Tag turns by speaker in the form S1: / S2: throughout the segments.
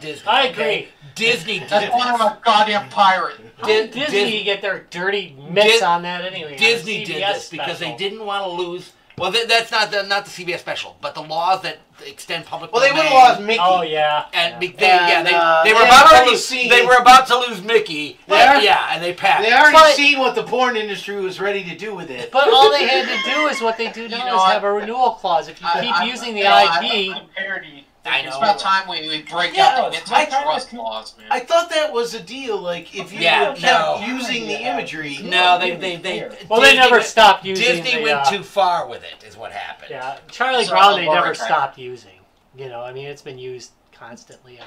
S1: Disney.
S2: I agree.
S1: okay? Disney did
S3: That's one of
S1: this.
S3: a goddamn pirate.
S2: How
S1: Di-
S2: did Disney
S1: Dis-
S2: get their dirty mitts
S1: Dis-
S2: on that anyway? on
S1: Disney
S2: a
S1: did
S2: CBS
S1: this because they
S2: special?
S1: didn't want to lose. Well, th- that's not the, not the CBS special, but the laws that extend public.
S4: Well, they would
S1: domain
S4: have lost Mickey.
S2: Oh yeah.
S1: And
S2: yeah.
S1: be- they, yeah,
S4: And,
S1: they,
S4: uh,
S1: they
S4: they
S1: were
S4: had
S1: about to
S4: already
S1: lose.
S4: seen-
S1: They were about to lose Mickey.
S4: They
S1: but
S4: are-
S1: yeah, and they passed.
S4: They already
S2: But-
S4: seen what the porn industry was ready to do with it.
S2: But all they had to do is what they do now
S3: know,
S2: is
S3: I-
S2: have a renewal clause. If you
S3: I-
S2: keep
S3: I-
S2: using the
S3: you know, I-
S2: IP,
S3: I'm parody.
S1: I
S3: It's
S1: know.
S3: about time we, we break
S4: Yeah,
S3: out the
S4: it's my
S3: antitrust laws, man.
S4: I thought that was a deal. Like if you
S1: Yeah,
S4: kept
S1: no.
S4: using the imagery,
S1: No, they they they.
S2: well, they
S1: Disney
S2: never
S1: went-
S2: stopped using.
S1: Disney
S2: the,
S1: went
S2: uh,
S1: too far with it, is what happened.
S2: Yeah, Charlie
S3: So,
S2: Brown. They
S3: Laura
S2: never
S3: Grant.
S2: stopped using. You know, I mean, it's been used constantly on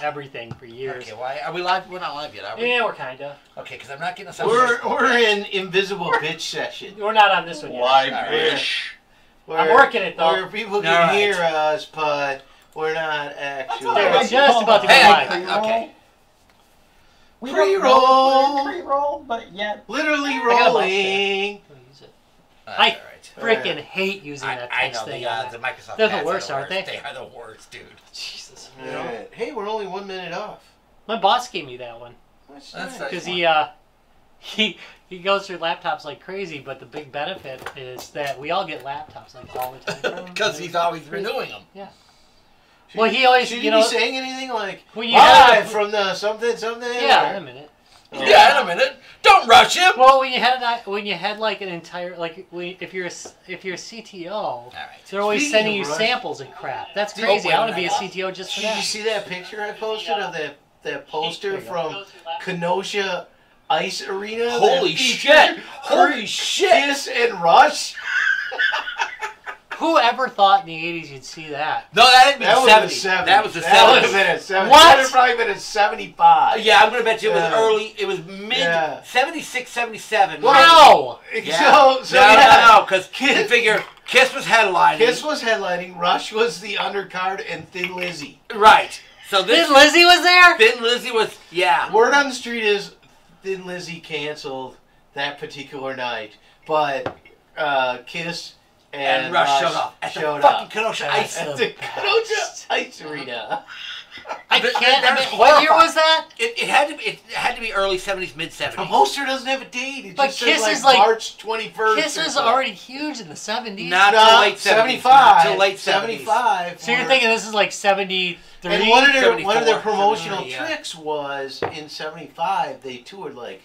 S2: everything for years.
S1: Okay, why are we live? We're not live yet, are we?
S2: Yeah, we're kinda.
S1: Okay, because I'm not getting a sound.
S4: we're we're in invisible bitch session.
S2: We're not on this one yet.
S3: Live
S1: Alright.
S3: fish.
S4: Where,
S2: I'm working it, though.
S4: Where people can
S1: Alright.
S4: hear us, but we're not
S2: They were
S4: actually.
S2: just about to go
S1: Hey, I-
S2: live.
S1: I- okay.
S3: We
S4: Pre-roll.
S3: Pre-roll, but yet.
S4: Literally
S2: got a mic
S4: rolling.
S1: That's
S2: I-
S1: all right.
S2: Freaking hate using
S1: I,
S2: that
S1: I
S2: text
S1: know
S2: thing.
S1: the,
S2: on
S1: uh,
S2: that.
S1: the Microsoft.
S2: They're the
S1: pads are
S2: worst, aren't they?
S1: They are the worst, dude.
S2: Jesus.
S4: Alright. Hey, we're only one minute off.
S2: My boss gave me that one
S4: That's
S1: That's
S4: nice.
S1: nice.
S2: because he uh, he he goes through laptops like crazy. But the big benefit is that we all get laptops like all the time.
S1: Because he's always renewing them.
S4: Should-
S2: Well, he always,
S4: should
S2: you
S4: he
S2: know-
S4: be saying anything like
S2: Well, you
S4: live
S2: had
S4: from the something something?
S2: yeah, in a
S4: or-
S2: minute.
S1: Yeah, in a minute. Don't rush him. All
S2: Well, when you had that, when you had like an entire like when, if you're a s- if you're a CTO,
S1: right.
S2: they're always
S4: Speaking
S2: sending
S4: of
S2: you
S4: rush-
S2: samples and crap. That's
S1: Oh,
S2: crazy.
S1: wait,
S2: I want to be a
S1: I-
S2: CTO just for
S4: Did you
S2: that.
S4: see that picture I posted of that that poster
S2: There you go.
S4: from Kenosha Ice Arena? that
S1: Holy
S4: featured
S1: shit! Holy
S4: Kurt
S1: shit!
S4: Kiss and Rush.
S2: Who ever thought in the '80s you'd see that?
S1: No, that didn't
S4: That
S1: been
S4: was in the
S1: seventy.
S4: seventies.
S1: That was the
S4: That would have
S1: seventies.
S4: been a seventies.
S2: What?
S4: That would have probably been a seventy-five.
S1: Yeah, I'm gonna bet you it was
S4: Yeah.
S1: early. It was mid
S4: Yeah.
S1: 76, 77.
S2: Wow!
S1: Yeah.
S4: So, so
S1: no,
S4: yeah.
S1: no, no, because
S4: Kiss-
S1: figure Kiss was headlining.
S4: Kiss was headlining. Rush was the undercard, and Thin Lizzy.
S1: right. So this
S2: Then Lizzie was there.
S1: Thin Lizzy was yeah.
S4: Word on the street is Thin Lizzy canceled that particular night, but uh, Kiss and,
S1: And, Rush showed
S4: Rush
S1: up at the
S4: showed
S1: fucking
S4: up.
S1: Kenosha
S2: That's
S1: Ice.
S2: the
S4: at the Kenosha
S2: best.
S4: Ice Arena.
S2: I
S1: Th-
S2: can't. I
S1: that's
S2: mean, what year
S1: horrifying.
S2: was that?
S1: It, it had to be. It had to be early seventies, mid
S4: The
S1: seventies.
S4: poster doesn't have a date. It
S2: But
S4: just
S2: Kiss
S4: says
S2: is like-
S4: March twenty first.
S2: Kiss was already huge in the '70s.
S1: Not
S4: no,
S1: till late seventies. Not
S4: 75.
S1: till late seventies.
S4: 75.
S2: so you're
S4: were-
S2: thinking this is like '73?
S4: And one of their one of their
S1: 74,
S4: promotional
S1: 73, yeah.
S4: tricks was in '75 they toured like,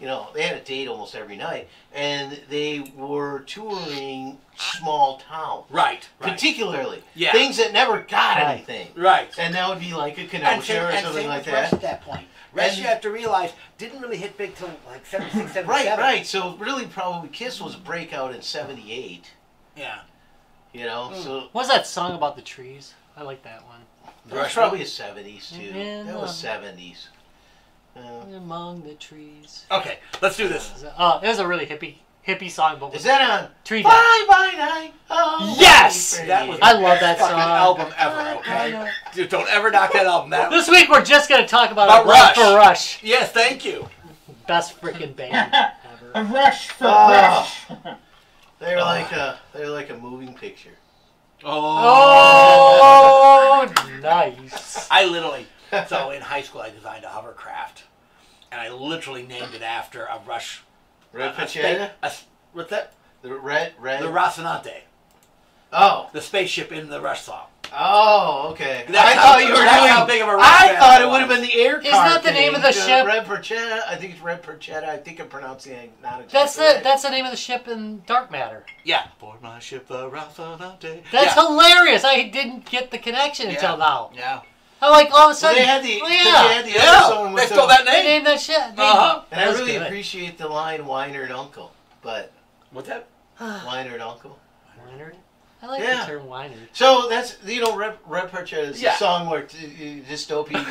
S4: you know, they had a date almost every night, and they were touring small town,
S1: Right. Right.
S4: particularly
S1: Yeah.
S4: things that never got
S2: Right.
S4: anything,
S1: Right.
S4: and that would be like a
S1: And
S4: Kenosha
S1: same-
S4: or
S1: and
S4: something
S1: same
S4: like
S1: with Rush
S4: that.
S1: at that point. Rush,
S4: And-
S1: you have to realize, didn't really hit big till like 76, 77.
S4: Right, right. So really, probably Kiss was a breakout in '78.
S1: Yeah.
S4: You know,
S1: Mm.
S4: so
S2: What Hmm. was that song about the trees? I like that one.
S4: that was probably a '70s too.
S2: Yeah,
S4: that
S2: no.
S4: was '70s. Uh,
S2: Among the trees.
S1: Okay, let's do this.
S2: Uh, it was a really hippie hippie song, but
S4: is
S2: was
S4: that on?
S2: tree down.
S4: Bye bye night. Oh,
S2: Yes!
S4: pretty.
S1: That was
S2: I love that
S1: Fucking
S2: song.
S1: album ever, okay? Dude, don't ever knock that album out.
S2: This week we're just gonna talk about,
S1: About
S2: our love
S1: Rush.
S2: for Rush,
S1: Yes, thank you.
S2: best freaking band ever.
S3: A rush for
S4: Ah.
S3: rush.
S4: They're like a they're like a moving picture.
S2: Oh, nice.
S1: I literally, so in high school, I designed a hovercraft, and I literally named it after a Rush.
S4: Red
S1: a spa-
S4: Pachetta?
S1: a s- What's that?
S4: The red red.
S1: The Rocinante,
S4: oh
S1: the spaceship in the Rush song.
S4: oh okay.
S1: That's
S4: I
S1: how-
S4: thought you were doing.
S1: that's how big of a
S4: I
S1: rock
S4: thought
S1: band
S4: it would have
S1: was.
S4: been the air.
S2: Isn't
S4: car
S2: that the name of
S4: thing,
S2: the ship?
S4: Red Perchetta. I think it's Red Perchetta. I think I'm pronouncing it not exactly.
S2: That's the
S4: right.
S2: that's the name of the ship in Dark Matter.
S1: Yeah. Board my ship, the Rocinante.
S2: That's
S1: yeah.
S2: hilarious. I didn't get the connection until
S1: Yeah.
S2: now.
S1: yeah.
S2: I'm like all of a
S4: So
S2: sudden.
S4: they had the.
S2: oh,
S4: They
S2: yeah.
S4: had the
S1: Yeah,
S4: other song
S1: they
S4: with
S1: stole
S4: the-
S1: that
S2: They
S1: name.
S2: named that ship. They-
S1: Uh-huh.
S4: And I
S2: That was
S4: really
S2: good.
S4: appreciate the line "Winer and Uncle," but
S1: What's that?
S4: "Winer and Uncle."
S2: Winery? I like
S4: Yeah.
S2: the term winery.
S4: So that's you know Red, Red Perchetta is
S1: Yeah.
S4: a song where t- dystopian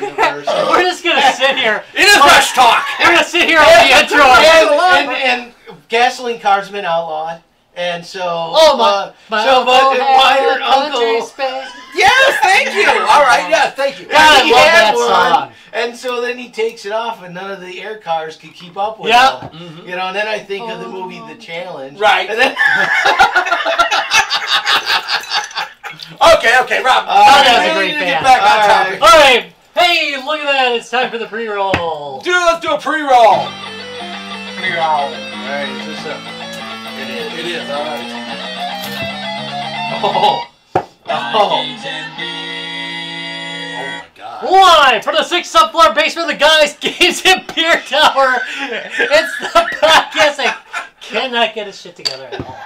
S4: universe.
S2: We're just gonna sit here.
S1: It is Rush Talk!
S2: We're gonna sit here on the intro.
S4: and, and, and gasoline cars been outlawed. And so,
S2: Oh my!
S4: uh,
S2: my
S4: so
S2: uncle
S4: but
S2: had
S4: Winer
S2: a
S4: and
S2: country
S4: Uncle,
S2: space.
S1: Yes, thank you! All right, yeah, thank you.
S2: God, I
S4: he
S2: love
S4: had
S2: that song.
S4: And so then he takes it off, and none of the air cars could keep up with
S2: Yeah.
S4: him. You know, and then I think of the movie The Challenge.
S1: Right.
S4: And then,
S1: Okay, okay, Rob.
S4: All
S1: Rob,
S2: right.
S1: we
S2: Great
S1: need to get
S2: band.
S4: Oh,
S1: back on
S4: All
S1: topic.
S4: right.
S2: All right, right, it's time for the pre-roll.
S1: Dude, let's do a pre-roll.
S5: Pretty wild.
S1: Alright, is this a...
S4: It is.
S1: It is, alright. Oh. Oh. Oh my god.
S2: Live from the sixth subfloor basement of the guys' games and beer tower. It's the podcast I cannot get his shit together at all.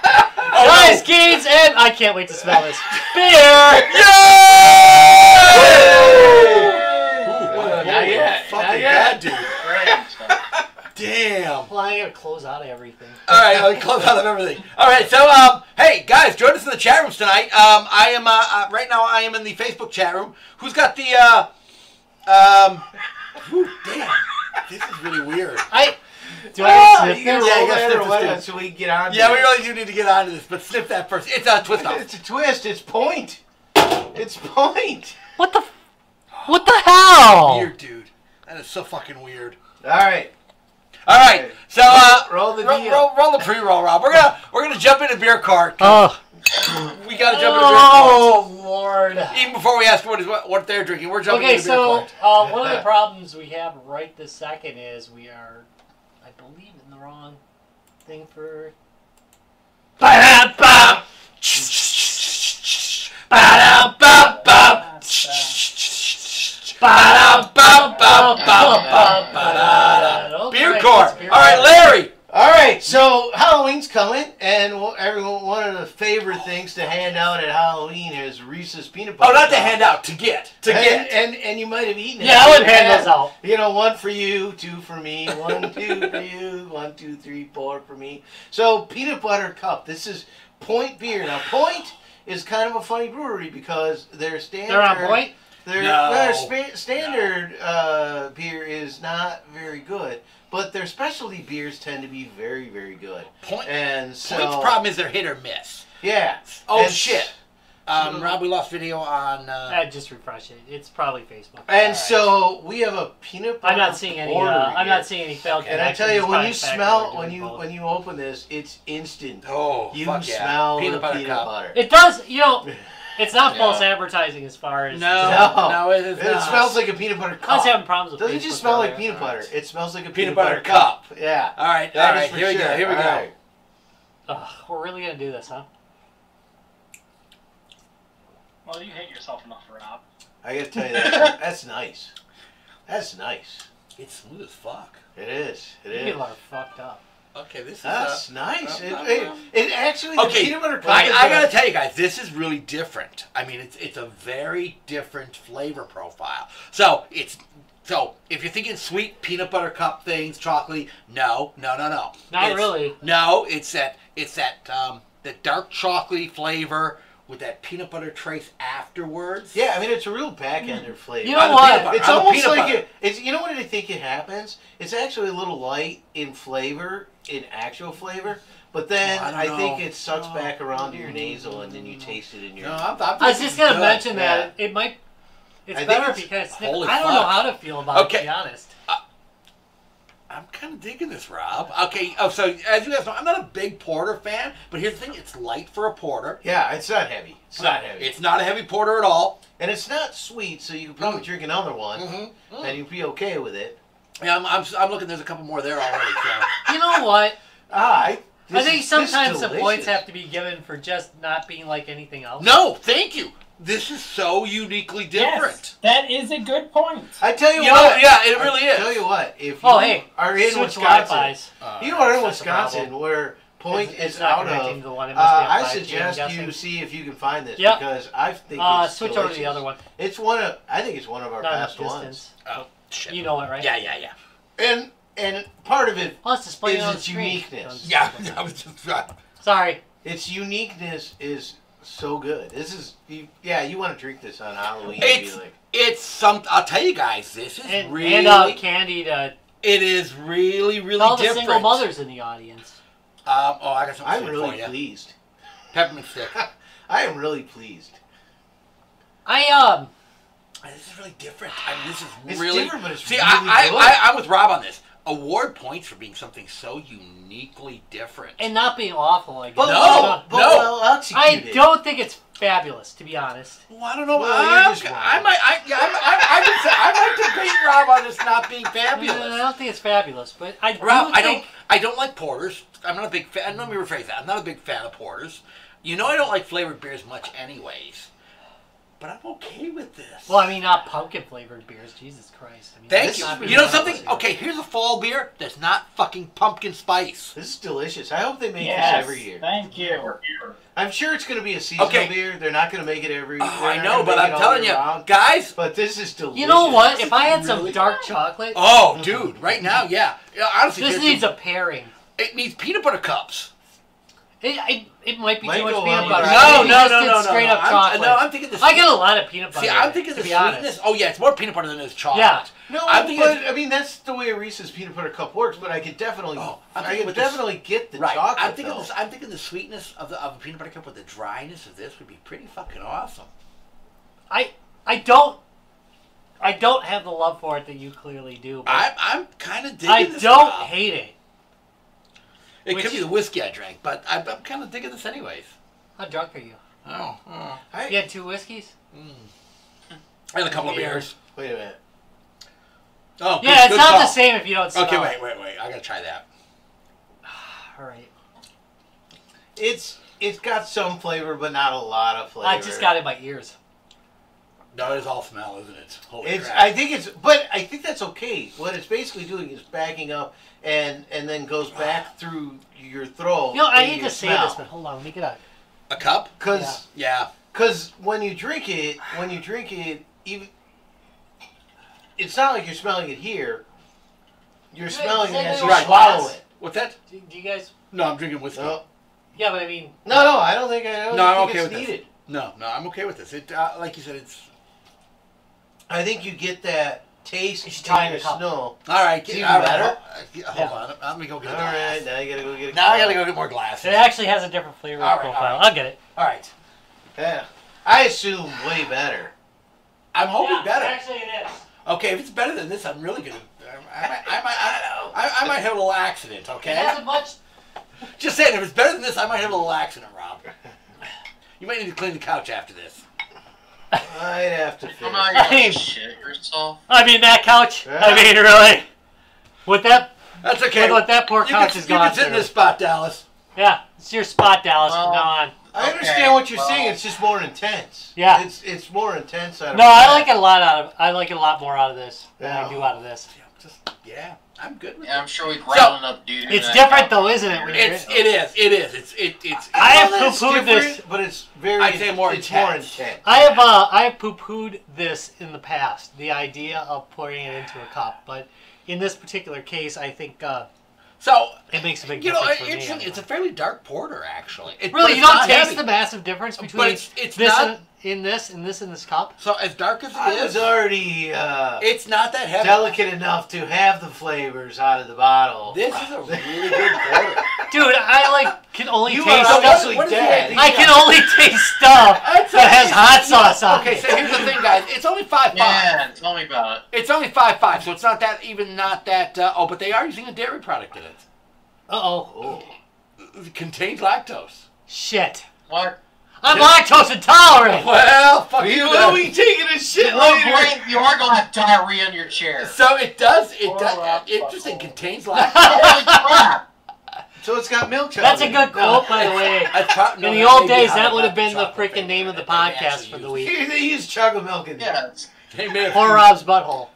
S1: Oh,
S2: guys, games, and I can't wait to smell this beer.
S1: Yay! Ooh, what a
S5: Not yet,
S1: fucking
S5: not yet.
S1: god, dude.
S5: Great.
S1: Damn.
S2: Well, I gotta close out of everything.
S1: All right, I'll close out of everything. All right, so um, hey guys, join us in the chat rooms tonight. Um, I am uh, uh, right now. I am in the Facebook chat room. Who's got the uh, um? whew, damn, this is really weird.
S2: I do
S4: Ah,
S2: I
S4: you
S2: sniff
S4: gotta
S2: this?
S1: Yeah, you gotta
S4: roll that
S1: sniff
S4: or
S1: this
S4: what?
S1: dude.
S4: So we can get on.
S1: Yeah,
S4: to
S1: we
S4: it.
S1: really do need to get onto this, but sniff that first. It's a twist off.
S4: It's a twist. It's point. It's point.
S2: What the? f- What the hell?
S1: Weird, dude. That is so fucking weird.
S4: All right.
S1: All right, so uh,
S4: Roll the
S1: roll,
S4: deal.
S1: roll, roll the pre-roll, Rob. We're gonna we're gonna jump into beer cart.
S2: oh,
S1: We gotta jump into beer cart.
S2: oh Lord.
S1: Even before we ask what is what, what they're drinking, we're jumping
S2: Okay,
S1: into beer
S2: so
S1: cart.
S2: uh, one of the problems we have right this second is we are, I believe, in the wrong thing for.
S1: Ba-da-ba! Ba-da-ba-ba!
S2: uh,
S4: uh,
S1: Ba-da-ba-ba-ba-ba-da-da. Beer
S2: Okay,
S1: Corps.
S2: it's beer
S1: All right,
S2: corps.
S1: Larry.
S4: All right. So Halloween's coming, and wha- everyone one of the favorite things to hand out at Halloween is Reese's peanut butter.
S1: Oh, not to
S4: cups.
S1: hand out, to get, to
S4: And,
S1: get.
S4: and and you might have eaten it.
S2: Yeah, I would hand
S4: Yeah.
S2: those out.
S4: You know, one for you, two for me, one, two for you, one, two, three, four for me. So peanut butter cup. This is Point beer. Now Point is kind of a funny brewery because their standard
S2: They're on point.
S4: Their,
S1: No.
S4: their spa- standard uh, beer is not very good, but their specialty beers tend to be very very good.
S1: Point.
S4: And so
S1: Point's problem is they're hit or miss.
S4: yeah.
S1: Oh
S4: And-
S1: shit. Um, Rob, we lost video on. Uh,
S2: I just refresh it. It's probably Facebook.
S4: And
S1: Alright.
S4: so we have a peanut butter.
S2: I'm not seeing any. Uh,
S4: porter
S2: I'm
S4: here.
S2: not seeing any failed.
S4: And I
S2: connections,
S4: tell you, when
S2: despite the
S4: you
S2: fact that
S4: smell,
S2: we're
S4: when
S2: doing
S4: you
S2: both.
S4: when you open this, it's instant.
S1: oh,
S4: You
S1: fuck yeah.
S4: smell
S1: peanut
S4: the
S1: butter
S4: peanut
S1: cup.
S4: butter.
S2: It does. You know, it's not
S5: Yeah.
S2: false advertising as far as.
S1: No,
S4: No.
S1: no, it is
S4: It
S1: not.
S4: smells like a peanut butter
S2: I was
S4: cup.
S2: having problems with.
S4: Doesn't
S2: Facebook
S4: just smell like
S2: earlier.
S4: peanut butter. It smells like a
S1: peanut butter
S4: cup.
S1: cup.
S4: Yeah.
S1: All right, all
S4: That is
S1: right,
S4: for
S1: here we go,
S4: sure.
S1: here we
S4: All
S1: go.
S4: right.
S2: Ugh, we're really gonna do this, huh?
S5: Well, you hate yourself enough, Rob.
S4: I gotta tell you, that's, that's nice. That's nice.
S1: It's smooth as fuck.
S4: It is. It is.
S2: People are fucked up.
S1: Okay, this is. uh,
S4: That's nice. It,
S1: uh,
S4: it, it actually
S1: Okay,
S4: the peanut butter cup.
S1: I,
S4: is
S1: I
S4: a-
S1: gotta tell you guys, this is really different. I mean, it's it's a very different flavor profile. So it's so if you're thinking sweet peanut butter cup things, chocolatey, no, no, no, no,
S2: Not
S1: It's-
S2: really.
S1: No, it's that it's that um, that dark chocolatey flavor with that peanut butter trace afterwards.
S4: Yeah, I mean it's a real
S1: Hmm.
S4: backender flavor.
S2: You know
S1: On the
S2: what?
S1: peanut butter,
S4: It's
S1: on the
S4: almost
S1: peanut
S4: like
S1: butter.
S4: it, it's. You know what I think it happens? It's actually a little light in flavor, in actual flavor, but then
S1: Oh, I don't
S4: I, think
S1: know.
S4: it sucks
S1: No.
S4: back around to your nasal, and then you taste it in your.
S1: No, I'm, I'm
S2: I was just gonna
S1: good.
S2: mention
S4: yeah.
S2: that it might. It's
S4: I think
S2: better
S4: it's-
S2: if you kind of sniff.
S1: holy
S2: I don't know
S1: fuck.
S2: how to feel about it.
S1: Okay.
S2: To be honest.
S1: I'm kind of digging this, Rob. Okay, oh, so as you guys know, I'm not a big porter fan, but here's the thing: it's light for a porter.
S4: Yeah, it's not heavy. It's not heavy,
S1: It's not a heavy porter at all. Mm.
S4: and it's not sweet, so you could probably drink another one, and you'd be okay with it.
S1: Mm-hmm. Yeah, I'm, I'm, I'm looking. There's a couple more there already. So.
S2: You know what?
S4: Ah, I,
S2: I think sometimes the points have to be given for just not being like anything else.
S1: no, thank you. This is so uniquely
S5: Yes,
S1: different.
S5: that is a good point.
S4: I tell you,
S1: You know,
S4: what.
S1: yeah, it really
S4: I tell
S1: is.
S4: you what. If you
S2: Oh, hey,
S4: are in
S2: Switch
S4: Wisconsin,
S2: Wi-Fi's.
S1: Uh,
S4: you are in
S2: That's the
S4: Wisconsin,
S2: problem.
S4: where point
S2: It's- it's
S4: is
S2: not
S4: out
S2: connecting
S4: of.
S2: to the one. It must
S4: Uh,
S2: be on
S4: I
S2: 5G, I'm
S4: suggest
S2: guessing.
S4: you see if you can find this
S2: Yep.
S4: because I think
S2: Uh,
S4: it's
S2: switch over to the
S4: delicious.
S2: other one.
S4: It's one of I think it's one of our
S2: Not enough
S4: best ones.
S2: distance.
S1: oh, shit.
S2: You know it, right?
S1: Yeah, yeah, yeah.
S4: And and part of it,
S2: Plus, displaying
S4: Is
S2: it on the
S4: its
S2: screen.
S4: uniqueness.
S2: No, I'm just
S1: Yeah,
S2: joking.
S1: I was just. Uh,
S2: Sorry.
S4: its uniqueness is so good. This is you, yeah, you want to drink this on Halloween.
S1: It's-
S4: and be like,
S1: it's some. I'll tell you guys, this is
S2: And,
S1: really.
S2: and uh, candy to
S1: it is really, really
S2: all the
S1: different.
S2: single mothers in the audience.
S1: Um, oh, I got something
S4: I'm
S1: sweet
S4: really
S1: for you.
S4: pleased.
S1: Peppermint stick.
S4: I am really pleased.
S2: I um.
S1: this is really different. I mean, this is
S4: It's
S1: really
S4: different, but it's
S1: See,
S4: really
S1: I,
S4: good.
S1: I, I, I'm with Rob on this. Award points for being something so uniquely different.
S2: And not being awful, I guess.
S4: but
S1: No,
S4: well, but
S1: no.
S4: well
S2: I
S4: executed.
S2: don't think it's fabulous, to be honest.
S1: well, I don't know.
S4: Well, you're
S1: I'm,
S4: just wrong.
S1: I might. I, yeah, I'm, I'm, I'm, I'm, I'm, I'm, job on this not being
S2: I
S1: fabulous.
S2: don't think it's fabulous, but I do
S1: Rob,
S2: think
S1: I don't, I don't like porters. I'm not a big fan. Let me rephrase that. I'm not a big fan of porters. You know, I don't like flavored beers much, anyways. But I'm okay with this.
S2: Well, I mean, not pumpkin flavored beers. Jesus Christ! I mean,
S1: Thank
S2: that's
S1: you.
S2: not
S1: You know
S2: really
S1: something?
S2: nice.
S1: Okay, here's a fall beer that's not fucking pumpkin spice.
S4: This is delicious. I hope they make
S5: Yes,
S4: this every year.
S5: Thank you.
S4: I'm sure it's going to be a seasonal
S1: Okay.
S4: beer. They're not going to make it every.
S1: Oh,
S4: they're
S1: I
S4: not
S1: know,
S4: gonna
S1: but
S4: make it
S1: I'm
S4: all
S1: telling
S4: year
S1: you,
S4: round.
S1: guys.
S4: But this is delicious.
S2: You know what? If I had some dark chocolate,
S1: Oh, dude, right now, yeah. Yeah, Honestly,
S2: this
S1: there's
S2: needs
S1: some-
S2: a pairing.
S1: it needs peanut butter cups.
S2: It, I, it might be
S4: Might
S2: too much
S4: go
S2: peanut
S4: on
S2: butter.
S4: with-
S2: I
S1: No,
S2: think
S1: no,
S2: it's
S1: no,
S2: just
S1: no, no,
S2: straight
S1: no.
S2: up
S1: I'm,
S2: chocolate.
S1: no, I'm thinking this.
S2: I get a lot of peanut butter.
S1: See, I'm thinking
S2: to
S1: the
S2: be
S1: sweetness.
S2: honest.
S1: Oh yeah, it's more peanut butter than it is chocolate.
S2: Yeah.
S4: No,
S1: I'm thinking
S4: but
S1: it's-
S4: I mean that's the way a Reese's peanut butter cup works. But I could definitely,
S1: Oh, I'm
S4: I
S1: thinking
S4: could
S1: with this-
S4: definitely get the
S1: right.
S4: chocolate.
S1: I'm thinking.
S4: though.
S1: This, I'm thinking the sweetness of the of a peanut butter cup with the dryness of this would be pretty fucking awesome.
S2: I I don't I don't have the love for it that you clearly do. But
S1: I'm I'm kind of digging
S2: I
S1: this.
S2: don't
S1: now.
S2: hate it.
S1: It
S2: which-
S1: could be the whiskey I drank, but I, I'm kind of digging this anyways.
S2: How drunk are you?
S1: Oh, oh.
S4: I-
S2: You had two whiskeys.
S1: and a couple of
S2: Beer.
S1: beers.
S4: Wait a minute.
S1: Oh, good-
S2: Yeah, it's
S1: good
S2: not the
S1: call.
S2: same if you don't smell.
S1: Okay,
S2: it.
S1: wait, wait, wait. I gotta try that.
S2: All right.
S4: It's it's got some flavor, but not a lot of flavor.
S2: I just got it in my ears.
S1: No, it is all smell, isn't it? Holy
S4: It's.
S1: crap.
S4: I think it's, but I think that's okay. What it's basically doing is backing up and and then goes back through your throat.
S2: You know, I
S4: and
S2: hate
S4: your
S2: to say
S4: smell.
S2: this, but hold on, let me get out.
S1: a cup?
S4: Cause,
S1: Yeah.
S4: cause when you drink it, when you drink it, even it's not like you're smelling it here. You're
S2: Yeah,
S4: smelling it
S2: it's
S4: as
S2: like
S4: you
S1: a
S4: swallow
S2: glass.
S4: it.
S1: What's that?
S2: Do, do you guys?
S1: No, I'm drinking whiskey.
S4: No,
S2: Yeah, but I mean,
S4: no, no I don't think I. don't
S1: No, I'm
S4: think
S1: okay
S4: it's
S1: with this.
S4: needed.
S1: No, no, I'm okay with this. It, uh, like you said, it's
S4: I think you get that taste
S2: You should
S4: in
S2: tie
S4: your
S2: it up.
S4: snow.
S1: all right.
S4: It's even
S1: all right,
S4: better?
S1: ho- uh, yeah, Hold
S2: Yeah.
S1: on, let me go
S4: All
S1: get a glass.
S4: right, now you gotta go get. A
S1: Now I gotta go get more glasses.
S2: it actually has a different flavor
S1: All right,
S2: profile.
S1: all right.
S2: I'll get it.
S1: All right,
S4: Yeah, I assume way better.
S1: I'm hoping better.
S2: Actually, it is.
S1: Okay, if it's better than this, I'm really gonna. I, I might, I might, I, I, I might have a little accident.
S2: It
S1: Okay.
S2: has a much.
S1: Just saying, if it's better than this, I might have a little accident, Rob. You might need to clean the couch after this.
S4: I'd have to. Finish.
S3: I'm not
S2: Hey.
S3: gonna shit yourself.
S2: I mean, that couch.
S4: Yeah.
S2: I mean, really. With that,
S1: That's okay.
S2: with what that poor
S1: you
S2: couch
S1: can,
S2: is
S1: you
S2: gone.
S1: can sit in
S2: through.
S1: this spot, Dallas.
S2: Yeah, it's your spot, Dallas.
S3: Well,
S2: from now on.
S4: I understand
S3: Okay,
S4: what you're
S3: well-
S4: saying. It's just more intense.
S2: Yeah.
S4: It's it's more intense. Out of
S2: No, I like it a lot out of. I like it a lot more out of this than
S4: Yeah.
S2: I do out of this.
S1: Yeah, just yeah, I'm good with
S3: Yeah,
S1: it.
S3: I'm sure we'd round
S1: So,
S3: up dude.
S2: It's different though, isn't it? When
S1: It's it is it is it's it it's.
S2: I
S4: Well,
S2: have
S4: that's
S2: poo-pooed
S4: different,
S2: this.
S4: but it's very.
S1: I'd say more
S4: it's
S1: intense.
S4: more intense.
S2: I have uh, I have poo pooed this in the past, the idea of pouring it into a cup, but in this particular case, I think uh,
S1: So
S2: it makes a big
S1: you know,
S2: difference for me.
S1: it's
S2: anyway.
S1: it's a fairly dark porter actually. It, but
S2: really,
S1: it's
S2: you don't
S1: not
S2: taste
S1: heavy.
S2: the massive difference between
S1: it's- it's
S2: this
S1: not-
S2: and, in this and this in this cup.
S1: So as dark as
S4: I
S1: it is,
S4: was already uh,
S1: it's not that heavy.
S4: delicate enough to have the flavors out of the bottle.
S1: This is a really good porter.
S2: Dude, I like can only
S4: you
S2: taste
S4: are
S1: what-
S2: stuff.
S4: obviously
S1: what is
S4: dead.
S1: the
S2: I can only taste stuff
S1: That's
S2: that has hot sauce on
S1: Okay,
S2: it.
S1: so here's the thing, guys. It's only five five.
S3: Yeah, tell me about it.
S1: It's only five five, so it's not that even not that. Uh, oh, but they are using a dairy product in it.
S2: Uh oh,
S4: Oh.
S1: It contains lactose.
S2: shit!
S3: What?
S2: I'm lactose intolerant.
S1: Well, fuck
S4: You
S1: you.
S4: know
S1: then.
S4: we taking a shit
S3: At one
S4: later.
S3: point, you are gonna have diarrhea in your chair.
S1: So it does. It
S5: Or
S1: does.
S5: lactose.
S1: Interesting. Contains lactose.
S3: Holy crap!
S4: So it's got milk.
S2: That's a
S4: chocolate.
S2: good quote, by the way.
S1: That's prob- no,
S2: In the
S1: that
S2: old
S1: may be
S2: days,
S1: how
S2: that
S1: they
S2: would have
S1: got
S2: been the
S1: chocolate
S2: freaking
S1: flavor
S2: name of the
S1: that they actually
S2: podcast for
S1: used.
S2: the week.
S4: They use chocolate milk in there.
S3: Yeah, it's
S1: They may have-
S2: Poor Rob's butthole.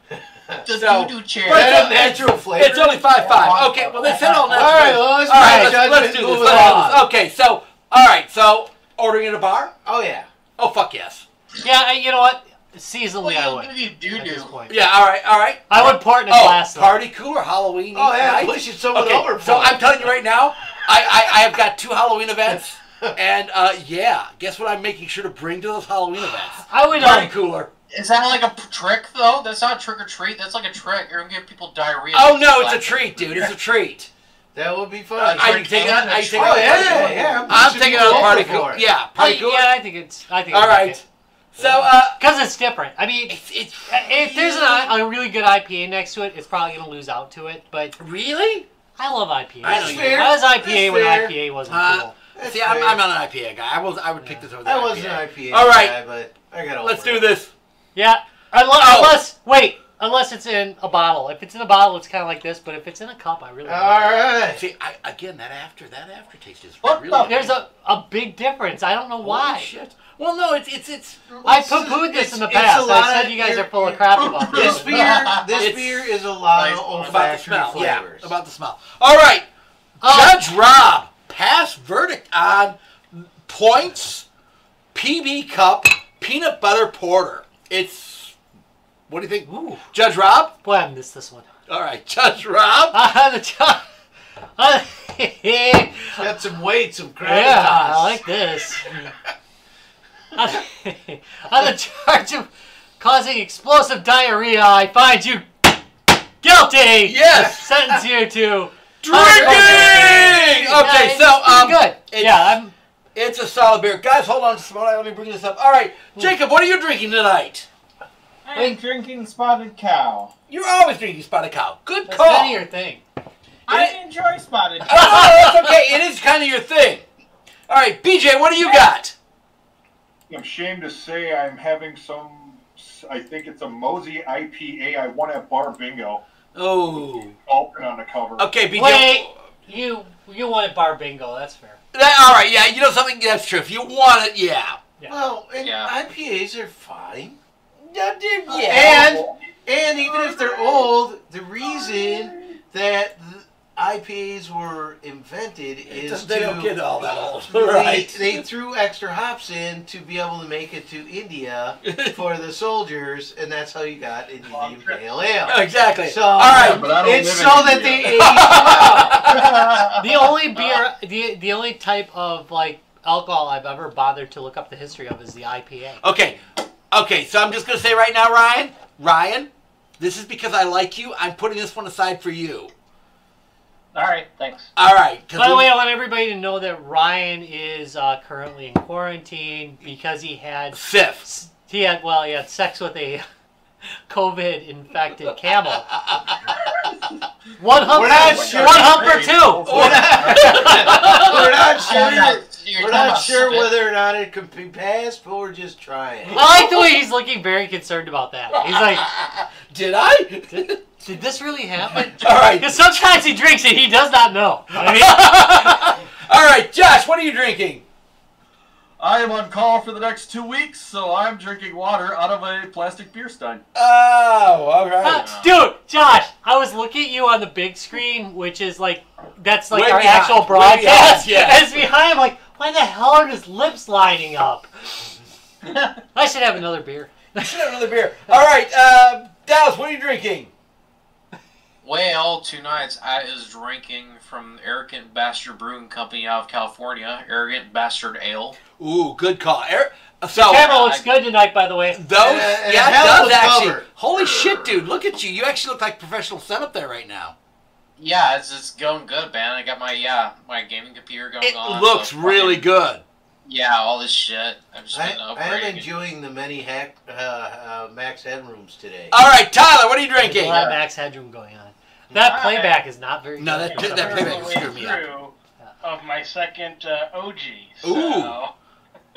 S3: the
S1: So-
S3: doo-doo chair.
S1: But-
S4: That a natural flavor.
S1: It's only five five. Okay, well they said all
S4: All
S1: natural.
S4: right, well, let's,
S1: All right,
S4: make a
S1: let's, let's
S4: judgment
S1: do
S4: and
S1: this.
S4: move
S1: Let's
S4: it
S1: do
S4: on.
S1: this. Okay, so all right, so ordering at a bar.
S4: Oh yeah.
S1: Oh fuck yes.
S2: Yeah, I- you know what? Seasonally, I
S3: Well,
S2: would.
S3: you do you
S2: At this
S3: doo-doo.
S2: point,
S1: Yeah. All right. All right.
S2: I would pour it in a
S1: Oh,
S2: glass. though.
S1: party cooler Halloween.
S4: Oh yeah.
S1: night.
S4: Pushing someone
S1: Okay,
S4: over.
S1: so I'm telling you right now, I, I, I have got two Halloween events, and uh, yeah, guess what I'm making sure to bring to those Halloween events?
S2: I would.
S1: Party
S2: Um,
S1: cooler.
S3: Is that like a p- trick though? That's not trick or treat. That's like a trick. You're gonna give people diarrhea.
S1: Oh no, it's a treat, dude. It's a treat.
S4: that would be fun.
S1: Uh, Are you taking out? Are you taking
S4: Oh
S1: out?
S4: yeah, yeah.
S1: I'm
S4: pushing
S1: taking
S4: you
S1: out
S4: over
S1: party
S4: for
S1: cooler.
S4: it.
S1: Yeah,
S2: I,
S1: party cooler.
S2: yeah, I think it's. I think.
S1: All right. So uh,
S2: Because it's different. I mean,
S1: it's it's
S2: if there's an, I- a really good IPA next to it, it's probably gonna lose out to it. But
S1: really.
S2: I love IPA.
S1: I know
S2: I,
S1: you-
S2: was IPA
S4: That's
S2: when
S4: fair.
S2: IPA wasn't
S1: Uh,
S2: cool.
S4: That's
S1: See, I'm,
S4: fair.
S1: I'm not an IPA guy. I was I would pick this over. The
S4: I was
S1: IPA.
S4: an IPA
S1: All right.
S4: guy, but I got over
S1: Let's
S4: it.
S1: do this.
S2: Yeah. Unless,
S1: Oh.
S2: unless wait, Unless it's in a bottle. If it's in a bottle, it's kind of like this. But if it's in a cup, I really.
S4: All
S2: don't like it.
S4: right.
S1: See, I, again, that after that aftertaste is
S6: What
S1: really.
S6: the-
S1: amazing.
S2: There's a, a big difference. I don't know
S1: Holy
S2: why.
S1: shit. Well, no, it's it's it's.
S2: I poo-pooed this in the
S4: It's- it's a
S2: past.
S4: lot
S2: I said
S4: of-
S2: you guys
S4: you're-
S2: are full of crap about
S4: This
S2: this.
S4: beer, this
S1: It's-
S4: beer is a lot of
S3: Nice. About
S4: olfactory
S3: the
S1: about the smell.
S4: flavors.
S1: Yeah, about the smell. All right,
S2: Oh,
S1: Judge Rob, pass verdict on points, PB cup, peanut butter porter. It's what do you think,
S2: Ooh.
S1: Judge Rob?
S2: boy, I missed this one.
S1: All right, Judge Rob.
S2: Uh, the top. Uh, yeah,
S4: Got some weight, some gravitas.
S2: I like this. on, the- on the charge of causing explosive diarrhea, I find you guilty.
S1: Yes.
S2: Sentence you to
S1: Drinking. Okay,
S2: Yeah,
S1: so
S2: it's pretty
S1: um,
S2: good.
S1: it's-
S2: yeah, I'm.
S1: It's a solid beer, guys. Hold on just a moment. Let me bring this up. All right,
S2: Hmm.
S1: Jacob, what are you drinking tonight?
S6: I'm drinking Spotted Cow.
S1: You're always drinking Spotted Cow. Good
S2: That's
S1: call.
S2: kind of your thing.
S6: I enjoy Spotted Cow.
S1: oh, that's okay. It is kind of your thing. All right, BJ, what do you got?
S7: I'm ashamed to say I'm having some. I think it's a Mosey IPA. I won at Bar Bingo.
S1: Oh.
S7: Open on the cover.
S1: Okay, BJ.
S2: Wait, you you wanted bar bingo? That's fair.
S1: That, all right, yeah. You know something? That's true. If you want it, yeah.
S4: Well, and
S3: Yeah.
S4: IPAs are fine. Uh,
S1: And
S4: And and even if they're old, the reason that the IPAs were invented is
S1: they don't
S4: to-
S1: get all that old,
S4: They-
S1: right?
S4: They, threw extra hops in to be able to make it to India for the soldiers, and that's how you got Indian Pale Ale.
S1: exactly.
S4: So,
S1: all right.
S7: but I don't
S4: it's
S7: live
S4: so
S7: in
S4: that they
S7: India.
S4: ate
S2: The
S4: well.
S2: only beer, the the only type of like alcohol I've ever bothered to look up the history of is the IPA.
S1: Okay. Okay. So I'm just gonna say right now, Ryan. Ryan, this is because I like you. I'm putting this one aside for you.
S6: All right, thanks.
S1: All right. 'cause
S2: By the
S1: we-
S2: way, I want everybody to know that Ryan is uh, currently in quarantine because he had
S1: fifth.
S2: he had well he had sex with a COVID infected camel. One hump,
S4: We're not sure.
S2: one hump or two.
S1: Oh.
S4: We're not- we're not sure.
S3: You're
S4: We're
S3: talking
S4: not
S3: about
S4: sure
S3: spit.
S4: whether or not it could be passed, but we're just trying.
S2: I like the way he's looking very concerned about that. He's like,
S1: Did I?
S2: did this really happen?
S1: All right.
S2: Because sometimes he drinks and he does not know. I mean,
S1: All right, Josh. What are you drinking?
S7: I am on call for the next two weeks, so I'm drinking water out of a plastic beer stein.
S1: Oh, all right.
S2: Uh, Dude, Josh, I was looking at you on the big screen, which is like that's like
S1: Way
S2: our
S1: behind,
S2: actual
S1: way
S2: broadcast.
S1: behind, yeah.
S2: And it's behind. I'm like, why the hell are his lips lining up? I should have another beer.
S1: Should have another beer. All right, uh, Dallas. What are you drinking?
S3: Well, two nights I is drinking from Arrogant Bastard Brewing Company out of California, Arrogant Bastard Ale.
S1: Ooh, good call. Er- so
S2: Camera looks
S3: I-
S2: good tonight, by the way.
S1: Those,
S4: And a- Uh, and a
S1: yeah, it
S4: hell of
S1: does
S4: a
S1: actually.
S4: cover.
S1: Holy shit, dude! Look at you. You actually look like professional setup there right now.
S3: Yeah, it's, it's going good, man. I got my yeah, my gaming computer going
S1: It
S3: on.
S1: looks
S3: Oh, so
S1: really
S3: fucking-
S1: good.
S3: Yeah, all this shit. I'm just
S4: I,
S3: gonna
S4: I am
S3: upgrade.
S4: enjoying the many hack, uh, uh, max headrooms today.
S1: All right, Tyler. What are you drinking?
S2: A lot of Max Headroom going on. That
S6: Alright.
S2: playback is not very
S1: No,
S2: good.
S1: that- that- that
S6: I'm
S1: payback
S6: way
S1: screwed me up.
S6: through Of my second uh, OG.
S1: Ooh.
S6: So.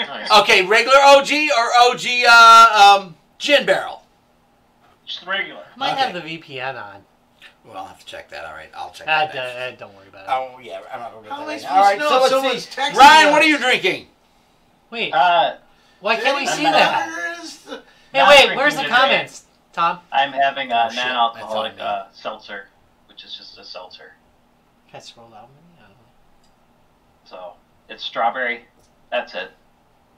S3: Nice.
S1: Okay, regular OG or OG uh, um, gin barrel.
S6: Just regular.
S2: might
S1: Okay.
S2: have the VPN on.
S1: Well, I'll have to check that. All right, I'll check
S2: Uh,
S1: that.
S2: d-
S1: next.
S2: uh, don't worry about it.
S1: Oh yeah, I'm not gonna. do
S4: How am I
S1: that right now.
S4: supposed to know
S1: so
S4: if
S1: let's
S4: someone's
S1: see.
S4: texting
S1: Ryan, what
S4: us?
S1: are you drinking?
S2: Wait,
S6: Uh,
S2: why can't we
S4: Didn't
S2: see
S4: you
S2: that?
S4: notice the-
S2: Hey,
S6: Not
S2: wait,
S6: drinking
S2: where's the
S6: today.
S2: comments, Tom?
S6: I'm having
S1: Oh,
S6: a
S1: shit.
S6: non-alcoholic
S1: That's on me.
S6: uh, seltzer, which is just a seltzer.
S2: Can I scroll down? maybe? I don't know.
S6: So it's strawberry. That's it.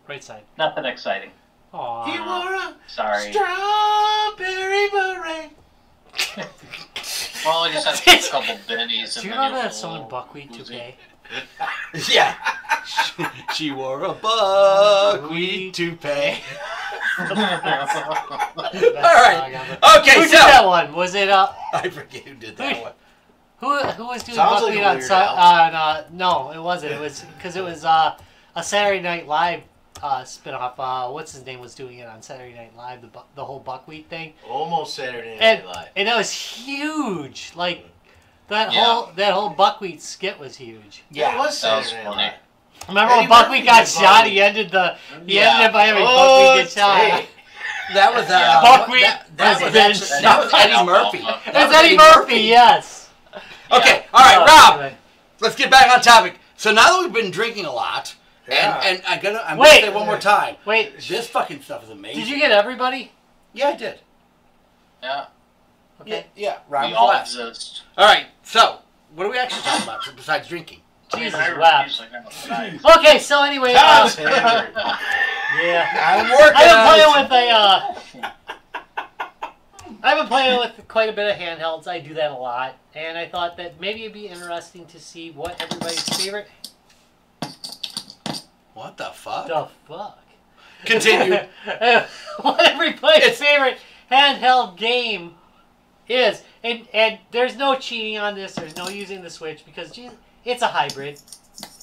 S2: Right side.
S6: Nothing exciting.
S2: Aww.
S4: He wore a
S6: Sorry.
S4: strawberry beret.
S3: Well, I just had a couple bennies.
S2: Do you
S3: and then
S2: remember
S3: you'll feel
S2: that song
S3: a
S2: Buckwheat
S3: little
S2: 2K?
S1: Yeah. she, she wore a buckwheat toupee.
S3: woozy.
S2: Best
S1: All right.
S2: song ever.
S1: Okay,
S2: who
S1: so
S2: did that one? Was it uh
S1: I forget who did that one.
S2: who who was doing
S4: Sounds like
S2: Buckwheat
S4: a
S2: on
S4: Weird
S2: Sun-
S4: Al.
S2: on uh no it wasn't it was because it was uh a Saturday Night Live uh spinoff uh what's his name was doing it on Saturday Night Live the bu- the whole Buckwheat thing
S4: Almost Saturday
S2: and
S4: Night Live.
S2: and that was huge like that
S3: Yeah.
S2: whole that whole Buckwheat skit was huge.
S4: Yeah, it was
S3: that was
S4: Saturday Night
S3: funny.
S4: Live.
S2: Remember
S4: Eddie
S2: when Buckwheat
S4: Murphy
S2: got
S4: did
S2: shot? He
S4: Buckwheat.
S2: ended the he
S3: Yeah.
S2: ended up by having
S4: Oh,
S2: Buckwheat get shot.
S4: hey.
S1: that was uh,
S2: Buckwheat
S1: That, that was
S2: revenge.
S1: actually, that was Eddie Murphy.
S3: Alfalfa.
S1: That
S2: It's
S1: was
S2: Eddie Murphy, yes.
S1: Okay, all right,
S2: Oh,
S1: Rob.
S2: anyway.
S1: Let's get back on topic. So now that we've been drinking a lot, and and I gotta, I'm
S2: Wait.
S1: gonna say one more time.
S2: Wait,
S1: This fucking stuff is amazing.
S2: did you get everybody?
S1: Yeah, I did.
S3: Yeah,
S2: Okay.
S1: Yeah, Rob
S3: we
S1: was
S3: all
S1: last.
S3: exist.
S1: All right. So what are we actually talking about besides drinking?
S2: Jesus,
S5: I mean, I
S2: wow.
S5: refuse, like, I'm tonight.
S2: Okay, so anyway, uh, yeah.
S1: I'm working.
S2: I've been playing with a. Uh, I've been playing with quite a bit of handhelds. I do that a lot, and I thought that maybe it'd be interesting to see what everybody's favorite.
S1: What the fuck?
S2: The fuck.
S1: Continue.
S2: what everybody's favorite handheld game is, and and there's no cheating on this. There's no using the Switch because geez, it's a hybrid.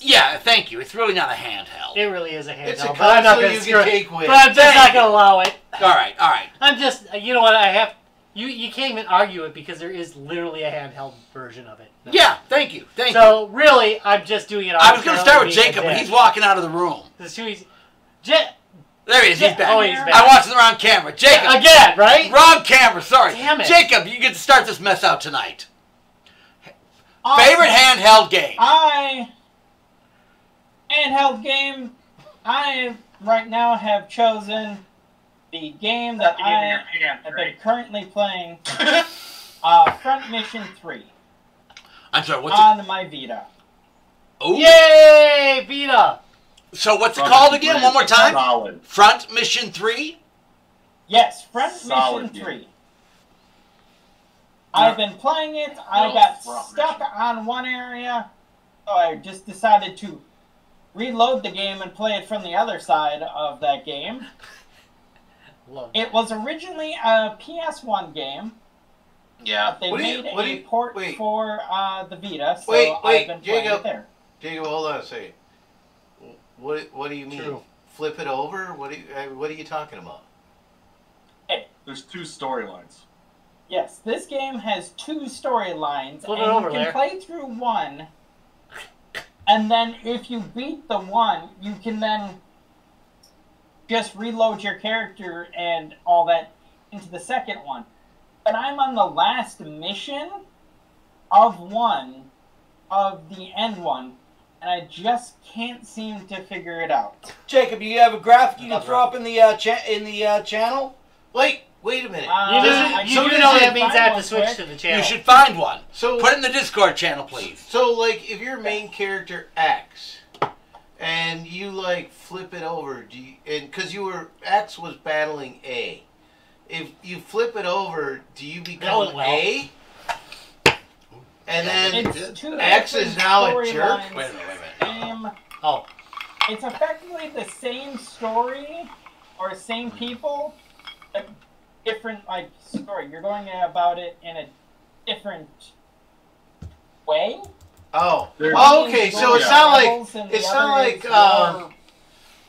S1: yeah, thank you. It's really not a handheld.
S2: It really is a handheld.
S4: It's a
S2: but I'm not
S4: console
S2: gonna
S4: you
S2: screw
S4: can
S2: it-
S4: take with.
S2: But I'm just not gonna allow it.
S1: all right, all right.
S2: I'm just, you know what? I have you. You can't even argue it because there is literally a handheld version of it.
S1: Yeah, thank you, thank you.
S2: So really, I'm just doing it.
S1: I was gonna start
S2: arbitrarily
S1: with Jacob,
S2: being
S1: but
S2: a
S1: he's
S2: dick.
S1: walking out of the room.
S2: It's too easy. Ja-
S1: There he is.
S2: Yeah,
S1: He's back.
S2: oh, he's back.
S1: I watched the wrong camera. Jacob.
S2: again, right?
S1: Wrong camera, sorry.
S2: Damn it.
S1: Jacob, you get to start this mess out tonight. Favorite handheld game?
S8: I handheld game. I right now have chosen the game
S5: Not
S8: that
S5: the game in
S8: I
S5: your pants,
S8: have been
S5: right?
S8: currently playing, uh, Front Mission Three
S1: I'm sorry, what's it?
S8: on my Vita.
S1: Oh.
S2: Yay, Vita!
S1: So what's it called again? One more time?
S9: Solid.
S1: Front Mission 3?
S8: Yes, Front
S9: Solid
S8: Mission
S9: game.
S8: Three. I've been playing it. I
S3: No,
S8: got
S3: Front
S8: stuck
S3: Mission.
S8: on one area, so I just decided to reload the game and play it from the other side of that game.
S2: Love
S8: It was originally a PS1 game.
S3: Yeah.
S8: They
S4: What do you-
S8: made
S4: what
S8: a
S4: do you-
S8: port
S4: wait.
S8: for uh, the Vita, so
S4: Wait, wait,
S8: I've been playing
S4: Jacob.
S8: it there.
S4: Jacob, hold on a second. What What do you mean?
S2: True.
S4: Flip it over? What do you, uh, What are you talking about?
S9: There's two storylines.
S8: Yes, this game has two storylines,
S2: Flip
S8: and
S2: it over,
S8: you can
S2: Larry.
S8: play through one. And then, if you beat the one, you can then just reload your character and all that into the second one. But I'm on the last mission of one, of the end one, and I just can't seem to figure it out.
S1: Jacob, you have a graphic you can throw up in the uh, cha- in the uh, channel?
S4: Wait, wait a minute.
S8: Uh,
S2: you
S8: I
S2: do, you
S8: can
S2: do know
S8: find
S2: that means I have
S8: one
S2: to switch
S8: quick.
S2: to the channel.
S1: You should find one.
S4: so
S1: Put it in the Discord channel, please.
S4: So, like, if your main character X, and you like flip it over, do you, and because you were X was battling A, if you flip it over, do you
S2: went
S4: become
S2: well.
S4: A? And then
S1: did.
S8: It's two
S4: X is
S8: different
S4: now a jerk?
S8: storylines.
S1: Wait a minute, wait a minute.
S8: Same-
S2: Oh.
S8: It's effectively the same story or same people, but different like story. You're going about it in a different way.
S4: oh,
S9: There's-
S4: Oh, okay. So it's not like
S8: Rebels and the
S4: it's not
S8: other
S4: like.
S8: is
S4: Um,
S8: you're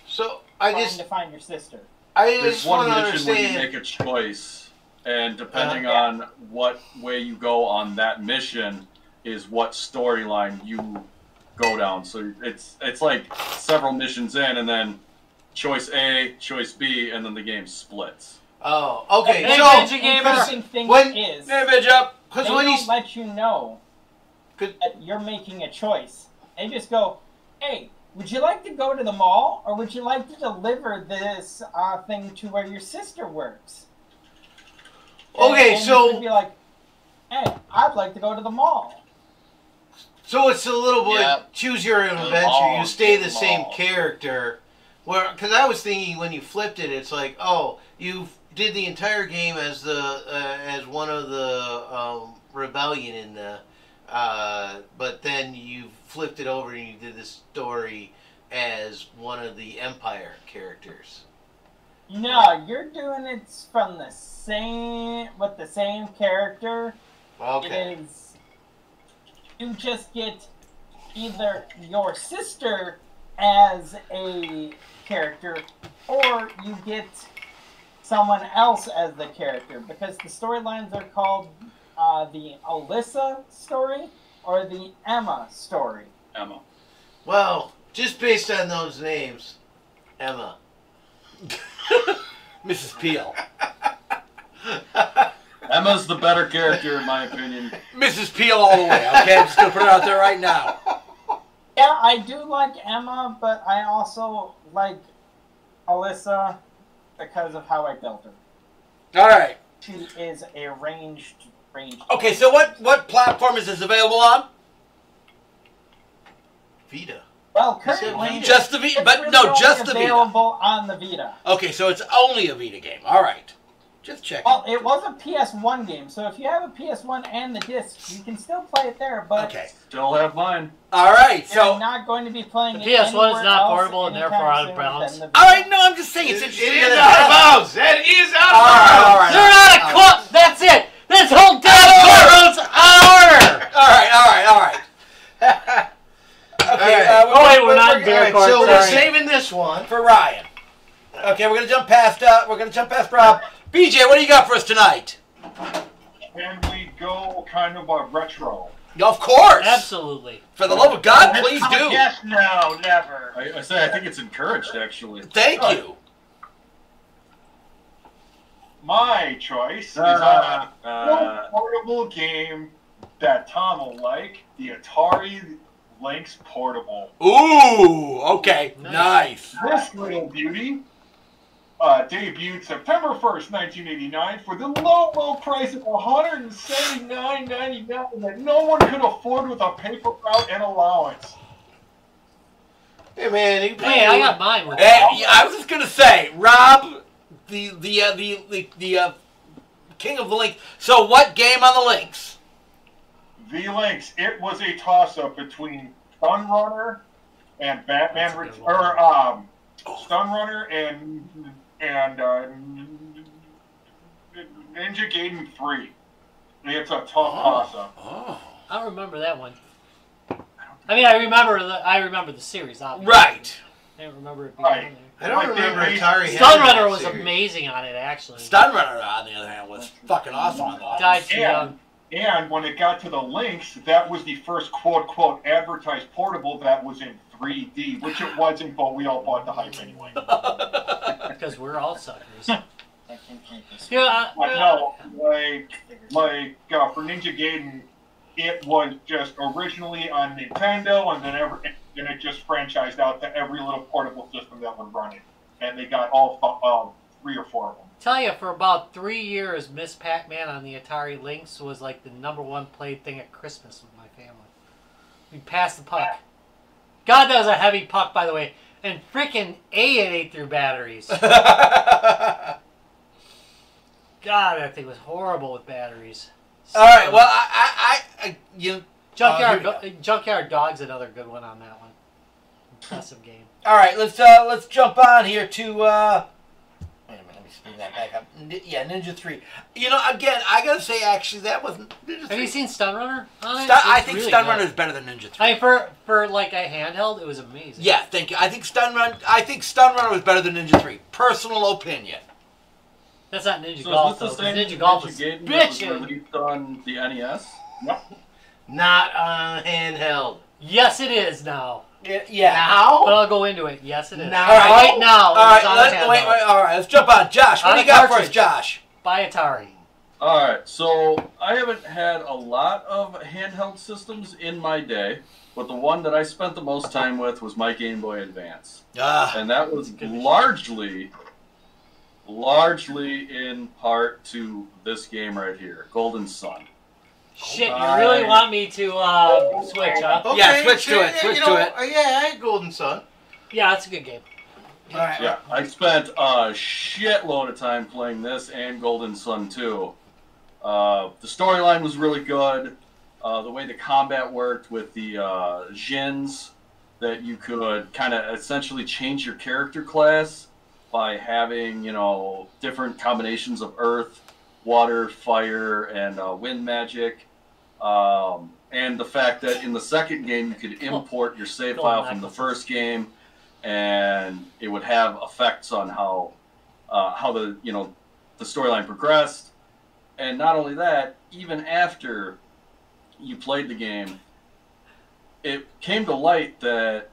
S4: so I
S8: trying
S4: just
S8: to find your sister.
S4: I
S9: There's
S4: just
S9: one
S4: want to
S9: mission where you
S4: understand.
S9: make a choice, and depending
S8: Uh-huh.
S9: on what way you go on that mission, is what storyline you go down. So it's it's like several missions in, and then choice A, choice B, and then the game splits.
S4: Oh, okay.
S2: Hey,
S4: So
S2: Benji Gamer.
S8: Interesting thing
S4: when-
S8: is
S1: Hey, bitch up.
S8: they
S4: because when
S8: don't
S4: he's
S8: let you know
S4: Good.
S8: that you're making a choice. They just go, "Hey, would you like to go to the mall, or would you like to deliver this uh, thing to where your sister works?" And-
S4: Okay,
S8: and
S4: so-
S8: you could be like, "Hey, I'd like to go to the mall."
S4: So it's a little bit
S3: Yeah.
S4: choose your own
S3: Long,
S4: adventure. You stay the
S3: long.
S4: same character. Where because I was thinking when you flipped it, it's like oh you did the entire game as the uh, as one of the um, rebellion in the, uh, but then you flipped it over and you did the story as one of the Empire characters.
S8: No, you're doing it from the same with the same character.
S4: Okay.
S8: It is. You just get either your sister as a character, or you get someone else as the character, because the storylines are called uh, the Alyssa story or the Emma story.
S9: Emma.
S4: Well, just based on those names, Emma.
S1: Mrs. Peel.
S9: Emma's the better character, in my opinion.
S1: Mrs. Peel all the way. Oh, Okay, I'm just gonna put it out there right now.
S8: Yeah, I do like Emma, but I also like Alyssa because of how I built her.
S1: All right.
S8: She is a ranged ranged.
S1: Okay, so what what platform is this available on?
S4: Vita.
S8: Well,
S4: You said
S8: currently
S4: Vita.
S1: Just the Vita,
S8: it's
S1: but
S8: really
S1: no,
S8: only
S1: just the Vita.
S8: available on the Vita.
S1: Okay, so it's only a Vita game. All right. Just checking.
S8: Well, it was a PS1 game, so if you have a PS1 and the disc, you can still play it there. But
S1: Okay.
S9: Still have mine.
S1: All right.
S8: you're
S1: So
S8: not going to be playing
S2: The
S8: it
S2: PS1 is
S8: anywhere
S2: not
S8: else
S2: portable and
S8: anytime
S2: therefore out of
S8: soon
S2: bounds.
S8: than the
S1: all
S8: Vita.
S1: right. No, I'm just saying it's
S4: It-
S1: interesting.
S4: it is
S1: that-
S4: out of bounds. That is out
S1: All right. All
S4: of bounds.
S1: right.
S2: They're out of club. That's it. This whole damn courtroom's our.
S1: All right. All right. All right. Okay.
S4: All right.
S1: Uh,
S2: Oh wait, we're not in
S4: All right,
S2: beer court.
S4: so we're
S2: sorry.
S4: saving this one.
S1: for Ryan. Okay, we're gonna jump past. Uh, we're gonna jump past Rob. BJ, what do you got for us tonight?
S7: Can we go kind of a retro?
S1: Of course.
S2: Absolutely.
S1: For the love of God, please
S7: Oh,
S1: do.
S7: Yes, no, never.
S9: I, I say I think it's encouraged, actually.
S1: Thank you.
S7: My choice
S9: Uh,
S7: is on
S9: uh,
S7: a portable game that Tom will like, the Atari Lynx Portable.
S1: Ooh. Okay. Nice.
S2: Nice.
S7: This little beauty uh, debuted September 1st, 1989 for the low, low price of $179.99 that no one could afford with a paper route and allowance.
S4: Hey man, you play
S2: Hey, I got mine. With
S1: Hey, Eh, I was just gonna say, Rob, the the uh, the the, the uh, king of the link. So, what game on the links?
S7: The Lynx. It was a toss-up between Stun Runner and Batman,
S2: That's a
S7: Ret-
S2: good one.
S7: or um, Stun Runner and and uh, Ninja Gaiden Three. It's a tough toss-up.
S1: Oh.
S2: I don't remember that one. I mean, I remember the I remember the series, obviously.
S1: Right.
S2: I didn't remember it being
S7: Right.
S2: on there.
S4: I don't
S7: Like, they
S4: remember
S7: raised-
S4: Atari. having that
S2: Stunrunner was
S4: series.
S2: amazing on it, actually.
S1: Stunrunner, on the other hand, was fucking awesome on the links.
S2: Died too
S7: Yeah.
S2: young.
S7: And when it got to the Lynx, that was the first quote-quote advertised portable that was in 3D, which it wasn't, but we all bought the hype anyway.
S2: Because we're all suckers. yeah,
S1: uh,
S8: I can play this.
S2: I,
S7: But no, like like uh, for Ninja Gaiden, it was just originally on Nintendo, and then ever and it just franchised out to every little portable system that would run it, and they got all fu- um, three or four of them.
S2: tell you, for about three years, Miss Pac-Man on the Atari Lynx was like the number one played thing at Christmas with my family. We passed the puck. God, that was a heavy puck, by the way. And freaking A it ate through batteries. God, that thing was horrible with batteries.
S1: All right. Well, I, I, I, I you
S2: Junkyard,
S1: Uh,
S2: Do- Junkyard Dog's another good one on that one. Impressive game.
S1: All right, let's uh, let's jump on here to. Uh, wait a minute, let me spin that back up. Ni- yeah, Ninja Three. You know, again, I gotta say, actually, that wasn't Ninja
S2: Have
S1: Three.
S2: you seen Stunrunner? On it?
S1: Stun- I
S2: It's
S1: think
S2: really
S1: Stun
S2: good.
S1: Stunrunner is better than Ninja Three.
S2: I mean, for for like a handheld, it was amazing.
S1: yeah, thank you. I think Stunrun. I think Stunrunner was better than Ninja Three. Personal opinion.
S2: that's not Ninja
S9: So
S2: Golf
S9: is
S2: though.
S9: this the
S2: 'cause
S9: same
S2: Ninja Golf is
S9: Gaiden that was
S2: bitchin'.
S9: released on the E NES?
S4: Not
S2: uh,
S4: on handheld.
S2: Yes, it is now.
S1: Uh, yeah.
S4: Now?
S2: But I'll go into it. Yes, it is.
S4: Now?
S2: Right now,
S1: All right,
S2: it's on
S1: let's,
S2: handheld
S1: wait, wait, all right, let's jump on. Josh, what
S2: On
S1: do you
S2: a
S1: got for us,
S2: cartridge.
S1: Josh?
S2: by Atari.
S9: All right, so I haven't had a lot of handheld systems in my day, but the one that I spent the most time with was my Game Boy Advance,
S2: Ah.
S1: Uh,
S9: and that was largely, largely in part to this game right here, Golden Sun.
S2: Shit, you
S9: my.
S2: really want me to uh, switch, huh?
S4: Okay,
S1: Yeah, switch to
S4: sure,
S1: it,
S4: yeah,
S1: switch
S4: you know,
S1: to it.
S4: uh, Yeah, I had Golden Sun.
S2: Yeah, that's a good game.
S1: all right.
S9: Yeah, I spent a shitload of time playing this and Golden Sun 2. Uh, the storyline was really good. Uh, the way the combat worked with the uh, Jins, that you could kind of essentially change your character class by having, you know, different combinations of earth, water, fire, and uh, wind magic. Um, and the fact that in the second game, you could import your save
S2: Go
S9: file
S2: on,
S9: from the
S2: Michael.
S9: first game and it would have effects on how uh, how the you know the storyline progressed. And not only that, even after you played the game, it came to light that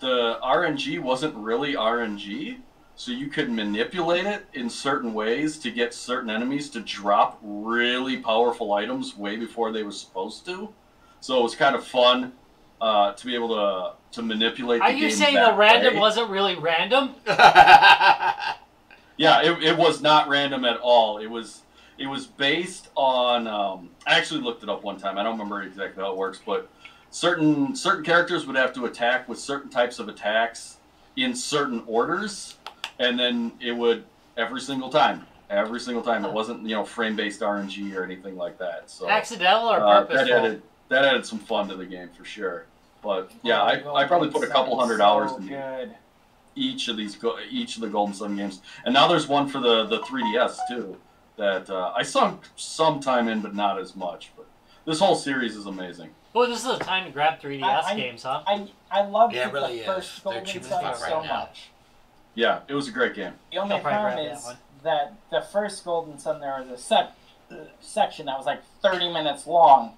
S9: the RNG wasn't really RNG. So you could manipulate it in certain ways to get certain enemies to drop really powerful items way before they were supposed to. So it was kind of fun uh, to be able to to manipulate.
S2: Are
S9: the
S2: you
S9: game
S2: saying
S9: that
S2: the random
S9: way.
S2: wasn't really random?
S9: Yeah, it, it was not random at all. It was it was based on. Um, I actually looked it up one time. I don't remember exactly how it works, but certain certain characters would have to attack with certain types of attacks in certain orders, and then it would every single time. Every single time, it wasn't you know frame based RNG or anything like that. So
S2: Accidental or
S9: uh, that
S2: purposeful?
S9: added that added some fun to the game for sure. But yeah,
S8: Oh,
S9: I, I probably put a couple hundred hours
S8: so
S9: in
S8: Good.
S9: each of these go- each of the Golden Sun games, and now there's one for the the 3DS too that uh, I sunk some time in, but not as much. But this whole series is amazing.
S2: Well, Oh, this is the time to grab 3DS
S8: I- I-
S2: games, huh?
S8: I I love
S1: Yeah, it really
S8: the
S1: is.
S8: first
S1: They're
S8: Golden
S1: cheap as
S8: Sun
S1: fuck
S8: so
S1: right now.
S8: much.
S9: Yeah, it was a great game.
S8: The only
S2: I'll probably
S8: problem
S2: grab that
S8: is
S2: one.
S8: that the first Golden Sun there was a sec- section that was like 30 minutes long.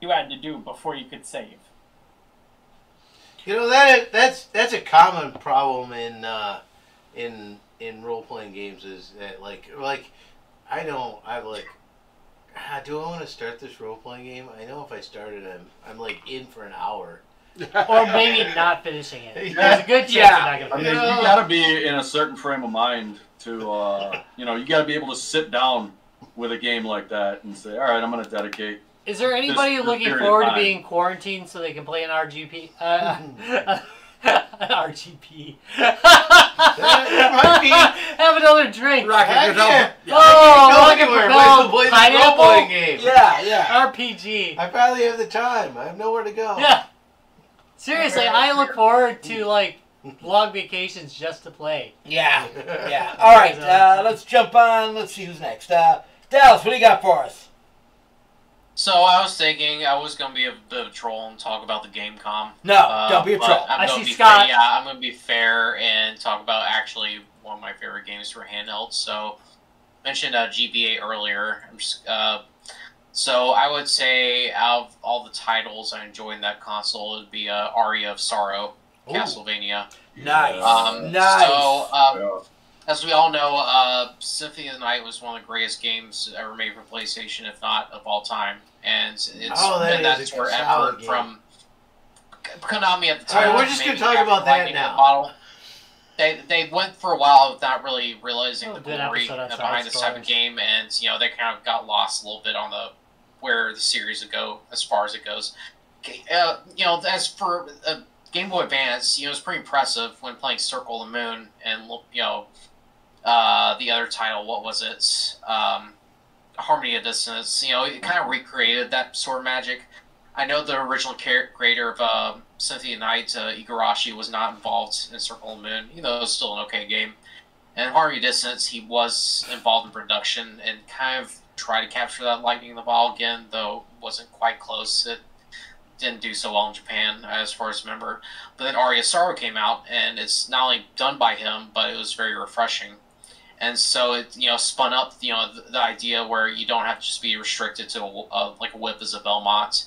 S8: You had to do before you could save.
S4: You know that that's that's a common problem in uh, in in role playing games is that like like I don't I like ah, do I want to start this role playing game? I know if I started, I'm I'm like in for an hour.
S2: Or maybe not finishing it. There's a good chance
S1: Yeah.
S2: you're not
S9: I
S2: going
S9: mean,
S2: to finish
S9: you gotta be in a certain frame of mind to, uh, you know, you gotta be able to sit down with a game like that and say, all right, I'm gonna dedicate.
S2: it. Is there anybody
S9: this
S2: looking
S9: period of
S2: forward to
S9: time.
S2: being quarantined so they can play an RGP? Uh, an RGP.
S4: might be-
S2: Have another drink.
S1: Rocket
S4: Heck
S1: Goes Over.
S2: Oh,
S4: I
S2: Rocket
S4: can't go anywhere. Might as well
S2: Propelled
S4: play this role playing
S2: Pineapple
S4: game.
S1: Yeah, yeah.
S2: RPG.
S4: I probably have the time. I have nowhere to go.
S2: Yeah. Seriously, I look forward to like long vacations just to play.
S1: Yeah, yeah. All right, uh, let's jump on. Let's see who's next. Uh, Dallas, what do you got for us?
S3: So I was thinking I was gonna be a bit of a troll and talk about the GameCom.
S1: No,
S3: Uh,
S1: don't be a
S3: but
S1: troll.
S3: I'm
S2: I
S3: gonna
S2: see
S3: be
S2: Scott.
S3: Fair, yeah, I'm gonna be fair and talk about actually one of my favorite games for handhelds. So mentioned uh, GBA earlier. I'm just, uh, so I would say out of all the titles I enjoy in that console, it'd be uh, Aria of Sorrow, Castlevania.
S1: Nice,
S3: Um,
S1: nice.
S3: So um,
S9: Yeah.
S3: as we all know, uh, Symphony of the Night was one of the greatest games ever made for PlayStation, if not of all time. And it's
S4: Oh, that
S3: and
S4: is
S3: that's
S4: a
S3: where
S4: solid
S3: effort
S4: game.
S3: from Konami at the
S4: All
S3: time.
S4: right, we're just
S3: maybe
S4: gonna talk
S3: after
S4: about that
S3: Lightning in a
S4: now.
S3: Bottle, they they went for a while without really realizing
S2: Oh,
S3: the
S2: good
S3: glory
S2: episode on Side
S3: behind this type of
S2: Stories.
S3: game, and you know they kind of got lost a little bit on the where the series would go as far as it goes. Uh, you know, as for uh, Game Boy Advance, you know, it's pretty impressive when playing Circle of the Moon and you know uh, the other title. What was it? Um, Harmony of Dissonance. You know, it kind of recreated that sort of magic. I know the original char- creator of uh, Cynthia Knight, uh, Igarashi, was not involved in Circle of the Moon, even though it was still an okay game. And Harmony of Dissonance, he was involved in production and kind of tried to capture that lightning in the ball again, though wasn't quite close. It didn't do so well in Japan, as far as I remember. But then Aria Sorrow came out, and it's not only done by him, but it was very refreshing. And so it, you know, spun up, you know, the, the idea where you don't have to just be restricted to a, uh like a whip as a Belmont,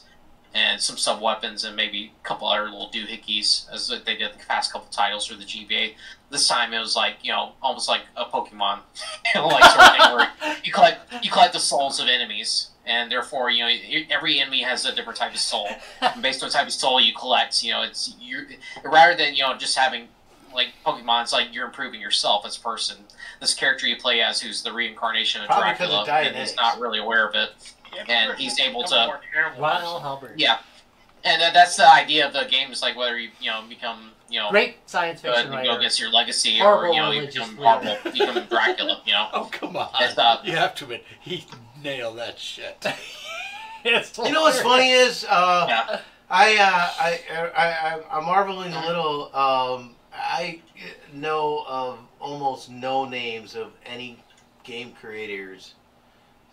S3: and some sub weapons, and maybe a couple other little doohickeys, as they did the past couple titles for the GBA. This time it was like, you know, almost like a Pokemon, you know, like sort of thing where you collect you collect the souls of enemies, and therefore you know e- every enemy has a different type of soul. And based on the type of soul you collect, you know it's you rather than you know just having like Pokemon, it's like you're improving yourself as a person. This character you play as, who's the reincarnation of
S4: Probably 'cause
S3: Dracula,
S4: of
S3: and he's
S4: Dianetics.
S3: not really aware of it, and he's able to
S2: Ronald Halbert.
S3: yeah. And that, that's the idea of the game is like whether you you know become you know
S2: Great science
S3: good
S2: fiction
S3: and go
S2: writer.
S3: against your legacy,
S2: Horrible
S3: or you know you
S2: religious
S3: become
S2: leader.
S3: horrible, you become Dracula, you know.
S1: oh come on,
S3: It's, uh,
S1: you have to admit he nailed that shit.
S2: It's
S4: You know what's funny is uh,
S3: Yeah.
S4: I, uh, I I I I'm marveling a little. Um, I know of almost no names of any game creators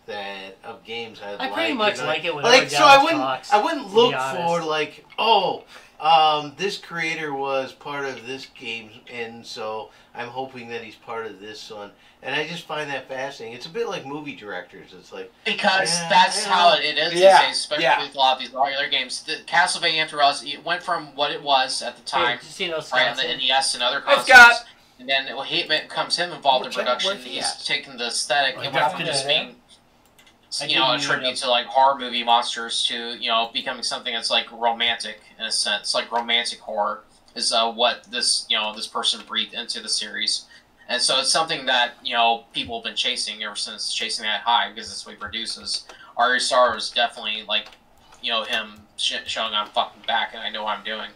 S4: that of games I,
S2: I
S4: like.
S2: pretty
S4: you
S2: much
S4: know?
S2: like it when Howard
S4: like so I
S2: Dallas
S4: wouldn't
S2: talks.
S4: I wouldn't
S2: to
S4: look
S2: be
S4: for
S2: honest.
S4: like oh um, this creator was part of this game and so I'm hoping that he's part of this one and I just find that fascinating. It's a bit like movie directors. It's like
S3: Because
S4: Yeah,
S3: that's
S4: yeah.
S3: how it is,
S1: Yeah,
S3: today, especially
S1: yeah.
S3: with a lot of these popular games. The Castlevania, after all, it went from what it was at the
S2: Hey,
S3: time,
S2: Casino
S3: right on the
S4: eh?
S2: Wisconsin.
S3: NES E and other
S1: Hi,
S3: consoles,
S1: Scott.
S3: and then well, he becomes him involved in
S10: Which-
S3: production.
S10: where's he
S3: He's
S10: at?
S3: taking the aesthetic.
S2: Oh,
S3: It
S2: he
S3: went
S2: dropped
S3: from
S2: it
S3: just
S2: in,
S3: being,
S2: I
S3: you know, a
S2: didn't even
S3: tribute
S2: know.
S3: to like horror movie monsters to you know becoming something that's like romantic in a sense, like romantic horror is uh, what this you know this person breathed into the series. And so it's something that you know people have been chasing ever since chasing that high because that's what he produces. Ari Star was definitely like, you know, him sh- showing I'm fucking back and I know what I'm doing.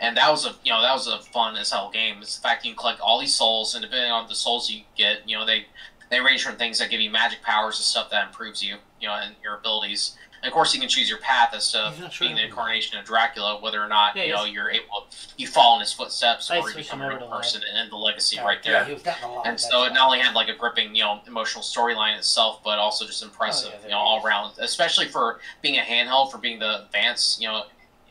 S3: And that was a you know that was a fun as hell game. It's the fact you can collect all these souls and depending on the souls you get, you know they they range from things that give you magic powers to stuff that improves you, you know, and your abilities. And of course, you can choose your path as to
S10: He's not sure
S3: being the
S10: anymore.
S3: incarnation of Dracula, whether or not
S2: Yeah,
S3: you
S2: he
S3: know
S2: is.
S3: you're able you follow in his footsteps or
S2: I
S3: you
S2: switched
S3: become
S2: him
S3: a
S2: over
S3: real
S2: to Lyle.
S3: person and end the legacy
S2: Yeah.
S3: right there.
S10: Yeah, he was getting a lot.
S3: And
S10: of
S3: so
S10: that
S3: it
S10: shot.
S3: not only had like a gripping, you know, emotional storyline itself, but also just impressive,
S2: Oh, yeah,
S3: you know,
S2: there
S3: all
S2: is.
S3: around, especially for being a handheld, for being the advanced, you know,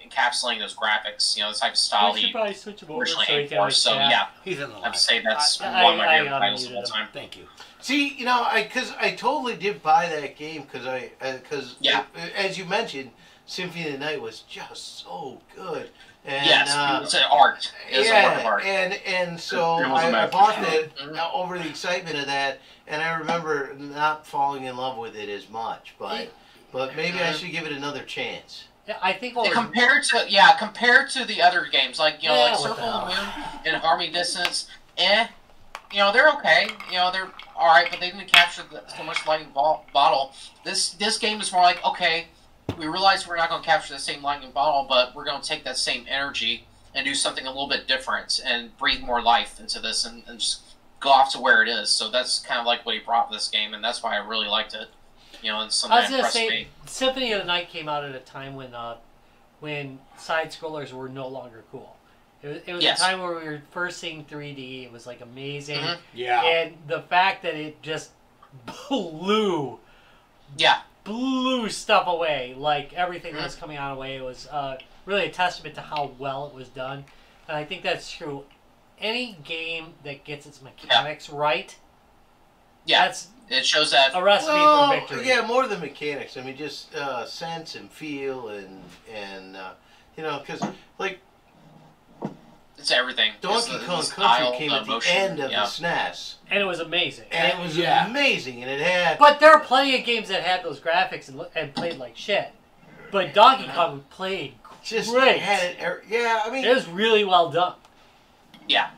S3: encapsulating those graphics, you know, the type of style
S2: we
S3: he
S2: should probably switch him over so
S3: originally
S2: he
S3: aimed
S2: can
S3: for.
S2: like,
S3: So
S2: chat.
S3: yeah,
S10: he's in the
S3: I'd
S10: line.
S3: say that's
S2: I-
S3: one of my
S2: I-
S3: favorite
S2: I
S3: titles of all
S2: unmuted
S3: time.
S10: Thank you.
S4: See, you know, I because I totally did buy that game because I uh, because
S3: Yeah.
S4: as you mentioned, Symphony of the Night was just so good. And,
S3: yes,
S4: uh,
S3: it's an art. It's a work of
S4: yeah,
S3: art.
S4: and and so
S9: It- it was a
S4: I, I bought that
S3: Mhm.
S4: uh, over the excitement of that, and I remember not falling in love with it as much. But but maybe I should give it another chance.
S2: Yeah, I think what was
S3: mm-hmm. compared to yeah, compared to the other games, like you know,
S2: Yeah,
S3: like
S2: what the
S3: Circle of the Moon and Harmony Distance, eh? You know, they're okay. You know, they're all right, but they didn't capture the, so much lightning bo- bottle. This this game is more like okay, we realize we're not going to capture the same lightning bottle, but we're going to take that same energy and do something a little bit different and breathe more life into this and, and just go off to where it is. So that's kind of like what he brought to this game, and that's why I really liked it. You know, and something
S2: I was
S3: that
S2: gonna
S3: impressed
S2: say
S3: me.
S2: Symphony of the Night came out at a time when uh, when side scrollers were no longer cool. It was, it was
S3: Yes.
S2: a time where we were first seeing 3D. It was like amazing,
S3: Mhm.
S10: Yeah.
S2: and the fact that it just blew
S3: Yeah,
S2: blew stuff away, like everything that
S3: Mhm.
S2: was coming out away was uh, really a testament to how well it was done. And I think that's true. Any game that gets its mechanics right,
S3: yeah,
S2: that's
S3: it shows that
S2: a recipe
S4: Well,
S2: for victory.
S4: yeah, more than mechanics. I mean, just uh, sense and feel and and uh, you know, because like
S3: It's everything. It's
S4: Donkey
S3: the-
S4: Kong
S3: it's the
S4: Country
S3: style,
S4: came
S3: the
S4: at the
S3: emotion,
S4: end of
S3: yeah.
S4: the E SNES,
S2: And it was amazing.
S4: and it was
S10: Yeah.
S4: amazing, and it had
S2: But there are plenty of games that had those graphics and, lo- and played like shit. But Donkey Kong played
S4: just
S2: great.
S4: had it. er- Yeah, I mean,
S2: It was really well done.
S3: Yeah.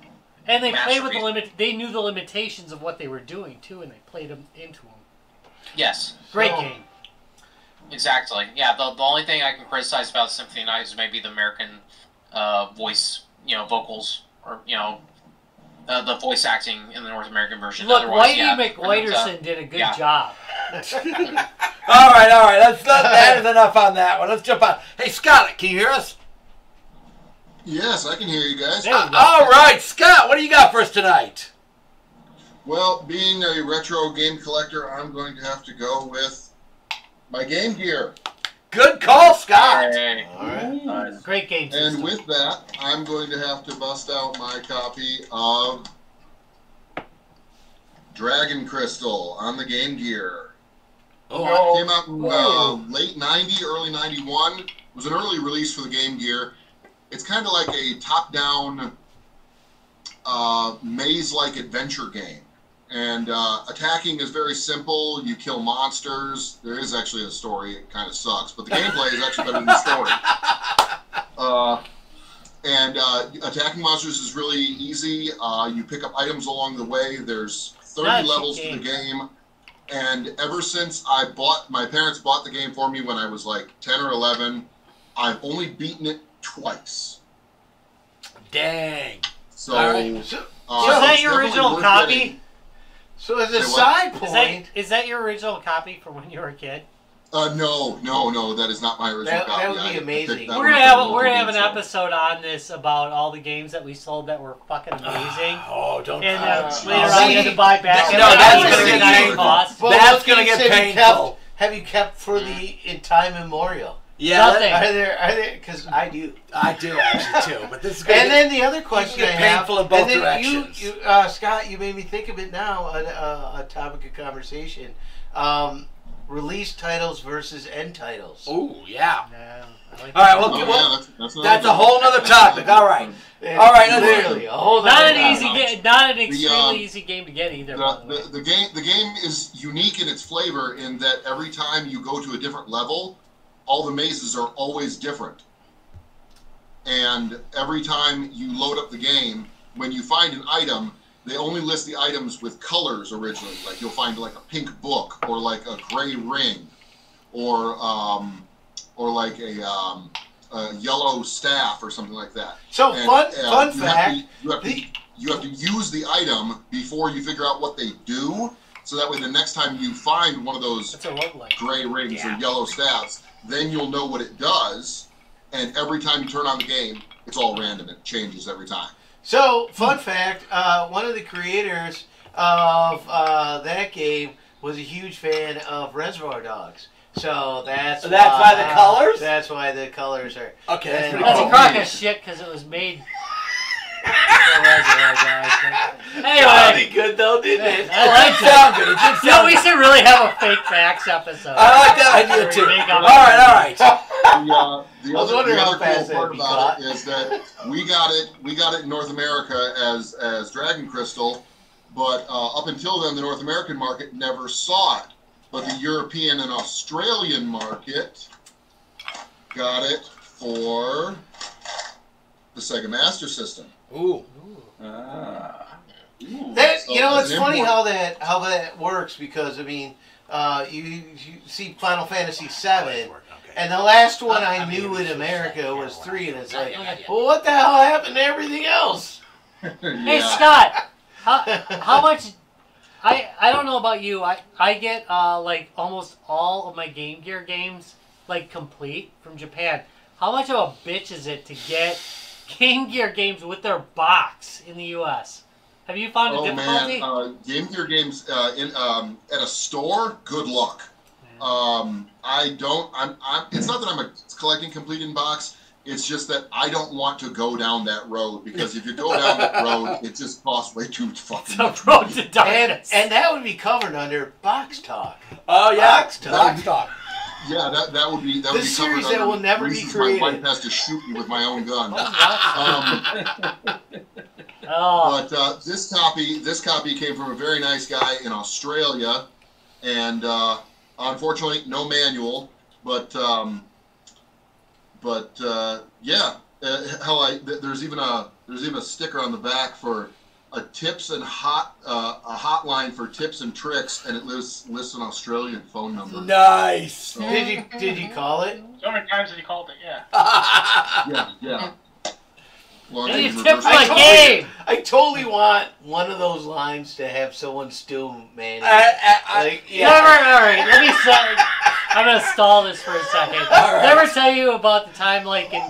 S2: And they played with the
S3: Masterpiece.
S2: limit. They knew the limitations of what they were doing too, and they played them into them.
S3: Yes,
S2: Great
S4: So-
S2: game.
S3: exactly. Yeah, the, the only thing I can criticize about Symphony of the Night is maybe the American uh, voice, you know, vocals, or, you know, uh, the voice acting in the North American version.
S2: Look,
S3: Otherwise,
S2: Whitey
S3: yeah, uh,
S2: McWaiterson did a good
S3: yeah.
S2: job.
S1: All right, all right. That's that, that is enough on that one. Let's jump on. Hey, Scott, can you hear us?
S11: Yes, I can hear you guys.
S2: There you go.
S1: All right, Scott, what do you got for us tonight?
S11: Well, being a retro game collector, I'm going to have to go with my Game Gear.
S1: Good call, Scott.
S3: Hey,
S4: all right.
S9: Nice.
S2: Great game
S11: And
S2: system.
S11: with that, I'm going to have to bust out my copy of Dragon Crystal on the Game Gear.
S1: Oh,
S11: Came out in uh, late 90, early 91. It was an early release for the Game Gear. It's kind of like a top down uh, maze like adventure game. And uh, attacking is very simple. You kill monsters. There is actually a story. It kind of sucks, but the gameplay is actually better than the story. Uh, and uh, attacking monsters is really easy. Uh, you pick up items along the way. There's 30
S2: Not a cheap
S11: levels to the game. And ever since I bought, my parents bought the game for me when I was like 10 or 11. I've only beaten it twice.
S1: dang.
S11: So,
S1: All right.
S4: So,
S11: uh,
S2: Is that
S11: it's
S2: your
S11: definitely
S2: original
S11: worth
S2: copy?
S11: getting.
S4: so as
S11: Say
S4: a
S11: what?
S4: side
S2: Is that,
S4: point,
S2: is that your original copy from when you were a kid?
S11: Uh, no, no, no, that is not my original
S4: That- that
S11: copy.
S4: would be
S11: I- I picked
S4: amazing.
S11: that
S2: We're
S11: one
S2: gonna
S11: up
S2: have
S11: at the
S2: we're gonna have
S11: local
S2: an
S11: game store.
S2: episode on this about all the games that we sold that were fucking amazing.
S1: Oh, don't.
S2: And
S1: uh,
S2: uh,
S11: geez.
S2: later on, you had to buy back.
S1: No, that's
S2: everything
S1: gonna get
S2: that
S1: painful.
S2: cost.
S4: But
S1: That's
S4: what
S1: gonna
S4: games
S1: get
S4: have you
S1: painful.
S4: kept- Have you kept for the in time immemorial?
S1: yeah,
S2: nothing.
S1: that-
S4: Are there? Are there? Because I do.
S1: I do actually too. But this is gonna
S4: And
S1: get-
S4: then the other question
S1: get
S4: I have,
S1: painful in both
S4: and then
S1: directions.
S4: You, you, uh, Scott, you made me think of it now. A, a, a topic of conversation: um, release titles versus end titles.
S1: Ooh, yeah.
S2: No.
S1: All right, well,
S11: Oh,
S1: well,
S11: yeah, that's, that's, another
S1: that's a
S11: good
S1: whole
S11: one.
S1: nother topic. All right. All right, let's-
S4: literally a whole
S2: Not
S4: nother
S2: an easy
S4: topic.
S2: game. Not an
S11: The,
S2: extremely
S11: um,
S2: easy game to get either. by the way.
S11: The, the, the game the game is unique in its flavor in that every time you go to a different level, all the mazes are always different. And every time you load up the game, when you find an item, they only list the items with colors originally. Like you'll find like a pink book or like a gray ring, or um, or like a um, a yellow staff or something like that.
S4: So
S11: And,
S4: fun
S11: uh,
S4: fun
S11: you
S4: fact.
S11: Have to, you, have to,
S4: the-
S11: you have to use the item before you figure out what they do, so that way the next time you find one of those
S2: That's a roguelike.
S11: gray rings or yellow staffs, then you'll know what it does. And every time you turn on the game, it's all random. It changes every time.
S4: So, fun fact: uh, one of the creators of uh, that game was a huge fan of Reservoir Dogs. So that's
S10: That's why the colors?
S4: That's why the colors are.
S10: Okay, that's pretty
S2: That's
S4: Oh,
S10: cool.
S2: a crock of shit because it was made. for Reservoir Dogs, but- anyway,
S4: good though, didn't it?
S2: I like that.
S1: Sound good. It did
S2: No,
S1: sound
S2: we
S1: good.
S2: should really have a fake facts episode.
S1: I like that idea too.
S2: Make
S1: All
S2: up-
S1: right, all right.
S11: The, uh, the
S4: I was
S11: other,
S4: wondering
S11: the
S4: how
S11: other
S4: fast
S11: cool
S4: that'd
S11: part about
S4: be
S11: it is that we got it we got it in North America as as Dragon Crystal, but uh, up until then the North American market never saw it, but the European and Australian market got it for the Sega Master System.
S1: Ooh.
S9: Ah.
S4: That
S11: So
S4: you know,
S11: as
S4: it's
S11: an
S4: funny
S11: import-
S4: how that how that works because I mean, uh, you, you see Final Fantasy Seven, and the last one I, knew in America was three, and it's like, well, what the hell happened to everything else?
S2: Hey
S11: Yeah.
S2: Scott, how, how much? I I don't know about you. I I get uh like almost all of my Game Gear games like complete from Japan. How much of a bitch is it to get Game Gear games with their box in the U.S.? Have you found a
S11: Oh
S2: difficulty?
S11: man, uh, Game Gear games uh, in um, at a store. Good luck. Um, I don't. I'm, I'm. It's not that I'm a, collecting complete in box. It's just that I don't want to go down that road because if you go down that road, it just costs way too fucking
S2: It's a
S11: much.
S2: road to
S4: And
S2: darkness.
S4: and that would be covered under box talk.
S10: Oh yeah,
S4: Box talk.
S10: Box Talk.
S11: Yeah, that, that would be that would
S4: The
S11: be
S4: series
S11: covered
S4: that
S11: under
S4: will never be
S11: reasons
S4: created.
S11: My wife has to shoot me with my own gun. Um,
S2: oh,
S11: But uh, this copy, this copy came from a very nice guy in Australia, and uh, unfortunately, no manual. But um, but uh, yeah, uh, hell, I, th- there's even a there's even a sticker on the back for a tips and hot uh, a hotline for tips and tricks, and it lists lists an Australian phone number.
S10: Nice.
S4: Did you did you call it?
S5: So many times that he called it, yeah.
S11: Yeah, yeah. Well,
S2: and
S11: I
S2: you
S11: didn't
S2: tipped
S11: reverse
S2: my
S11: it.
S4: told
S2: game.
S4: I totally want one of those lines to have someone still man.
S10: Uh, uh, uh,
S4: Like,
S2: Never, all
S4: yeah.
S2: right, let me say, I'm gonna stall this for a second.
S10: right.
S2: Never tell you about the time, like in,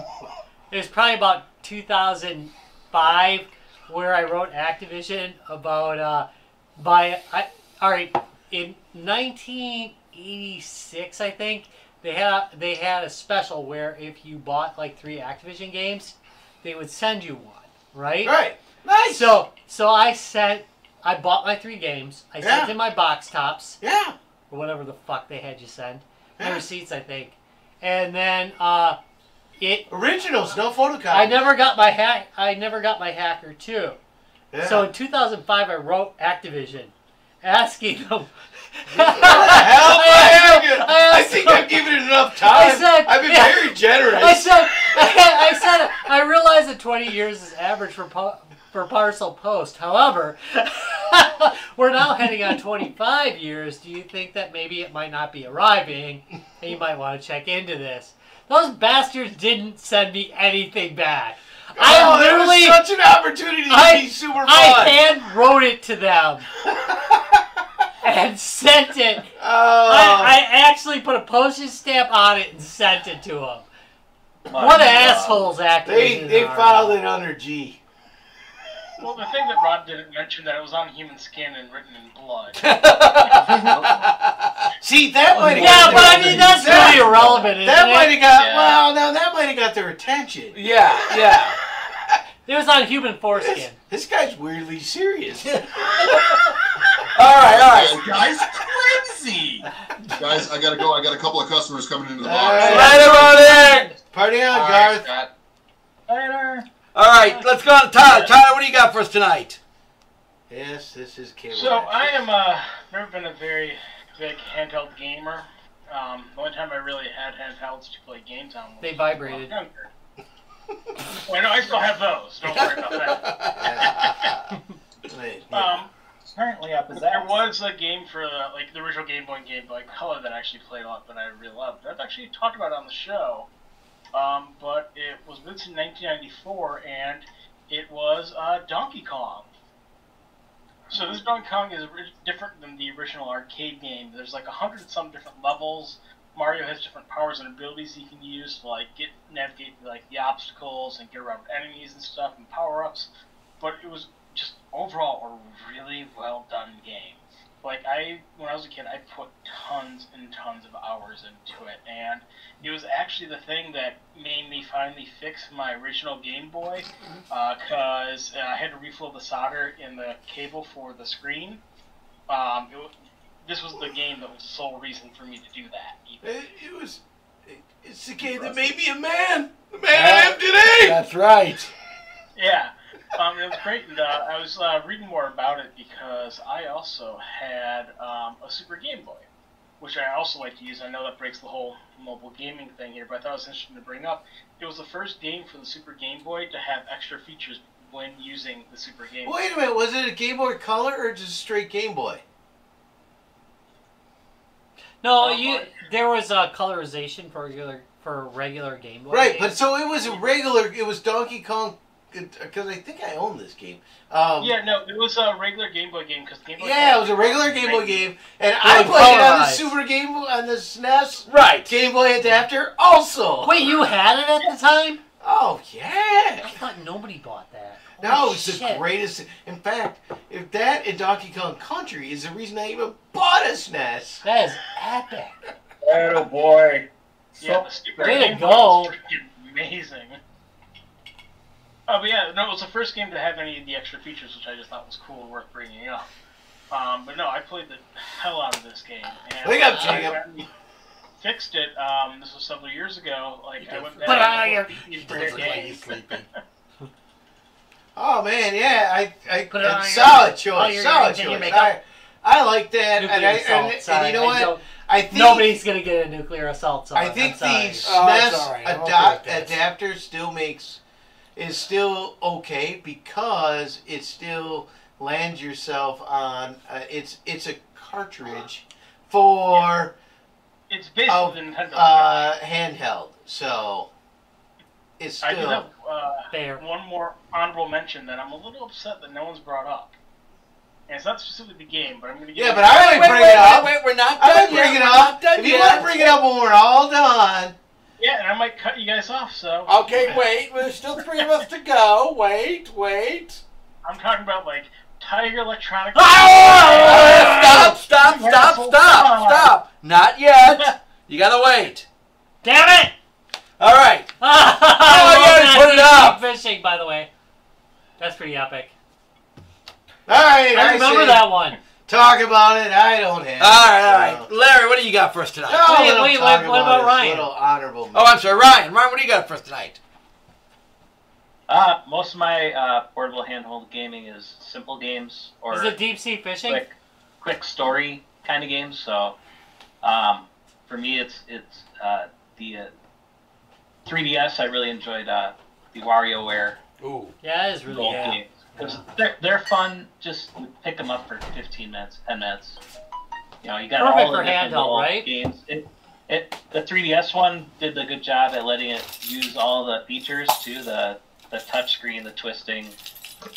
S2: it was probably about 2005, where I wrote Activision about uh, by I, all right, in 1986, I think they had they had a special where if you bought like three Activision games, they would send you one, right?
S4: Right. Nice.
S2: So, so I sent, I bought my three games. I
S4: Yeah.
S2: sent in my box tops
S4: yeah.
S2: or whatever the fuck they had you send.
S4: Yeah.
S2: The receipts, I think. And then uh, it.
S4: Originals, no photocopies.
S2: I never got my hack. I never got my hacker too.
S4: Yeah.
S2: So in 2005, I wrote Activision, asking them.
S4: What the hell am I doing?
S2: I
S4: I
S2: asked
S4: think
S2: them-
S4: I've given it enough time.
S2: I said-
S4: I've been
S2: yeah.
S4: very generous.
S2: I said, I said, I realize that 20 years is average for po- for parcel post. However, we're now heading on 25 years. Do you think that maybe it might not be arriving, and you might want to check into this? Those bastards didn't send me anything back.
S4: oh,
S2: I
S4: there was
S2: literally,
S4: such an opportunity to
S2: I-
S4: be super fun.
S2: I hand wrote it to them and sent it.
S4: oh,
S2: I, I actually put a postage stamp on it and sent it to them. What assholes acting.
S4: they they filed it under G.
S5: Well, the thing that Rod didn't mention that it was on human skin and written in blood.
S4: See, that might have
S2: Yeah,
S4: got
S2: but
S4: their,
S2: I mean that's
S4: That-
S2: really irrelevant, isn't
S4: that might
S2: it?
S4: have got
S5: Yeah.
S4: well, now that might have got their attention.
S10: Yeah, yeah.
S2: It was on human foreskin.
S4: This guy's weirdly serious.
S10: All right, all right.
S11: Guys, guys, crazy. Guys, I gotta go. I got a couple of customers coming into the box.
S4: All right.
S10: Later, brother.
S4: Party on,
S3: All right,
S4: Garth.
S3: Scott.
S8: Later.
S1: All right, let's go on to Tyler. Tyler, what do you got for us tonight?
S4: Yes, this is Cable.
S5: So I am uh never been a very big handheld gamer. Um, the only time I really had handhelds to play games on was
S2: They vibrated.
S5: Well, I know I still have those. Don't worry about that.
S4: Wait, yeah.
S5: Um,
S8: Apparently up his
S5: there
S8: ass.
S5: was a game for the, like the original Game Boy and Game Boy Color that I actually played a lot that I really loved. I've actually talked about it on the show, um, but it was released in 1994 and it was uh, Donkey Kong. So this Donkey Kong is ri- different than the original arcade game. There's like a hundred and some different levels. Mario has different powers and abilities he can use to like get navigate like the obstacles and get around enemies and stuff and power ups. But it was just overall a really well done game. Like I, when I was a kid, I put tons and tons of hours into it, and it was actually the thing that made me finally fix my original Game Boy,
S4: Mm-hmm.
S5: because uh, I had to refill the solder in the cable for the screen. Um, it, wa- this was the game that was the sole reason for me to do that.
S4: It, it was. It, it's the game that made me a man. The man I am today.
S1: Uh, That's right.
S5: Yeah, um, it was great, and uh, I was uh, reading more about it because I also had um, a Super Game Boy, which I also like to use. I know that breaks the whole mobile gaming thing here, but I thought it was interesting to bring up. It was the first game for the Super Game Boy to have extra features when using the Super Game Boy.
S4: Wait a minute. Was it a Game Boy Color or just straight Game Boy?
S2: No,
S5: Oh,
S2: you.
S5: boy.
S2: There was uh, colorization for regular for regular Game Boy.
S4: Right, but
S2: games.
S4: so it was a regular. It was Donkey Kong, because I think I own this game. Um,
S5: Yeah, no, it was a regular Game Boy game because Game Boy.
S4: yeah, it was a regular Game Boy
S5: Right.
S4: game, and I
S2: Really
S4: played it on the
S2: polarized.
S4: Super Game Boy on the E SNES
S1: Right.
S4: Game Boy adapter. Also,
S2: wait, you had it at the time?
S4: oh
S2: I
S4: yeah,
S2: thought nobody bought that.
S4: no,
S2: Holy
S4: it's the
S2: shit.
S4: greatest. In fact, if that and Donkey Kong Country is the reason I even bought a E SNES.
S2: That is epic.
S9: Oh boy.
S5: Yeah, the Super
S2: Way to
S5: Game Boy was freaking amazing. Oh, but yeah, no, it was the first game to have any of the extra features, which I just thought was cool and worth bringing up. Um, but no, I played the hell out of this game. And
S4: Wake up,
S5: when I
S4: Jacob.
S5: finally Fixed it. Um, this was several years ago. Like I went back.
S2: But
S5: and
S2: I- uh,
S5: looked at
S1: He
S5: these
S1: does look
S5: games.
S1: like he's sleeping.
S4: Oh man, yeah, I, I,
S2: Put it
S4: and
S2: on your-
S4: solid
S2: on
S4: choice,
S2: your-
S4: solid
S2: then you
S4: choice.
S2: make
S4: I, I like that,
S2: Nuclear
S4: and, I,
S2: assault.
S4: and, and
S2: sorry,
S4: you know
S2: I
S4: what?
S2: don't-
S4: I think
S2: Nobody's gonna get a nuclear assault song.
S4: I think the
S2: I'm sorry.
S4: SNES
S1: Oh, it's all right. I'm okay
S4: adap-
S1: with this.
S4: adapter still makes is still okay because it still lands yourself on uh, it's it's a cartridge for
S5: It's basically
S4: Oh,
S5: the Nintendo.
S4: uh, handheld, so it's
S5: I do have
S4: still
S5: uh,
S2: Fair.
S5: one more honorable mention that I'm a little upset that no one's brought up. And it's not specifically the game, but I'm going to give
S4: yeah.
S5: you-
S4: But I would bring it up.
S1: wait, we're not
S4: I would bring it up. If you want to bring it up when we're all done.
S5: Yeah, and I might cut you guys off, so.
S1: Okay, wait. There's still three of us to go. Wait, wait. Ah,
S5: I'm talking about, like, Tiger Electronic.
S1: stop, stop, stop, stop, stop. Not yet. You gotta wait.
S2: Damn it!
S1: All right.
S2: oh, yeah,
S1: already put it up.
S2: Fishing, by the way. That's pretty epic.
S4: All right,
S2: I remember
S4: say
S2: that one.
S4: Talk about it. I don't have.
S1: All right, all
S4: so.
S1: right. Larry, what do you got for us tonight?
S4: No,
S2: Wait,
S4: let him
S2: wait,
S4: talk
S2: wait, what about
S4: his
S2: Ryan?
S4: Little honorable.
S1: Oh, I'm sorry, Ryan. Ryan, what do you got for us tonight?
S6: Uh, most of my uh, portable handheld gaming is simple games or
S2: Is it deep sea fishing?
S6: quick, quick story kind of games. So, um, for me, it's it's uh, the uh, 3DS. I really enjoyed uh, the WarioWare
S1: Ooh.
S2: Yeah, it is really
S6: role
S2: good.
S6: games. 'Cause They're, they're fun. Just pick them up for 15 minutes, 10 minutes. You know, you got
S2: Perfect
S6: all
S2: for
S6: the different
S2: handheld,
S6: little
S2: right?
S6: games. It, it, the 3DS one did a good job at letting it use all the features too, the the touch screen, the twisting,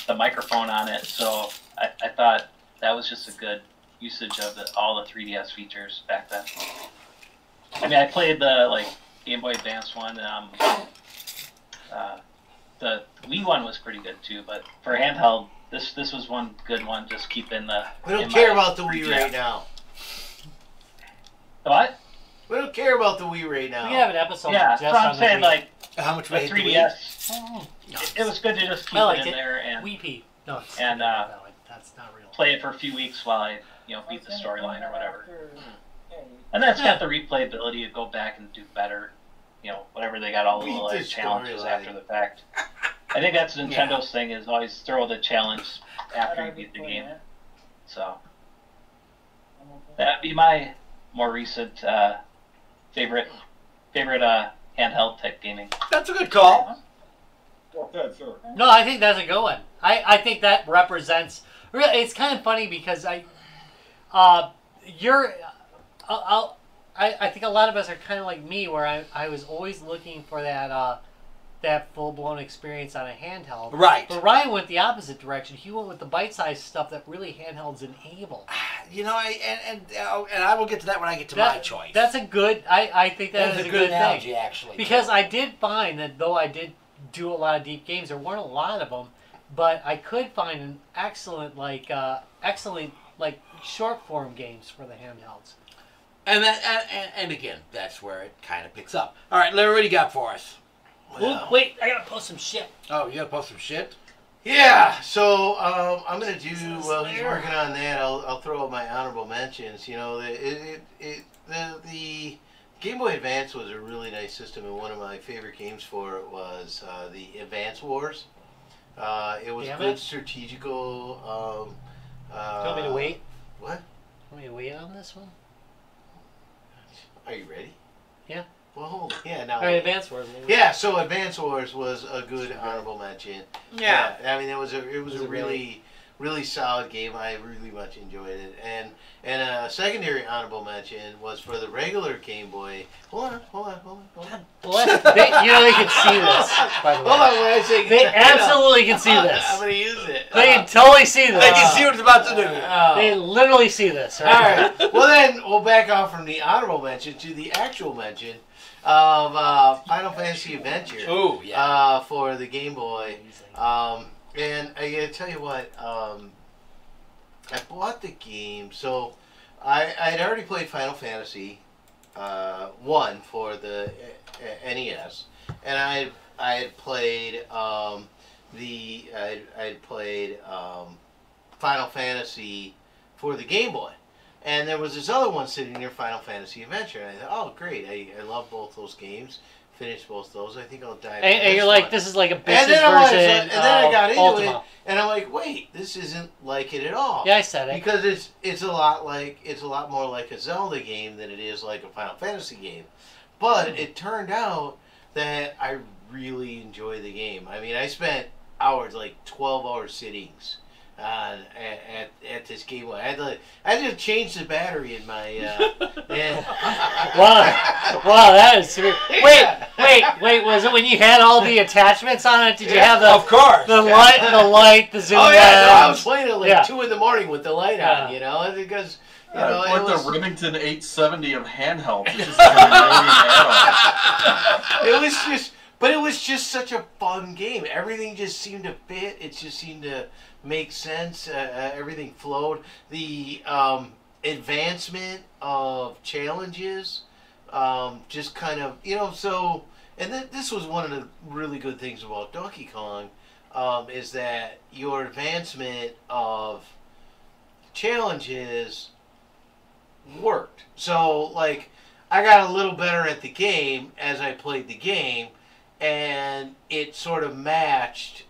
S6: the microphone on it. So I, I thought that was just a good usage of the, all the 3DS features back then. I mean, I played the like Game Boy Advance one. Um, uh, the Wii one was pretty good too, but for handheld, this this was one good one. Just keeping the
S4: We don't
S6: in
S4: care
S6: my-
S4: about the Wii right now.
S6: what?
S4: We don't care about the Wii right
S2: We
S4: now.
S2: can have an episode
S6: yeah,
S2: just
S6: so I'm
S2: on
S6: saying
S2: the
S6: like
S1: How much
S6: the
S1: we hate the
S6: 3DS.
S2: Wii.
S6: It, it was good to just keep
S2: I
S6: it
S2: liked
S6: in
S2: it.
S6: there and
S2: Wee pee. No, it's
S6: And,
S2: not
S6: uh,
S2: that one. that's not real.
S6: play it for a few weeks while I you know beat the
S2: Hmm.
S6: storyline or whatever. And that's got the replayability to go back and do better. you know whatever they got all the
S4: Beat
S6: little
S4: the
S6: like, challenges
S4: storyline.
S6: after the fact. I think that's Nintendo's thing is always throw the challenge after you beat the game. So that'd be my more recent uh, favorite favorite uh, handheld type gaming.
S10: That's a good call.
S7: Well, that's sir.
S2: No, I think that's a good one. I, I think that represents. Really, it's kind of funny because I, uh, you're, I'll, I'll, I I think a lot of us are kind of like me, where I, I was always looking for that uh, that full blown experience on a handheld.
S10: Right.
S2: But Ryan went the opposite direction. He went with the bite sized stuff that really handhelds enable.
S10: Ah, You know, I, and and uh, and I will get to that when I get to
S2: That-
S10: my choice.
S2: That's a good. I, I think that
S10: That's
S2: is a, good, thing.
S10: analogy, actually.
S2: Because I did find that though I did do a lot of deep games, there weren't a lot of them, but I could find an excellent like uh, excellent like short form games for the handhelds.
S10: and that and, and, and again, that's where it kind of picks up. All right, Larry, what do you got for us?
S2: Ooh, wait, I gotta post some shit.
S10: Oh, you gotta post some shit.
S4: Yeah, so um, I'm gonna do.
S2: Jesus,
S4: Well, he's
S2: there.
S4: working on that. I'll, I'll throw out my honorable mentions. You know, the it, it, it the the Game Boy Advance was a really nice system, and one of my favorite games for it was uh, the Advance Wars. Uh, it was
S2: Damn
S4: good
S2: it.
S4: strategical. Um, uh,
S2: You want me to wait?
S4: What?
S2: You want me to wait on this one?
S4: Are you ready?
S2: Yeah.
S4: Well, hold. Yeah, now.
S2: All right, Advance Wars.
S4: Yeah, so Advance Wars was a good honorable mention.
S10: Yeah.
S4: I mean, it was a it was,
S2: It was
S4: a,
S2: a
S4: really, really solid game. I really much enjoyed it. And and a secondary honorable mention was for the regular Game Boy. Hold on, hold on, hold on, hold on.
S2: Bless- they, you know they can see this. By the way,
S4: Hold on, when I say
S2: they absolutely can see
S4: I'm
S2: this.
S4: gonna use it.
S2: They
S4: Uh,
S2: can totally see this.
S10: They can see what it's about to do.
S4: uh,
S2: They literally see this.
S4: All
S2: Right?
S4: right. Well, then we'll back off from the honorable mention to the actual mention of uh, Final Fantasy Adventure
S10: oh yeah.
S4: uh, for the Game Boy. Um, and I gotta tell you what, um, I bought the game, so I I had already played Final Fantasy uh, one for the uh, uh, NES, and I I had played um, the I I had played um, Final Fantasy for the Game Boy. And there was this other one sitting near Final Fantasy Adventure, and I thought, "Oh, great! I, I love both those games. Finished both those. I think I'll dive."
S2: And, and
S4: into
S2: you're
S4: this
S2: like,
S4: one."
S2: this is like a bitch's
S4: And then I watched
S2: version.
S4: it, and then I
S2: of
S4: got into
S2: Ultima.
S4: it. And I'm like, wait, this isn't like it at all.
S2: Yeah, I said it.
S4: Because it's it's a lot like it's a lot more like a Zelda game than it is like a Final Fantasy game.
S2: Hmm.
S4: But it turned out that I really enjoy the game. I mean, I spent hours, like twelve hour sittings, on at, at, at this game. I had to I had to change the battery in my. Uh, and-
S2: Wow, wow, that is severe. Wait, wait, wait. Was it when you had all the attachments on it? Did you have the
S10: of course.
S2: the light, the light, the zoom
S4: Oh yeah, no, I
S2: lens?
S4: was playing at like
S2: Yeah.
S4: two in the morning with the light
S2: Yeah.
S4: on, you know, because you know
S9: it's like
S4: it was,
S9: the Uh, Remington 870 of handheld. It's just like a million add-ons.
S4: it was just, but it was just such a fun game. Everything just seemed to fit. It just seemed to make sense. Uh, uh, everything flowed. The um, advancement of challenges, um, just kind of you know. So, and th- this was one of the really good things about Donkey Kong, um, is that your advancement of challenges worked. So like I got a little better at the game as I played the game, and it sort of matched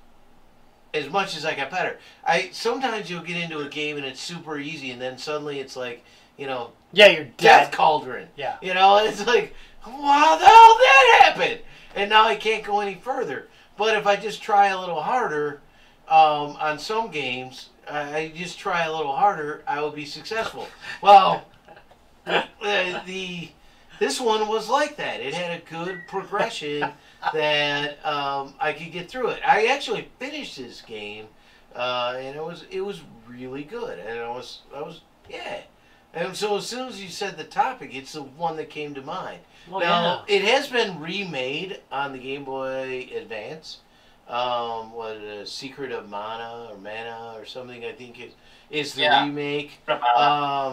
S4: as much as I got better. I sometimes you'll get into a game and it's super easy, and then suddenly it's like you know
S2: Yeah, you're
S4: Death
S2: dead.
S4: Cauldron.
S2: Yeah.
S4: You know, and it's like how the hell did that happen? And now I can't go any further. But if I just try a little harder um, on some games, I I just try a little harder, I will be successful. Well, uh, the this one was like that. It had a good progression that um, I could get through it. I actually finished this game, uh, and it was it was really good. And I was I was yeah. And so as soon as you said the topic, it's the one that came to mind.
S2: Well,
S4: now it has been remade on the Game Boy Advance. Um, what uh, Secret of Mana or Mana or something? I think is is the
S6: Yeah.
S4: remake
S6: From, uh,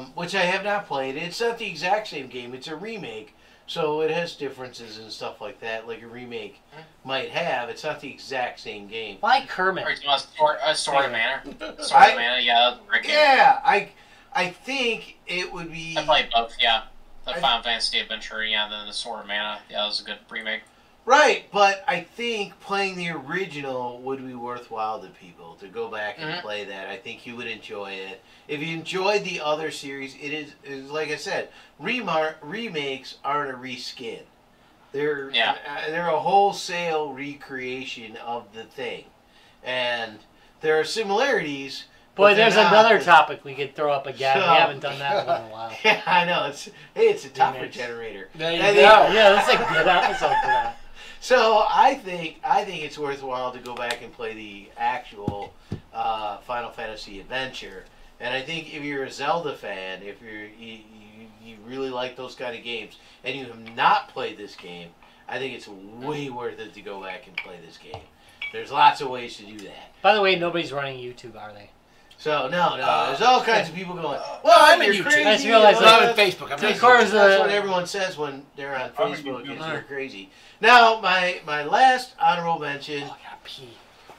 S4: um, which I have not played. It's not the exact same game. It's a remake, so it has differences and stuff like that, like a remake
S3: Hmm.
S4: might have. It's not the exact same game.
S2: Why Kermit?
S3: Or do you want uh, a story, a story manor? Story
S4: I-
S3: manor, yeah. that's a great game.
S4: Yeah, I, I think it would be.
S3: I play both, yeah. The Final Fantasy Adventure, yeah, and then the Sword of Mana. Yeah, that was a good remake.
S4: Right, but I think playing the original would be worthwhile to people to go back and
S3: Mhm.
S4: play that. I think you would enjoy it. If you enjoyed the other series, it is, is like I said, remar- remakes aren't a reskin. They're
S3: Yeah.
S4: uh, they're a wholesale recreation of the thing, and there are similarities.
S2: Boy,
S4: they're
S2: there's
S4: not
S2: another
S4: the-
S2: topic we could throw up again.
S4: So-
S2: we haven't done that one in a while.
S4: Yeah, I know it's hey, it's a topic
S2: Remakes.
S4: generator.
S2: There
S4: I
S2: you
S4: think-
S2: go. Yeah, that's a good episode for that.
S4: So I think I think it's worthwhile to go back and play the actual uh, Final Fantasy Adventure, and I think if you're a Zelda fan, if you're you, you, you really like those kind of games, and you have not played this game, I think it's way worth it to go back and play this game. There's lots of ways to do that.
S2: By the way, nobody's running YouTube, are they? Uh,
S4: So no, no, there's all kinds of people going. Well,
S1: I'm
S4: I'm
S1: in
S4: in
S1: YouTube.
S4: Crazy.
S2: I just realized
S4: uh,
S2: that-
S1: I'm on Facebook. I'm
S4: that's,
S1: not
S2: Of course, uh,
S4: that's what everyone says when they're on
S7: I'm in
S4: Facebook. Is
S7: YouTube.
S4: you're crazy. Now, my my last honorable mention
S2: Oh, I gotta pee.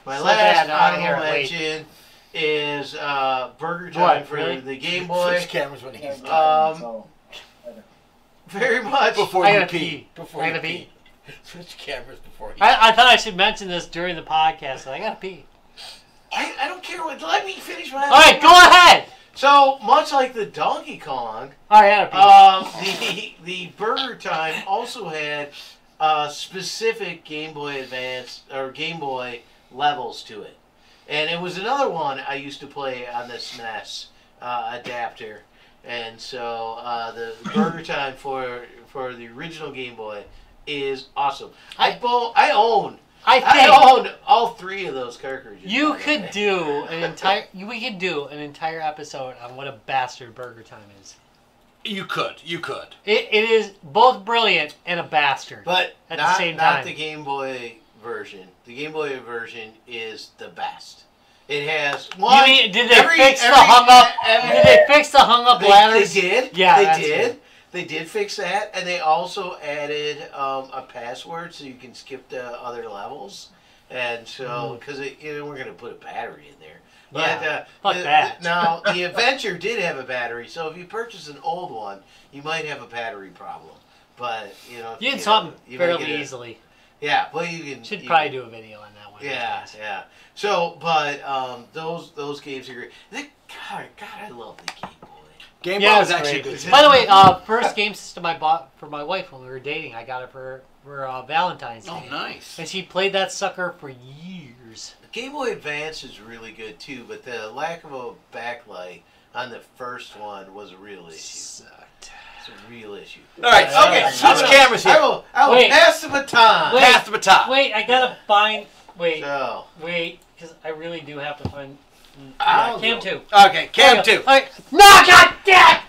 S4: my
S2: So
S4: last
S2: bad, I don't
S4: honorable
S2: hear it. Wait.
S4: mention is uh, Burger Time
S2: What,
S4: for
S2: really?
S4: the Game Boy.
S1: Switch cameras when he's
S4: Um,
S7: So,
S4: Very much.
S1: before
S2: I
S1: you
S2: gotta
S1: pee.
S2: pee.
S1: Before
S2: I
S1: you
S2: gotta
S1: pee. Switch cameras before you.
S2: I, I thought I should mention this during the podcast. But I gotta pee.
S4: I, I don't care what. Let me finish my.
S2: All right, go ahead.
S4: So much like the Donkey Kong,
S2: All right, I gotta pee.
S4: um, the the Burger Time also had uh, specific Game Boy Advance or Game Boy levels to it, and it was another one I used to play on the SNES uh, adapter, and so uh, the Burger Time for for the original Game Boy is awesome. I bo- I own
S2: I think
S4: I own all three of those cartridges.
S2: you
S4: by the
S2: could
S4: way.
S2: do an entire. you- We could do an entire episode on what a bastard Burger Time is.
S1: You could. You could.
S2: It, it is both brilliant and a bastard.
S4: But
S2: At the
S4: not,
S2: same
S4: not
S2: time.
S4: the Game Boy version. The Game Boy version is the best. It has one.
S2: you mean, did they
S4: every-
S2: fix the
S4: every-
S2: hung up?
S4: every-
S2: Did they fix the hung up
S4: they,
S2: ladders?
S4: they did.
S2: Yeah, that's
S4: they did. They did fix that, and they also added um, a password so you can skip to other levels. And so, because you know, we're going to put a battery in there. But,
S2: Hmm. Yeah.
S4: uh,
S2: Fuck
S4: the-
S2: that.
S4: Now, the Adventure did have a battery, so if you purchase an old one, you might have a battery problem. But you know, if
S2: You can
S4: get
S2: solve
S4: a-
S2: them
S4: you might
S2: fairly
S4: get a-
S2: easily.
S4: yeah, well, you can.
S2: Should
S4: you
S2: probably do a video on that one.
S4: Can, yeah, yeah. So, but um, those those games are great. The, God, God, I love the Game Boy.
S1: Game
S2: Yeah,
S1: Boy is
S2: it's
S1: actually
S2: great.
S1: good.
S2: By the way, uh, first game system I bought for my wife when we were dating, I got it for for uh, Valentine's Day,
S1: Oh, nice.
S2: and she played that sucker for years.
S4: Game Boy Advance is really good too, but the lack of a backlight on the first one was a real issue. It's
S2: Sucked.
S4: a real issue.
S1: All right.
S2: Uh,
S1: Okay.
S2: yeah.
S1: Switch cameras
S4: I
S1: here.
S4: will. I will
S2: Wait.
S4: pass the baton.
S2: Wait.
S1: Pass the baton.
S2: Wait, I gotta find. Wait,
S4: So,
S2: wait, because I really do have to find. mm,
S4: I'll
S2: Yeah, Cam
S4: go.
S2: two.
S1: Okay. Cam
S2: Okay,
S1: two.
S2: all right. No, God damn!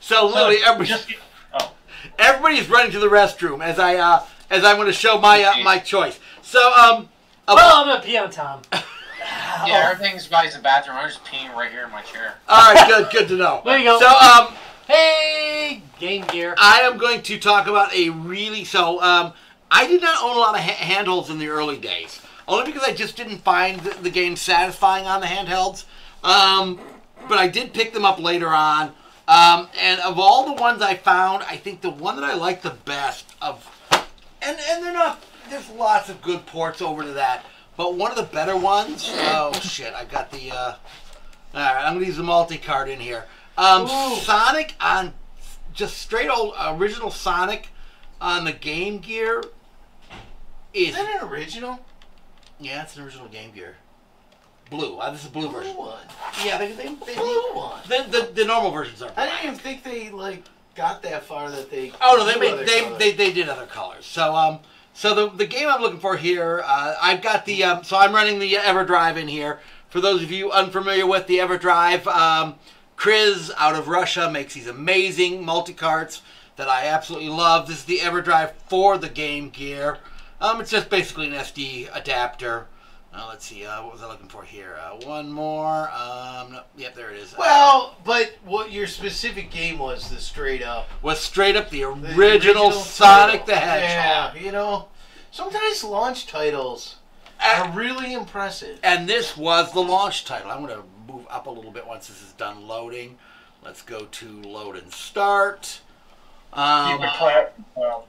S1: So literally, everybody's,
S6: Just get- oh.
S1: everybody's running to the restroom as I uh, as I want to show my uh, my choice. So um, a-
S2: Well, I'm gonna pee on Tom.
S3: Yeah, everything's by the bathroom. I'm just peeing right here in my chair.
S1: all right, good, good to know.
S2: There you go.
S1: So um,
S2: hey, Game Gear.
S1: I am going to talk about a really so. Um, I did not own a lot of ha- handhelds in the early days, only because I just didn't find the, the game satisfying on the handhelds. Um, but I did pick them up later on. Um, and of all the ones I found, I think the one that I liked the best of, and and they're not. There's lots of good ports over to that, but one of the better ones. Oh shit! I got the. Uh, all right, I'm gonna use the multi card in here. Um, Sonic on just straight old original Sonic on the Game Gear
S4: is
S1: is
S4: that an original?
S1: yeah, it's an original Game Gear. Blue. Uh, this is blue
S4: Blue
S1: version.
S4: one.
S1: Yeah, they, they, they,
S4: Blue one.
S1: the, the the normal versions are.
S4: I
S1: Black.
S4: didn't even think they like got that far that they.
S1: Oh no, they
S4: do other
S1: made, they,
S4: colors.
S1: they they did other colors. So um, so the the game I'm looking for here, uh, I've got the um, so I'm running the EverDrive in here. For those of you unfamiliar with the EverDrive, um, Kriz out of Russia makes these amazing multi carts that I absolutely love. This is the EverDrive for the Game Gear. Um, it's just basically an SD adapter. Uh, let's see, uh, what was I looking for here? Uh, one more. Um, no, yep, there it is. Uh,
S4: Well, but what your specific game was the straight up
S1: was straight up the
S4: the
S1: original, Sonic the
S4: title.
S1: Hedgehog.
S4: Yeah, you know, sometimes launch titles
S1: Uh,
S4: are really impressive.
S1: And this was the launch title. I'm going to move up a little bit once this is done loading. Let's go to load and start.
S7: Keep
S1: Um,
S7: it clap. Well,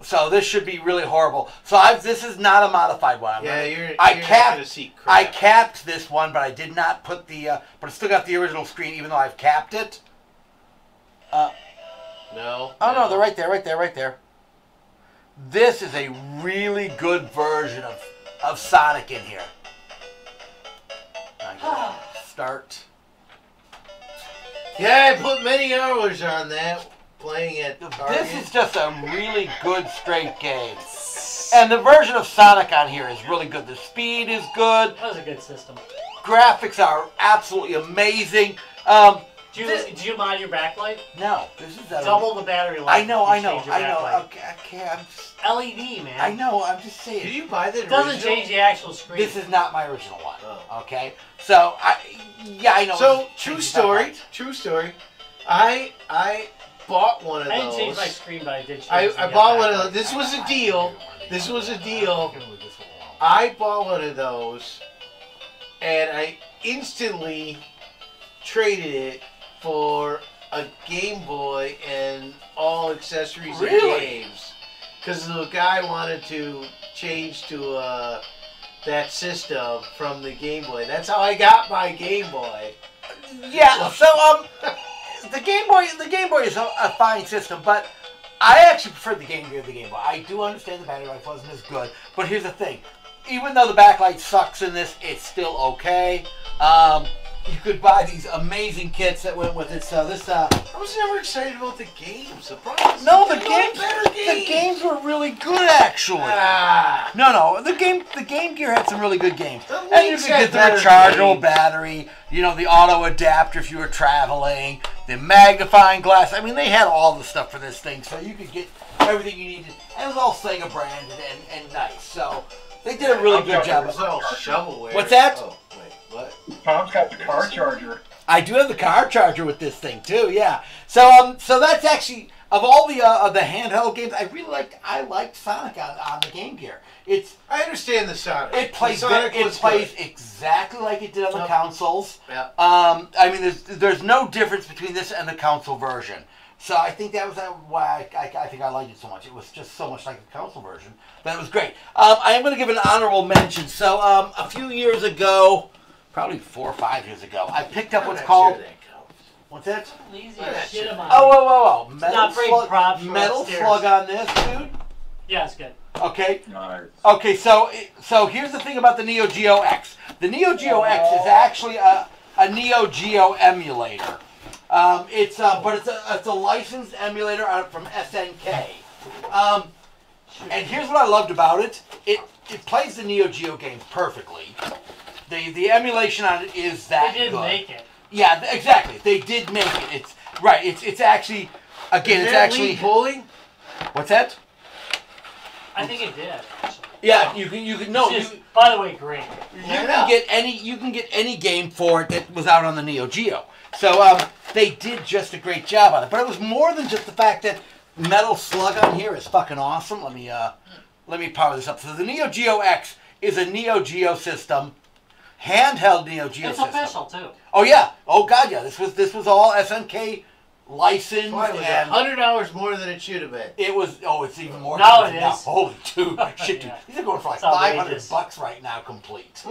S1: so this should be really horrible. So I've, this is not a modified one. I'm
S4: Yeah,
S1: not-
S4: you're. you're
S1: I
S4: not
S1: can't-
S4: gonna see crap.
S1: I capped this one, but I did not put the. Uh, but it's still got the original screen, even though I've capped it.
S4: Uh, No.
S1: Oh no, they're right there, right there, right there. This is a really good version of of Sonic in here. I gotta Start.
S4: Yeah, I put many hours on that playing at Target.
S1: This is just a really good straight game. And the version of Sonic on here is really good. The speed is good.
S2: That was a good system.
S1: Graphics are absolutely amazing. Um,
S2: Do you,
S1: This-
S2: do you mod your backlight?
S1: no, this is a,
S2: Double the battery life.
S1: I know,
S2: if you
S1: I know,
S2: change your
S1: I know.
S2: backlight.
S1: Okay, okay, I'm, s-
S2: LED, man.
S1: I know. I'm just saying.
S4: Did you buy the
S2: It doesn't
S4: original?
S2: change the actual screen.
S1: This is not my original one.
S4: Oh.
S1: Okay, so I, yeah, I know.
S4: So
S1: it's-
S4: true
S1: it's
S4: story.
S1: not
S4: True story. I I bought one of
S2: I didn't change
S4: those.
S2: my screen, but I did change
S4: I,
S2: the,
S4: I
S2: uh,
S4: bought one of
S2: backlight.
S4: those. This was a deal. This was a
S1: mine.
S4: deal.
S1: I'm gonna leave this one alone.
S4: I bought one of those, and I instantly traded it for a Game Boy and all accessories
S1: Really?
S4: and games. Because the guy wanted to change to uh, that system from the Game Boy. That's how I got my Game Boy.
S1: Yeah. So um, the Game Boy, the Game Boy is a, a fine system, but I actually prefer the Game Gear to the Game Boy. I do understand the battery life wasn't as good, but here's the thing: even though the backlight sucks in this, it's still okay. Um, you could buy these amazing kits that went with it. So this uh,
S4: I was never excited about the games. The problem is
S1: no, the
S4: they were
S1: games,
S4: better
S1: the games were really good actually.
S4: Ah,
S1: No, no. The game, the Game Gear had some really good games.
S4: The
S1: And you
S4: Links
S1: could
S4: had
S1: get the
S4: better
S1: rechargeable
S4: games.
S1: battery, you know, the auto adapter if you were traveling, the magnifying glass. I mean, they had all the stuff for this thing, so you could get everything you needed. And it was all Sega branded and, and nice. So they did a really good job.
S4: It was
S1: of-
S4: all shovelware.
S1: What's that?
S4: Oh, wait, what?
S7: Tom's got the car charger.
S1: I do have the car charger with this thing too. Yeah. So um, so that's actually of all the uh, of the handheld games, I really liked. I liked Sonic on, on the Game Gear. It's
S4: I understand the Sonic.
S1: It plays.
S4: The Sonic
S1: it
S4: was
S1: plays
S4: good.
S1: exactly like it did on the
S4: Yep.
S1: consoles.
S4: Yep.
S1: Um, I mean, there's there's no difference between this and the console version. So I think that was uh, why I, I, I think I liked it so much. It was just so much like the console version that it was great. Um, I am going to give an honorable mention. So um, a few years ago, probably four or five years ago, I picked up
S4: I'm
S1: what's
S4: not
S1: called
S4: sure that counts.
S1: what's that?
S2: Lazy
S4: Yeah,
S2: as shit
S4: sure.
S2: am I.
S1: Oh, whoa, whoa, whoa! Metal
S2: not very
S1: slug,
S2: props for
S1: metal
S2: upstairs.
S1: slug on this, dude.
S2: Yeah, it's good.
S1: Okay,
S9: Nice.
S1: Okay, so so here's the thing about the Neo Geo X. The Neo Geo X is actually a, a Neo Geo emulator. Um, it's uh, but it's a it's a licensed emulator out from SNK. Um, and here's what I loved about it. It it plays the Neo Geo games perfectly. The the emulation on it is that
S2: They did
S1: good.
S2: make it.
S1: Yeah, th- exactly. They did make it. It's right. It's it's actually again.
S4: Is
S1: it's
S4: that
S1: actually
S4: Lee bowling?
S1: what's that?
S2: I think it did. Actually.
S1: Yeah, you can you can no.
S2: It's just-
S1: you,
S2: by the way, great.
S1: You
S4: Yeah.
S1: can get any you can get any game for it that was out on the Neo Geo. So um, they did just a great job on it. But it was more than just the fact that Metal Slug on here is fucking awesome. Let me uh, let me power this up. So the Neo Geo X is a Neo Geo system, handheld Neo Geo
S2: It's
S1: system.
S2: official too.
S1: Oh yeah. Oh god yeah. This was this was all SNK licensed
S4: Why was that?
S1: and
S4: Hundred hours more than it should have been.
S1: it was. Oh, it's even more.
S2: Now it
S1: expensive now.
S2: is.
S1: Holy dude, shit, dude.
S2: Yeah.
S1: These are going for like
S2: It's
S1: five hundred
S2: outrageous. Hmm.
S1: bucks right now, complete.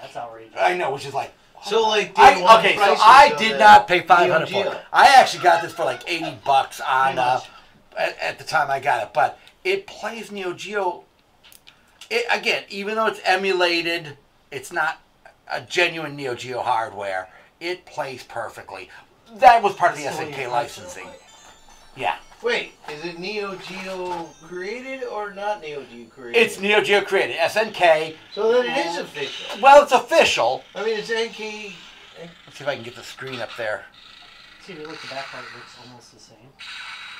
S2: That's outrageous.
S1: I know, which is like.
S4: So like day
S1: I,
S4: one
S1: okay, so
S4: prices
S1: I
S4: of
S1: did
S4: the
S1: not pay five
S4: Neo
S1: hundred for it.
S4: Geo.
S1: I actually got this for like eighty bucks on
S2: Pretty
S1: uh,
S2: much.
S1: at, at the time I got it, but it plays Neo Geo. It, again, even though it's emulated, it's not a genuine Neo Geo hardware. It plays perfectly. That was part of the
S2: That's the way you
S1: SNK
S2: price it.
S1: licensing. Yeah,
S4: Wait, is it Neo Geo created or not Neo Geo created?
S1: it's Neo Geo created SNK.
S4: so then it is official.
S1: Well, it's official.
S4: I mean, it's E. NK.
S1: Let's see if I can get the screen up there.
S2: See, if you look, the backlight looks almost the same.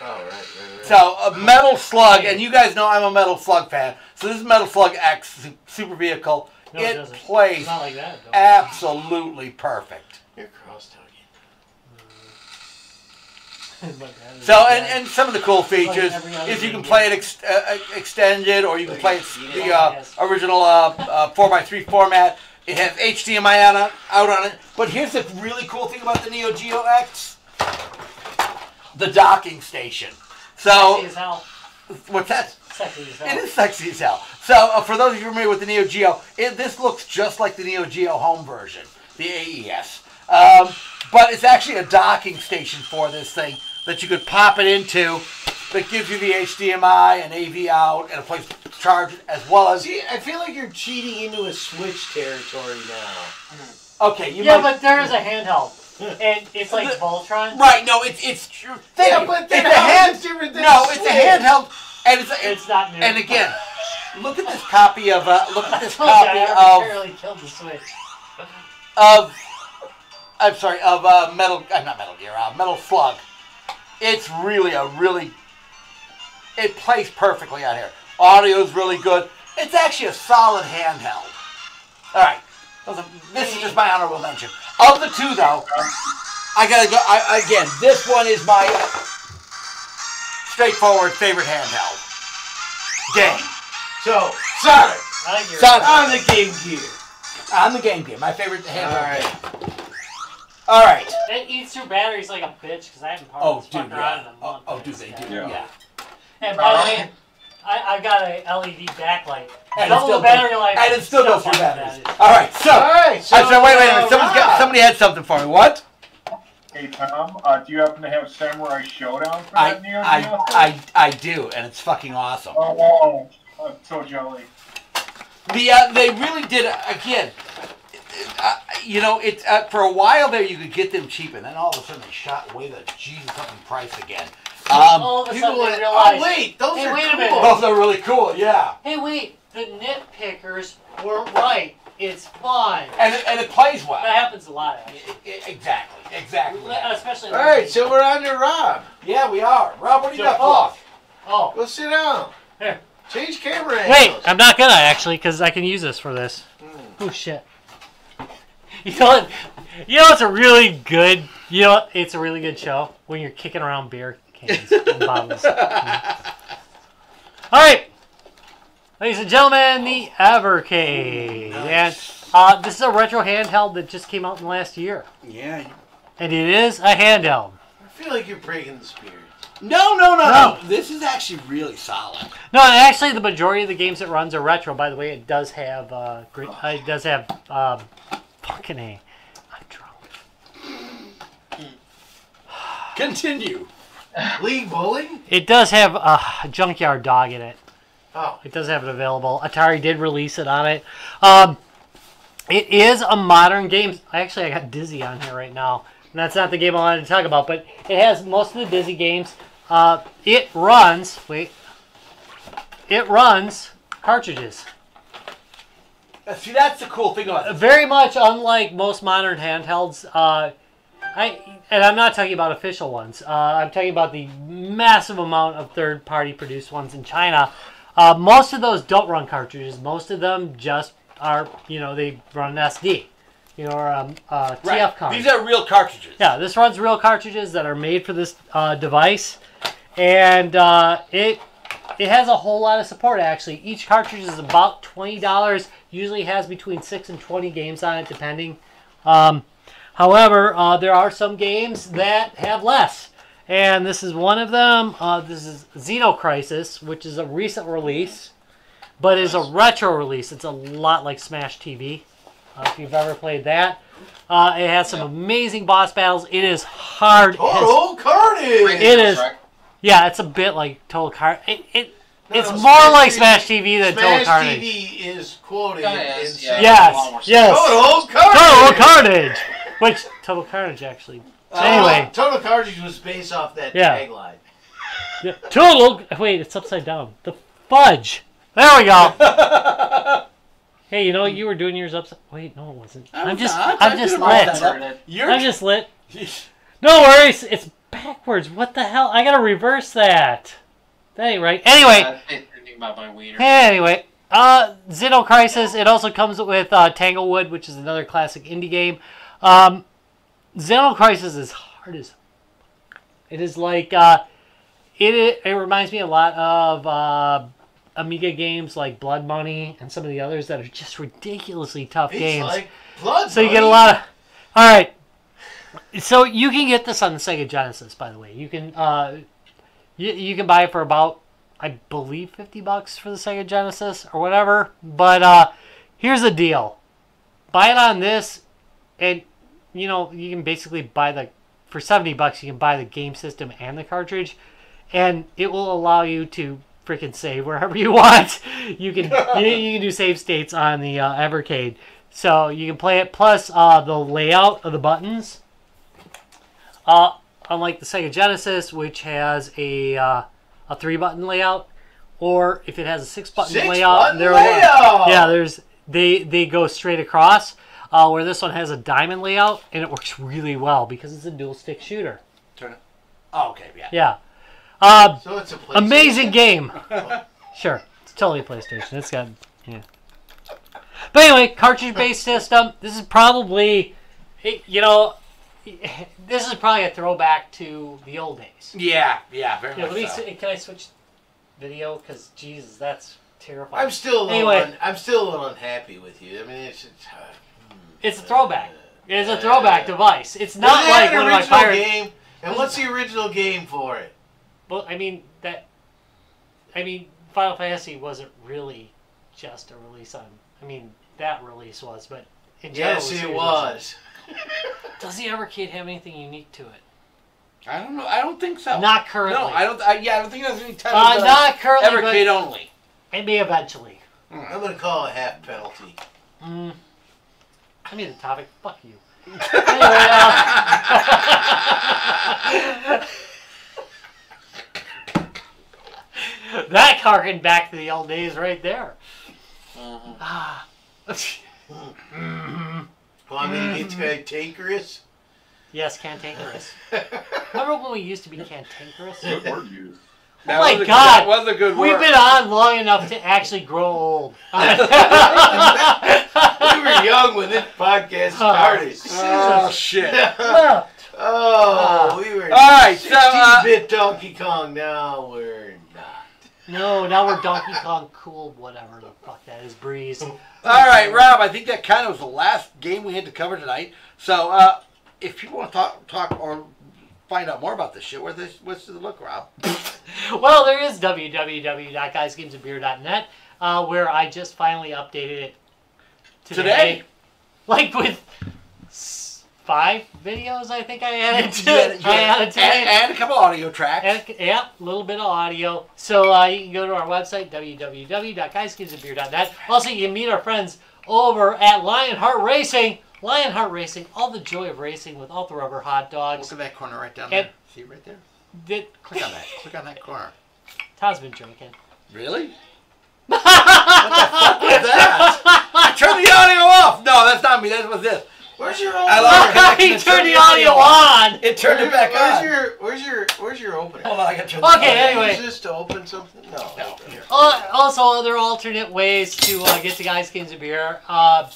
S4: Oh right, right, right.
S1: So a Metal Slug, and you guys know I'm a Metal Slug fan. So this is Metal Slug X su- Super Vehicle.
S2: No, it
S1: it
S2: doesn't.
S1: plays
S2: It's not like that. Though.
S1: absolutely perfect.
S4: You're cross talking.
S2: Like that is
S1: So
S2: bad.
S1: and, and some of the cool features
S2: every other
S1: is
S2: game,
S1: you can
S2: yeah.
S1: play it ex- uh, uh, extended, or you can
S4: Like
S1: play it s-
S4: it's heated.
S1: the uh,
S2: Yes.
S1: original uh, uh, 4x3 format. It has HDMI out on, out on it. But here's the really cool thing about the Neo Geo X: the docking station. So,
S2: Sexy as hell.
S1: what's that?
S2: Sexy as
S1: It
S2: hell.
S1: is sexy as hell. So, uh, for those of you familiar with the Neo Geo, it, this looks just like the Neo Geo home version, the AES. Um, but it's actually a docking station for this thing that you could pop it into that gives you the HDMI and AV out and a place to charge it, as well as.
S4: See, I feel like you're cheating into a Switch territory now.
S1: Okay, you
S2: Yeah,
S1: might.
S2: but there is a handheld. And it's like
S1: The-
S2: Voltron.
S1: right, no, it's it's true. Thing.
S4: Yeah, but then
S1: it's a
S4: how is
S1: hand,
S4: it different than
S1: No,
S4: a
S1: it's a
S4: Switch?
S1: handheld, and it's, a,
S2: It's not new.
S1: and again, look at this copy of uh, look at
S2: I
S1: this
S2: told you,
S1: copy
S2: I
S1: of
S2: arbitrarily killed the Switch.
S1: of I'm sorry, of uh, Metal uh, not Metal Gear, uh, Metal Slug. It's really a really it plays perfectly on here. Audio's really good. It's actually a solid handheld. All right, Those are- this is just my honorable mention. Of the two, though, I gotta go I, again. This one is my straightforward favorite handheld. Game.
S4: So,
S1: Sorry.
S2: I think you're
S1: Son.
S4: on the Game Gear.
S1: On the game gear, my favorite
S4: All
S1: handheld.
S4: right.
S1: All right.
S2: It eats through batteries like a bitch because I haven't powered
S1: Oh,
S2: this
S1: dude,
S2: fucker out in
S1: yeah.
S2: a
S1: Oh,
S2: month.
S1: oh, dude, they do.
S9: Yeah.
S1: Yeah.
S2: And by the way, I, I've got a LED backlight.
S1: And it
S2: Double
S1: still
S2: the battery life.
S1: And it still goes through
S2: fucking
S1: batteries.
S2: batteries.
S1: All right, so.
S4: All right. So,
S1: I said, wait, wait a minute.
S4: uh,
S1: Somebody's
S4: Rob.
S1: got, somebody had something for me. What?
S7: Hey Tom, uh, do you happen to have Samurai Showdown for
S1: I,
S7: that Neo Geo?
S1: I, I, I do, and it's fucking awesome.
S7: Oh, wow. I'm so jelly.
S1: The uh, they really did again. Uh, you know, it uh, for a while there you could get them cheap, and then all of a sudden they shot way the Jesus up in price again. Um,
S2: All of a
S4: People
S2: sudden
S4: want
S2: they
S4: to-
S2: realize,
S4: oh, wait, those
S2: Hey,
S4: are
S2: wait a
S4: cool.
S2: minute.
S1: those are really cool, yeah.
S2: hey, wait, the nitpickers were right. It's fine.
S1: And it, and it plays well.
S2: That happens a lot,
S1: I-
S2: actually.
S1: I- exactly, exactly.
S2: especially.
S4: All right, so we're on to Rob.
S1: Yeah, we are. Rob, what do you got?
S2: Fuck.
S1: for
S2: oh,
S4: Go sit down.
S2: Here.
S4: Change camera
S2: wait,
S4: angles.
S2: I'm not gonna actually, cause I can use this for this.
S1: Hmm.
S2: Oh shit. You know, what- you know, it's a really good. You know, what- it's a really good show when you're kicking around beer cans and bottles. All right, ladies and gentlemen, the Evercade, and uh, this is a retro handheld that just came out in the last year,
S1: Yeah. you-
S2: and it is a handheld.
S4: I feel like you're breaking the spirit.
S1: No, no, no,
S2: No.
S1: no. This is actually really solid.
S2: No, and actually, the majority of the games it runs are retro. By the way, it does have uh, gr- uh, it does have um, fucking a. I'm drunk.
S1: Continue.
S4: League bowling?
S2: It does have uh, Junkyard Dog in it.
S4: Oh.
S2: It does have it available. Atari did release it on it. Um, it is a modern game. Actually, I got Dizzy on here right now. And that's not the game I wanted to talk about, but it has most of the Dizzy games. Uh, it runs. Wait. It runs cartridges.
S1: Uh, See, that's the cool thing about this.
S2: very much unlike most modern handhelds. Uh, I and I'm not talking about official ones. Uh, I'm talking about the massive amount of third-party produced ones in China. Uh, most of those don't run cartridges. Most of them just are, you know, they run an SD, you know, or um, uh, TF
S1: Right.
S2: card.
S1: These are real cartridges.
S2: Yeah, this runs real cartridges that are made for this uh, device, and uh, it it has a whole lot of support. Actually, each cartridge is about twenty dollars. Usually has between six and twenty games on it, depending. Um, however, uh, there are some games that have less, and this is one of them. Uh, this is Xenocrisis, which is a recent release, but is a retro release. It's a lot like Smash TV, uh, if you've ever played that. Uh, it has some amazing boss battles. It is hard. as-
S4: Total carnage!
S2: It is.
S3: Right?
S2: Yeah, it's a bit like Total Car. It, it
S4: No,
S2: it's
S4: no,
S2: more
S4: Smash
S2: like
S4: TV
S2: Smash TV than Total
S4: Smash
S2: Carnage.
S4: TV is quoted
S3: Yeah, it is,
S4: in
S3: yeah.
S2: Yes, yes.
S1: Oh,
S4: Total carnage!
S2: Total Carnage. Which Total Carnage actually?
S1: Uh,
S2: Anyway,
S4: Uh, Total carnage was based off that
S2: Yeah.
S4: tagline.
S2: yeah, Total. Wait, it's upside down. The fudge. There we go. hey, you know what? You were doing yours upside. Wait, no, it wasn't. I'm, just,
S1: not. I
S2: I'm
S1: did
S2: just
S1: it all
S2: lit.
S1: that.
S3: Started.
S1: You're
S2: I'm just lit. No worries. It's backwards. What the hell? I gotta reverse that. That ain't right. Anyway.
S3: Uh, I think about my wiener.
S2: Anyway, uh, Xeno Crisis. It also comes with uh, Tanglewood, which is another classic indie game. Um, Xeno Crisis is hard as. It is like uh, it. It reminds me a lot of uh, Amiga games like Blood Money and some of the others that are just ridiculously tough
S4: It's
S2: games.
S4: like blood.
S2: So you get a
S4: money.
S2: lot of. All right. So you can get this on the Sega Genesis, by the way. You can uh, You, you can buy it for about, I believe, 50 bucks for the Sega Genesis or whatever. But uh, here's the deal buy it on this, and you know, you can basically buy the, for 70 bucks, you can buy the game system and the cartridge, and it will allow you to freaking save wherever you want. You can you, you can do save states on the uh, Evercade, so you can play it. Plus, uh, the layout of the buttons uh, unlike the Sega Genesis, which has a uh, a three button layout, or if it has a six button
S4: Six
S2: layout,
S4: button
S2: there
S4: layout!
S2: yeah, there's they they go straight across. Uh, where this one has a diamond layout, and it works really well because it's a dual stick shooter.
S1: Oh, okay, yeah.
S2: Yeah, uh,
S4: So it's a place.
S2: amazing game. sure, it's totally a PlayStation. It's got yeah. But anyway, cartridge based system. This is probably, you know, this is probably a throwback to the old days.
S1: Yeah, yeah, very
S2: Yeah, let me.
S1: much so.
S2: see- Can I switch video? Because Jesus, that's terrifying.
S4: I'm still a little
S2: Anyway.
S4: un- I'm still a little unhappy with you. I mean, it's, it's uh,
S2: It's a throwback. It's a throwback device. It's
S4: Well,
S2: not
S4: they
S2: like
S4: had
S2: one
S4: an
S2: of my
S4: original
S2: pirate.
S4: game. And what's the original game for it?
S2: Well, I mean that. I mean, Final Fantasy wasn't really just a release on. I mean, that release was, but in general,
S4: Yes,
S2: the
S4: it
S2: series
S4: was.
S2: wasn't. Does the Evercade have anything unique to it?
S1: I don't know. I don't think so.
S2: Not currently.
S1: No, I don't. I, yeah, I don't think there's any time.
S2: Uh, not currently,
S1: ever
S2: but
S1: kid only.
S2: maybe eventually.
S4: I'm gonna call a half penalty.
S2: Mm. I made the topic. Fuck you. anyway, uh, that harkened back to the old days right there. Ah.
S4: Well, I mean, it's cantankerous.
S2: Mm-hmm. yes, cantankerous. Remember when we used to be cantankerous? Oh
S9: Good word used.
S1: That
S2: my
S1: was a,
S2: God.
S1: that was a good
S2: We've
S1: word.
S2: been on long enough to actually grow old.
S4: we were young when this podcast started.
S9: Ah,
S1: Oh shit!
S2: Well,
S4: Oh, we were.
S1: Ah. All right, so, uh,
S4: 16-bit Donkey Kong. Now we're not.
S2: no, now we're Donkey Kong cool, whatever the fuck that is, Breeze.
S1: All right, Rob. I think that kind of was the last game we had to cover tonight. So, uh, if people want to talk, talk or find out more about this shit, where this, what's the look, Rob?
S2: Well, there is www.guysgamesandbeer.net, uh, where I just finally updated it today.
S1: Today?
S2: Like with s- five videos, I think I added to
S1: You had- you
S2: I
S1: had-
S2: added
S1: and,
S2: today.
S1: and a couple audio tracks.
S2: And, yeah, a little bit of audio. So uh, you can go to our website, www.guysgamesandbeer.net. Also, you can meet our friends over at Lionheart Racing. Lionheart Racing, all the joy of racing with all the rubber hot dogs.
S1: Look at that corner right down
S2: And-
S1: there. See right there?
S2: Did,
S1: Click on that. Click on that corner.
S2: Todd's been drinking.
S1: Really? what the fuck was that? Turn the audio off. No, that's not me. That was this.
S4: Where's your
S1: I
S4: opener?
S1: love it.
S2: he turned the audio on.
S1: It turned it back
S4: where's
S1: on.
S4: your Where's your Where's your opener?
S1: Hold on, I got to turn.
S2: Okay,
S1: the
S2: anyway.
S4: Use this to open something? No.
S1: No, here.
S2: Al- Uh, Also, other alternate ways to uh, get to Guys Games and Beer: uh,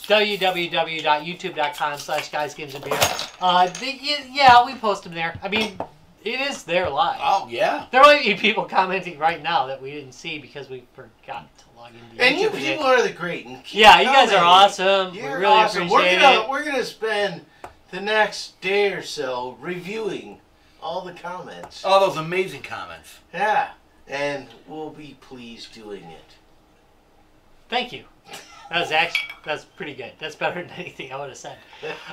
S2: www.youtube.com/slash Guys Games and Beer. Uh, the, y- yeah, we post them there. I mean, it is there live.
S1: Oh yeah.
S2: There might be people commenting right now that we didn't see because we forgot to log into.
S4: And you
S2: YouTube today.
S4: people are the great. And keep
S2: Yeah, you guys are
S4: coming.
S2: awesome.
S4: You're
S2: we really
S4: awesome.
S2: appreciate
S4: we're gonna,
S2: it.
S4: We're gonna spend the next day or so reviewing all the comments.
S1: All those amazing comments.
S4: Yeah, and we'll be pleased doing it.
S2: Thank you. That was actually that's pretty good. That's better than anything I would have said.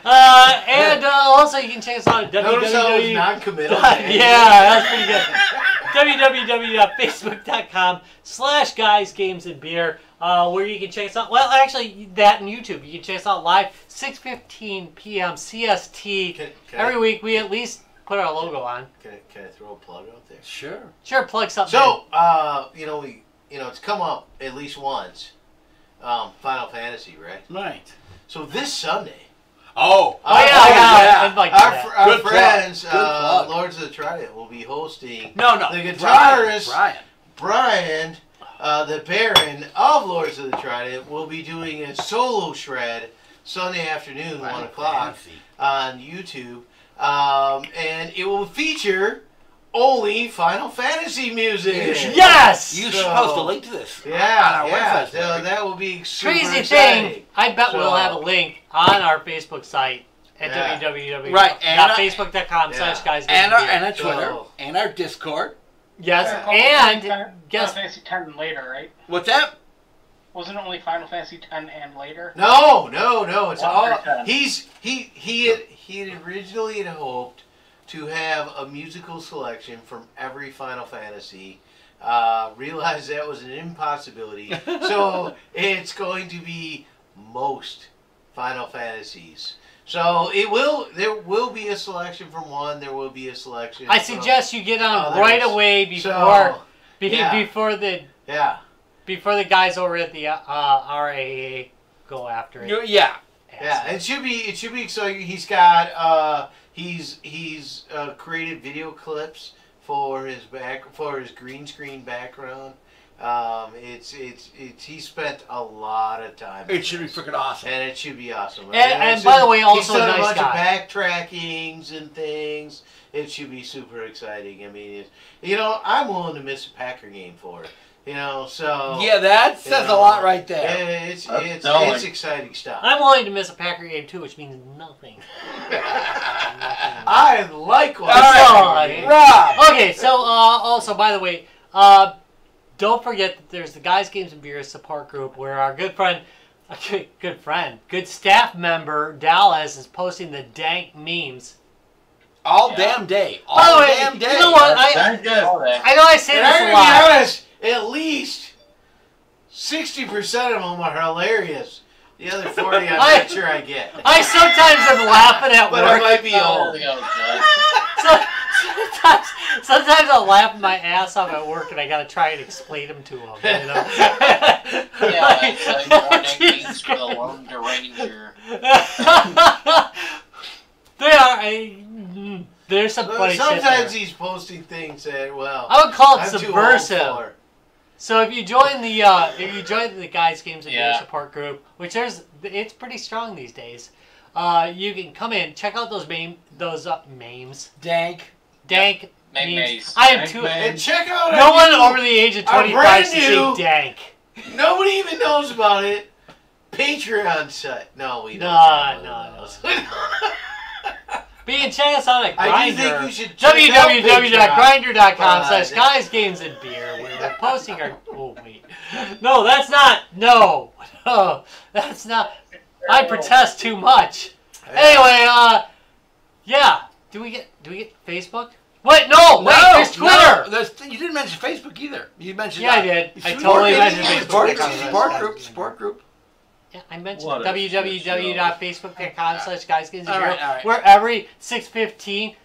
S2: Uh, and uh, also, you can check us out at
S4: Notice how it was
S2: www.
S4: non-committal.
S2: yeah, that's pretty good. www.facebook.com slash guys, games, and beer, uh, where you can check us out. Well, actually, that and YouTube. You can check us out live, 6.15 p.m. CST.
S4: Can, can
S2: Every
S4: I,
S2: week, we at least put our logo on.
S4: can, I, can I throw a plug out there?
S1: Sure.
S2: Sure, plug something.
S4: So, uh, you know, we, you know, it's come up at least once. Um, Final Fantasy, right?
S1: Right.
S4: So this Sunday,
S1: Oh.
S2: oh, yeah,
S4: our-
S2: I got
S1: yeah.
S2: an invite to
S4: our,
S2: that.
S4: fr- our
S1: Good plug.
S4: friends,
S1: Good
S4: uh,
S1: plug.
S4: Lords of the Triad, will be hosting
S1: No, no.
S4: The
S1: Brian,
S4: guitarist-
S1: Brian.
S4: Brian, uh, the Baron of Lords of the Trident, will be doing a solo shred Sunday afternoon,
S1: Brian
S4: one o'clock
S1: Clancy.
S4: on YouTube, um, and it will feature only Final Fantasy music.
S1: Yeah.
S2: yes!
S1: You
S4: So-
S1: should post a link to this. on
S4: Yeah,
S1: our
S4: yeah.
S1: website.
S4: So that will be super
S2: Crazy
S4: exciting.
S2: thing. I bet we'll
S4: So-
S2: have a link on our Facebook site at
S4: Yeah.
S2: www.facebook.com
S1: Right, and I-
S2: slash guys, games,
S1: And our
S2: beer.
S1: and our Twitter
S4: So-
S1: and our Discord
S2: Oh. Yes,
S5: Yeah.
S2: and
S5: Final
S2: guess
S5: Fantasy X and later, right?
S10: What's that?
S5: Wasn't it only Final Fantasy X and later?
S4: No, no, no. It's all
S5: Walker Ten.
S4: he's he he had, he had originally had hoped to have a musical selection from every Final Fantasy. Uh, realized that was an impossibility, so it's going to be most Final Fantasies. So it will there will be a selection from one. There will be a selection.
S2: I
S4: from-
S2: suggest you get on
S4: Others.
S2: right away before
S4: So,
S2: be,
S4: yeah.
S2: before the
S4: yeah,
S2: before the guys over at the uh, RAA go after it.
S10: You- yeah.
S4: yeah. It should be it should be exciting. He's got uh he's he's uh, created video clips for his back for his green screen background. Um, it's it's it's he spent a lot of time. on
S10: It should be
S4: this.
S10: freaking awesome.
S4: And it should be awesome.
S2: And- and by the way, also
S4: he's done
S2: a nice
S4: bunch of backtrackings and things. It should be super exciting. I mean, it, you know, I'm willing to miss a Packer game for it. You know, so
S10: Yeah, that says a lot right there.
S4: yeah, it's
S9: That's
S4: it's,
S9: telling.
S4: it's exciting stuff.
S2: I'm willing to miss a Packer game too, which means nothing.
S4: I like what
S10: All
S2: right.
S4: I'm saying.
S10: Rob.
S2: Okay, so uh, also by the way, uh, don't forget that there's the guys, games, and beers support group where our good friend, a good, good friend, good staff member Dallas is posting the dank memes.
S10: All
S6: Yeah.
S10: damn day. All
S2: By the way,
S10: damn day.
S2: you know what? I
S9: Thank you.
S2: I know I say
S4: And
S2: this
S4: I'm
S2: a
S4: gonna
S2: lot.
S4: be honest, at least sixty percent of them are hilarious. The other forty, I'm
S2: I-
S4: not sure I get.
S2: I sometimes am laughing at
S4: But
S2: work.
S4: I might be
S2: Oh,
S4: old.
S3: There we go, Judd.
S2: So, sometimes, sometimes I'll laugh my ass off at work, and I gotta try and explain them to them. You know?
S3: Yeah, it's like more
S2: Like,
S3: nicknames
S2: Jesus
S3: for the
S2: Christ.
S3: lone ranger.
S2: they are. I, mm, there's some funny
S4: Sometimes
S2: shit.
S4: he's posting things that well.
S2: there. I would call it
S4: I'm too old
S2: subversive.
S4: for it.
S2: So if you join the uh, if you join the guys games and
S3: Yeah.
S2: Beer support group, which there's it's pretty strong these days. Uh, you can come in, check out those meme, those uh, memes,
S10: Dank.
S2: dank
S3: Meg
S2: memes.
S3: Mays.
S2: I am
S9: Thank
S2: too.
S9: you, man.
S4: And check out
S2: No
S4: our
S2: one
S4: new-
S2: over the age of
S4: our
S2: 25 should
S4: brand
S2: say
S4: new-
S2: dank.
S4: Nobody even knows about it. Patreon site. No, we don't.
S2: Nah,
S4: Nobody
S2: nah,
S4: knows.
S2: But you can check us out at
S4: I do
S2: Grindr.
S4: think you should. check out Patreon.
S2: www.grinder.com slash
S4: Patreon.
S2: guys games and beer where we're posting our oh wait no that's not no no that's not i protest too much anyway uh yeah do we get do we get facebook wait no wait there's twitter
S10: No, there's, you didn't mention Facebook either. You mentioned
S2: yeah i
S10: that.
S2: did
S10: You
S2: i
S10: should-
S2: totally
S10: you
S2: mentioned
S10: should-
S2: facebook
S10: Support,
S4: Facebook.
S10: support group. Support group.
S2: Yeah, I mentioned
S9: What a
S2: www.facebook.com slash guys games
S10: All right, all right.
S2: where every six fifteen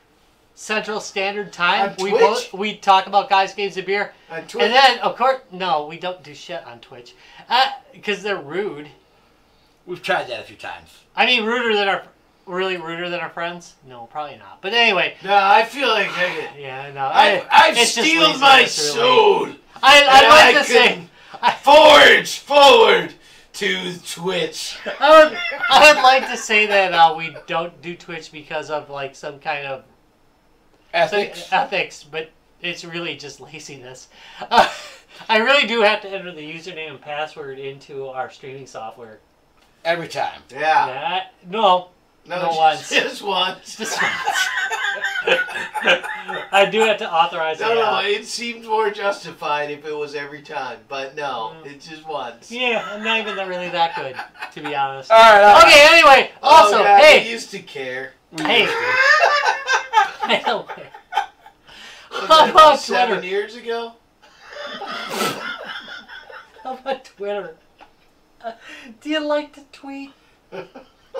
S2: Central Standard Time
S4: On
S2: we
S4: Twitch?
S2: both we talk about guys games and beer,
S4: On Twitter.
S2: and then of course no we don't do shit on Twitch because they're rude.
S10: We've tried that a few times.
S2: I mean ruder than our really ruder than our friends. No, probably not. But anyway,
S4: no, I feel like I get.
S2: yeah, no,
S4: I,
S2: I
S4: I've
S2: it's just
S4: steeled
S2: laziness,
S4: my
S2: really.
S4: soul.
S2: I
S4: and
S2: I
S4: I
S2: like to say
S4: Forge forward to Twitch.
S2: I would, I would like to say that uh, we don't do Twitch because of like some kind of ethics, ethics but it's really just laziness. Uh, I really do have to enter the username and password into our streaming software.
S10: Every time.
S4: Yeah.
S2: That, no, No once.
S4: Just once.
S2: just I do have to authorize
S4: No,
S2: it.
S4: no,
S2: yeah.
S4: it seemed more justified if it was every time, but no, it's just once.
S2: Yeah, I'm not even that- really that good, to be honest.
S10: All right. All right.
S2: Okay, anyway, also,
S4: oh, God,
S2: hey,
S4: we used to care.
S2: hey. By the way,
S4: Was
S2: How
S4: that
S2: about
S4: seven
S2: Twitter?
S4: years ago?
S2: How about Twitter? Uh, do you like to tweet?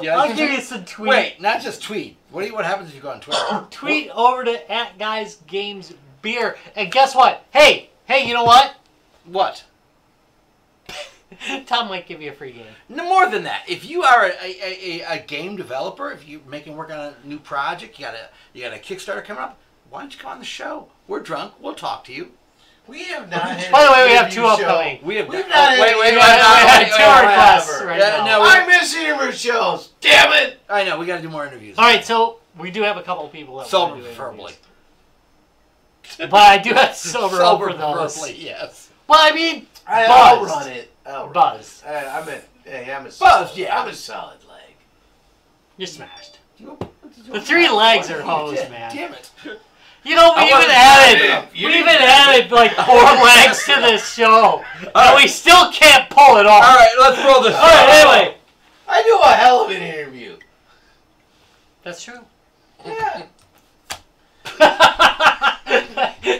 S10: Yeah,
S2: I'll
S10: you-
S2: give you some tweet.
S10: Wait, not just tweet. What do you, What happens if you go on Twitter?
S2: Tweet over to at guys games beer, and guess what? Hey, hey, you know what?
S10: What?
S2: Tom might give you a free game.
S10: No more than that. If you are a, a, a, a game developer, if you're making work on a new project, you got a you got a Kickstarter coming up. Why don't you come on the show? We're drunk. We'll talk to you.
S4: We have not. had
S2: By the
S4: an
S2: way, we have two
S4: interview show.
S2: upcoming.
S10: We have
S4: We've not had
S10: wait, wait, wait,
S4: an
S2: We
S4: interview
S10: wait,
S2: have, we
S10: wait,
S2: have
S10: wait,
S2: two
S10: wait, wait,
S2: requests
S4: whatever.
S2: right
S10: Yeah,
S2: now.
S10: no,
S4: I miss interview shows. Damn it!
S10: I know we got to do more interviews.
S2: All right, so we do have a couple of people that
S10: sober
S2: want to do
S10: preferably.
S2: interviews. but I do have sober,
S10: Sober
S2: over those.
S10: preferably, yes.
S2: Well, I mean,
S4: I, I'll
S2: Buzzed.
S4: run it. I'll run
S2: Buzz,
S4: it. I, I'm a. Hey, I'm a.
S10: Buzzed,
S4: solid,
S10: yeah.
S4: I'm a solid leg.
S2: you're smashed.
S10: The
S2: three legs are hosed, man.
S10: Damn it!
S2: You know, we
S1: I
S2: even
S1: wasn't
S2: added,
S1: up.
S2: we even added like four legs to this show, and we still can't pull it off.
S1: All right, let's roll this.
S2: All right, anyway,
S4: I do a hell of an interview.
S2: that's true.
S4: Yeah.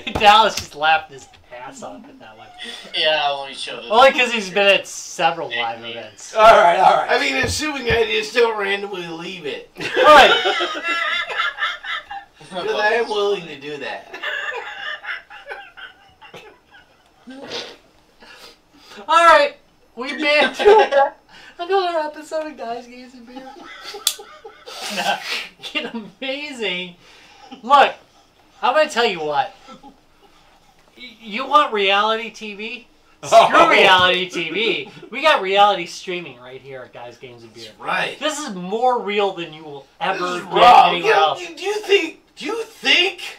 S2: Dallas just laughed his ass off at that one,
S3: Yeah, let me show this.
S2: only because he's been at several live events. All
S1: All right, all right.
S4: I mean, assuming I just don't randomly leave it.
S2: right,
S4: Because I am willing to do that.
S2: all right, we made it to another episode of Guys, Games, and Beer. An amazing. Look, I'm gonna tell you what. Y- You want reality TV?
S4: Oh.
S10: Oh.
S2: Screw reality TV. We got reality streaming right here at Guys Games and Beer.
S4: Right.
S2: This is more real than you will
S4: This
S2: ever
S4: is
S2: get
S4: Rob. You
S2: anywhere
S4: know,
S2: else.
S4: do you think? Do you think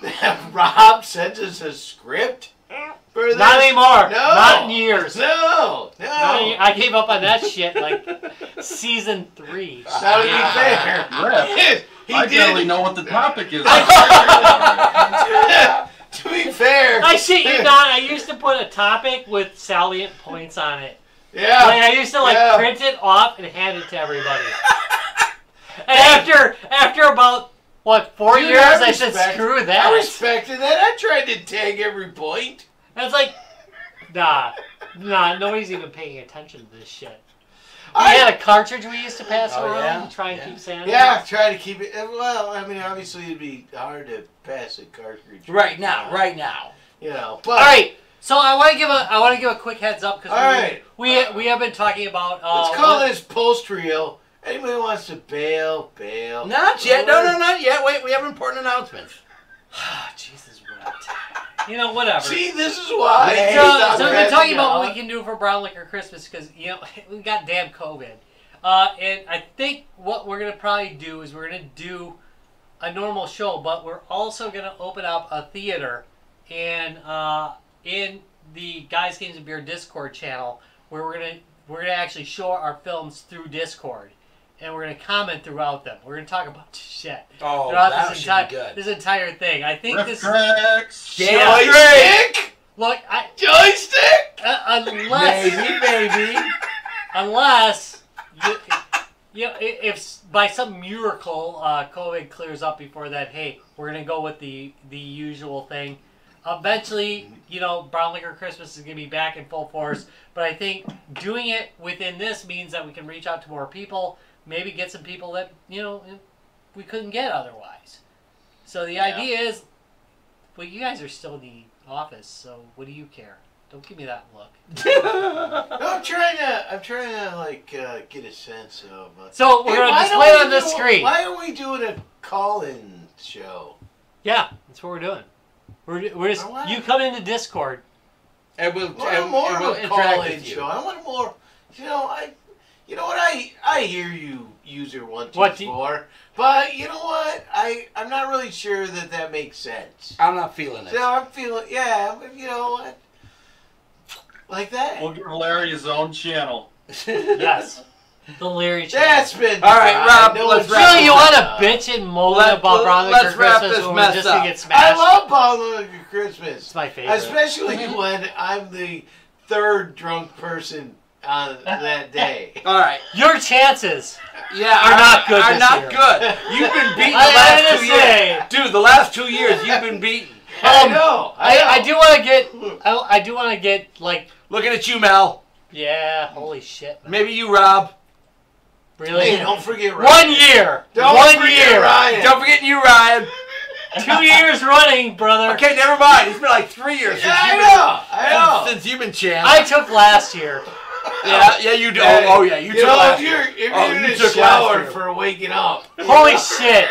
S4: that Rob sent us a script for this?
S2: Not anymore.
S4: No.
S2: Not in years.
S4: No. No.
S2: Not in- I gave up on that shit like season three.
S4: Not to be fair. Yes, he
S9: I barely
S4: did.
S9: know what the topic is. I
S4: to be fair.
S2: I shit you not. I used to put a topic with salient points on it. Like
S4: Yeah.
S2: I used to like
S4: Yeah.
S2: print it off and hand it to everybody. and after after about what four
S4: Dude,
S2: years,
S4: I
S2: I, said
S4: respect-
S2: screw that.
S4: I respected that. I tried to tag every point.
S2: I was like, nah, nah, nobody's even paying attention to this shit. We
S4: I-
S2: had a cartridge we used to pass
S4: Oh,
S2: around
S4: yeah,
S2: and try and
S4: yeah.
S2: keep sand.
S4: Yeah, try to keep it. uh, Well, I mean, obviously it'd be hard to pass a cartridge.
S1: Right now, right now.
S4: You know,
S2: All
S4: but
S2: right. So I want to give a I want to give a quick heads up because
S4: All right.
S2: we we have been talking about uh,
S4: Let's call
S2: what-
S4: this post reel. Anybody wants to bail, bail.
S1: Not yet. No, no, not yet. Wait, we have important announcements.
S2: Ah, Jesus what? You know whatever.
S4: See, this is why.
S1: Yeah,
S2: so,
S4: Stop
S2: so we're
S4: passing
S2: talking about
S4: out.
S2: what we can do for brown liquor Christmas because you know we got damn COVID, uh, and I think what we're gonna probably do is we're gonna do a normal show, but we're also gonna open up a theater in uh, in the Guys Games and Beer Discord channel where we're gonna we're gonna actually show our films through Discord, and we're gonna comment throughout them. We're gonna talk about shit
S1: Oh,
S2: throughout
S1: that
S2: this
S1: should
S2: entire
S1: be good.
S2: this entire thing. I think
S9: barely know.
S2: this
S9: Reflex.
S1: Yeah.
S4: Joystick?
S2: look I.
S4: Joystick?
S2: Uh, unless,
S1: baby.
S2: unless, you, you know, i- if s- by some miracle uh, COVID clears up before that, hey, we're gonna go with the the usual thing. Eventually, you know, brown liquor Christmas is gonna be back in full force. But I think doing it within this means that we can reach out to more people, maybe get some people that you know we couldn't get otherwise. So the
S3: Yeah.
S2: idea is, well, you guys are still in the office, so what do you care? Don't give me that look.
S4: No, I'm trying to. I'm trying to like uh, get a sense of. Uh,
S2: So we're
S4: Hey,
S2: gonna
S4: why
S2: display it
S4: don't
S2: on
S4: we
S2: the
S4: do-
S2: screen.
S4: Why are we doing a call-in show?
S2: Yeah, that's what we're doing. We're, we're just
S4: I wanna-
S2: you come into Discord.
S1: And we'll,
S4: I want
S1: and,
S4: more
S1: and we'll
S4: of a
S1: interact
S4: call-in
S1: with you.
S4: show. I want more. You know, I. You know what? I I hear you, user one two four.
S2: What do you-
S4: But you know what? I I'm not really sure that that makes sense.
S1: I'm not feeling it.
S4: So I'm feeling, yeah, but you know what? Like that.
S9: We'll give Larry his own channel.
S2: Yes, the Larry.
S4: That's been.
S1: All right, Rob,
S4: No
S1: let's
S4: one's
S1: wrap
S2: Really,
S4: really
S2: Oh, you
S4: want
S2: want to bitch and moan
S1: Let-
S2: about Brown Liquor
S1: let's wrap
S2: Christmas
S1: this
S2: when
S1: mess
S2: we're just gonna
S1: up.
S2: get smashed?
S4: I love Paolo and
S2: it's
S4: Christmas,
S2: my favorite.
S4: especially when I'm the third drunk person on that day.
S1: All right.
S2: Your chances.
S1: Yeah,
S2: Are
S1: are
S2: not good
S1: Are
S2: this
S1: not
S2: year.
S1: good. You've been beaten the
S2: I had
S1: last
S2: to
S1: two years,
S2: say.
S1: dude. The last two years, you've been beaten.
S4: I
S2: Um,
S4: know. I,
S2: I,
S4: know.
S2: I do want to get. I, I do want to get like.
S1: Looking at you, Mel.
S2: Yeah. Holy shit. man.
S1: Maybe you, Rob.
S2: Really.
S4: Hey, don't forget Ryan.
S2: one year.
S4: Don't
S2: one
S4: forget
S2: year.
S4: Ryan.
S1: Don't forget you, Ryan.
S2: Two years running, brother.
S1: Okay, never mind. It's been like three years
S4: Yeah,
S1: since
S4: I
S1: you've
S4: know.
S1: been,
S4: I know.
S1: since you've been champ.
S2: I took last year.
S1: yeah, yeah, you do.
S4: Hey,
S1: oh, oh, yeah, you,
S4: You
S1: took
S4: know,
S1: last
S4: if you're
S1: year.
S4: if you're
S1: Oh,
S4: in
S1: you
S4: a
S1: took last
S4: shower
S1: year.
S4: for waking up,
S2: Holy shit.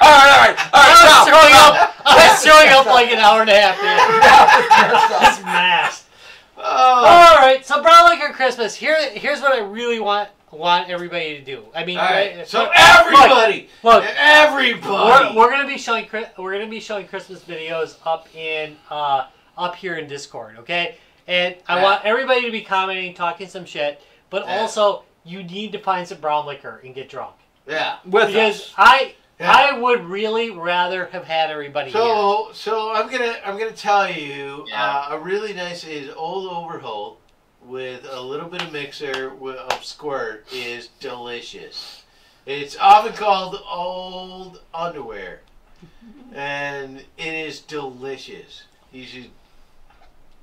S1: All right, all right, all right.
S2: I was
S1: Stop.
S2: throwing up. I was throwing up like an hour and a half in. That's mass.
S4: oh,
S2: All right, so brown liquor Christmas. Here, here's what I really want want everybody to do. I mean,
S4: all right.
S2: right,
S4: So
S2: look,
S4: everybody,
S2: Look,
S4: everybody,
S2: we're, we're gonna be showing Chri- we're gonna be showing Christmas videos up in uh, up here in Discord, okay? And I
S4: Yeah.
S2: want everybody to be commenting, talking some shit, but
S4: Yeah.
S2: also you need to find some brown liquor and get drunk
S4: yeah.
S1: With
S2: because
S1: us.
S2: I
S4: Oh, Yeah.
S2: I would really rather have had everybody here.
S4: So, so I'm gonna I'm gonna tell you
S3: Yeah.
S4: uh, a really nice is old overhaul with a little bit of mixer with, of squirt is delicious. It's often called old underwear, and it is delicious. You should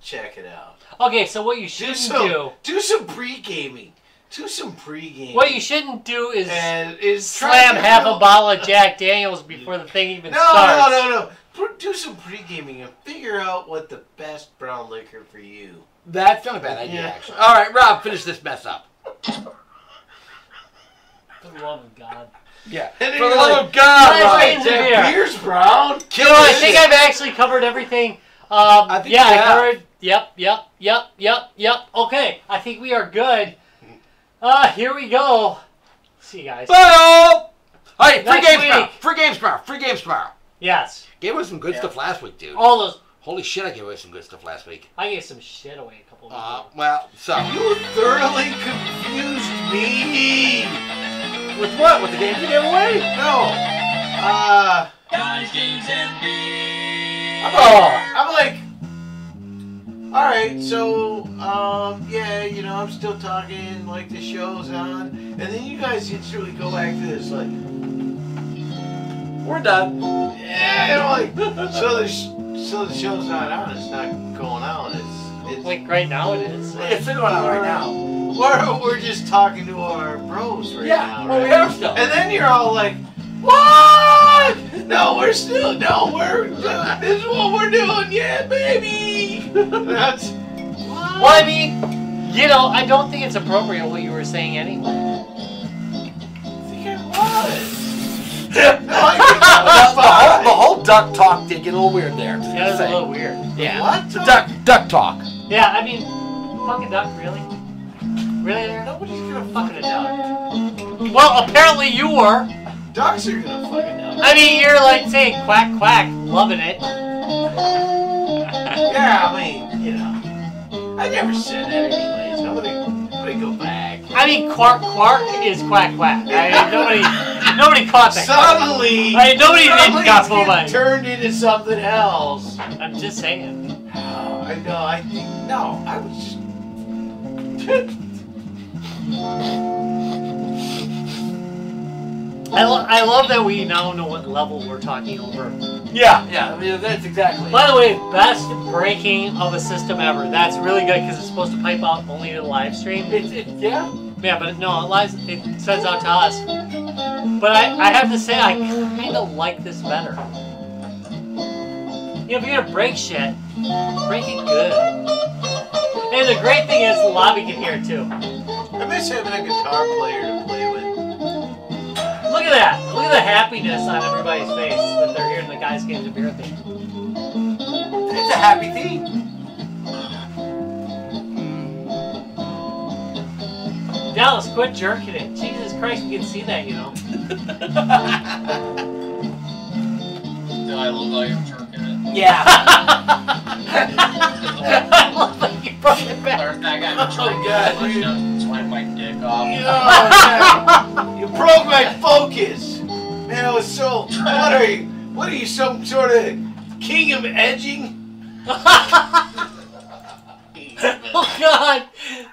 S4: check it out.
S2: Okay, so what you
S4: Do
S2: shouldn't
S4: some
S2: do,
S4: do some pre gaming. Do some pre gaming.
S2: what you shouldn't do is
S4: and is
S2: slam
S4: try-
S2: half a bottle of Jack Daniels before the thing even
S4: No,
S2: starts.
S4: no, no, no. Pr- Do some pre-gaming and figure out what the best brown liquor for you.
S10: That's not a bad idea,
S4: Yeah.
S10: actually. All right, Rob, finish this mess up.
S2: For the love of Oh, God.
S10: Yeah.
S4: And
S10: For the
S4: you're
S10: love
S4: like,
S10: of God,
S2: Guys,
S10: Rob.
S2: I-
S4: "That
S2: Yeah.
S4: beer's brown.
S10: Kill
S2: No, I
S10: this
S2: think
S10: shit.
S2: I've actually covered everything. Um,
S10: I think
S2: yeah,
S10: you have.
S2: I covered. Yep, yep, yep, yep, yep. Okay, I think we are good. Uh, here we go. See you guys.
S10: Bye. All right, free
S2: Next
S10: games tomorrow.
S2: week.
S10: Free games tomorrow. Free games tomorrow.
S2: Yes,
S10: Gave away some good
S5: Yeah.
S10: stuff last week, dude.
S2: all those.
S10: Holy shit, I gave away some good stuff last week.
S2: I gave some shit away a couple of weeks
S10: Uh,
S2: ago.
S10: well, so
S4: You thoroughly confused me.
S10: with what? With the games you gave away?
S4: No. Uh,
S10: Oh,
S4: I'm like, all right. So, um, yeah, you know, I'm still talking like the show's on, and then you guys instantly go back to this like.
S10: we're done.
S4: Yeah, and I'm like so the sh- so the show's not on. It's not going out. It's it's
S2: Like right now it is.
S10: It's going on right now.
S4: we're, we're just talking to our bros right
S10: Yeah,
S4: now.
S10: well, we
S4: right?
S10: are still.
S4: And then you're all like, what? No, we're still no, we're this is what we're doing. Yeah, baby. That's
S2: Well, I mean, you know, I don't think it's appropriate what you were saying anyway.
S4: I think it was. No,
S10: the, the
S4: I
S10: whole, the whole duck talk did get a little weird there. Just
S2: That was a
S10: saying.
S2: little weird.
S4: think
S2: Yeah.
S4: what?
S10: Duck, duck talk.
S2: Yeah, I mean, fucking duck, really? Really there?
S4: Nobody's gonna
S2: Fucking
S4: fucking
S2: a duck. Well, apparently you were.
S4: Ducks are gonna fucking know.
S2: I mean, you're like saying quack quack, loving it.
S4: Yeah, I mean, you know, I never said that anyways. I'm gonna, I'm gonna go back.
S2: I mean, quark quark is quack quack. I mean, nobody, nobody caught that.
S4: Suddenly,
S2: I mean, nobody did
S4: suddenly
S2: got full
S4: it
S2: mind.
S4: turned into something else. Oh,
S2: I'm just saying.
S4: I know. I think no. I was just.
S2: I, lo- I love that we now know what level we're talking over.
S10: Yeah, yeah, I mean, that's exactly.
S2: By the way, best breaking of a system ever. That's really good because it's supposed to pipe out only to the live stream.
S10: It's, it's, yeah.
S2: Yeah, but no, it lies. It sends out to us. But I, I have to say, I kind of like this better. You know, if you're gonna break shit, break it good. And the great thing is, the lobby can hear it too.
S4: I miss having a guitar player to play with.
S2: Look at that! Look at the happiness on everybody's face that they're hearing the guys games of beer thing.
S10: It's a happy theme.
S2: Dallas, quit jerking it. Jesus Christ, we can see that, you know.
S3: Do I look like I'm jerking it?
S10: Yeah.
S2: I love that you brought it back.
S3: Or that guy was
S4: Oh,
S3: jerking
S4: God,
S3: it,
S4: dude.
S3: I'm swiping my dick off.
S4: yeah. Um, you broke my focus, man. I was so. What are you? What are you? Some sort of king of edging?
S2: Oh God!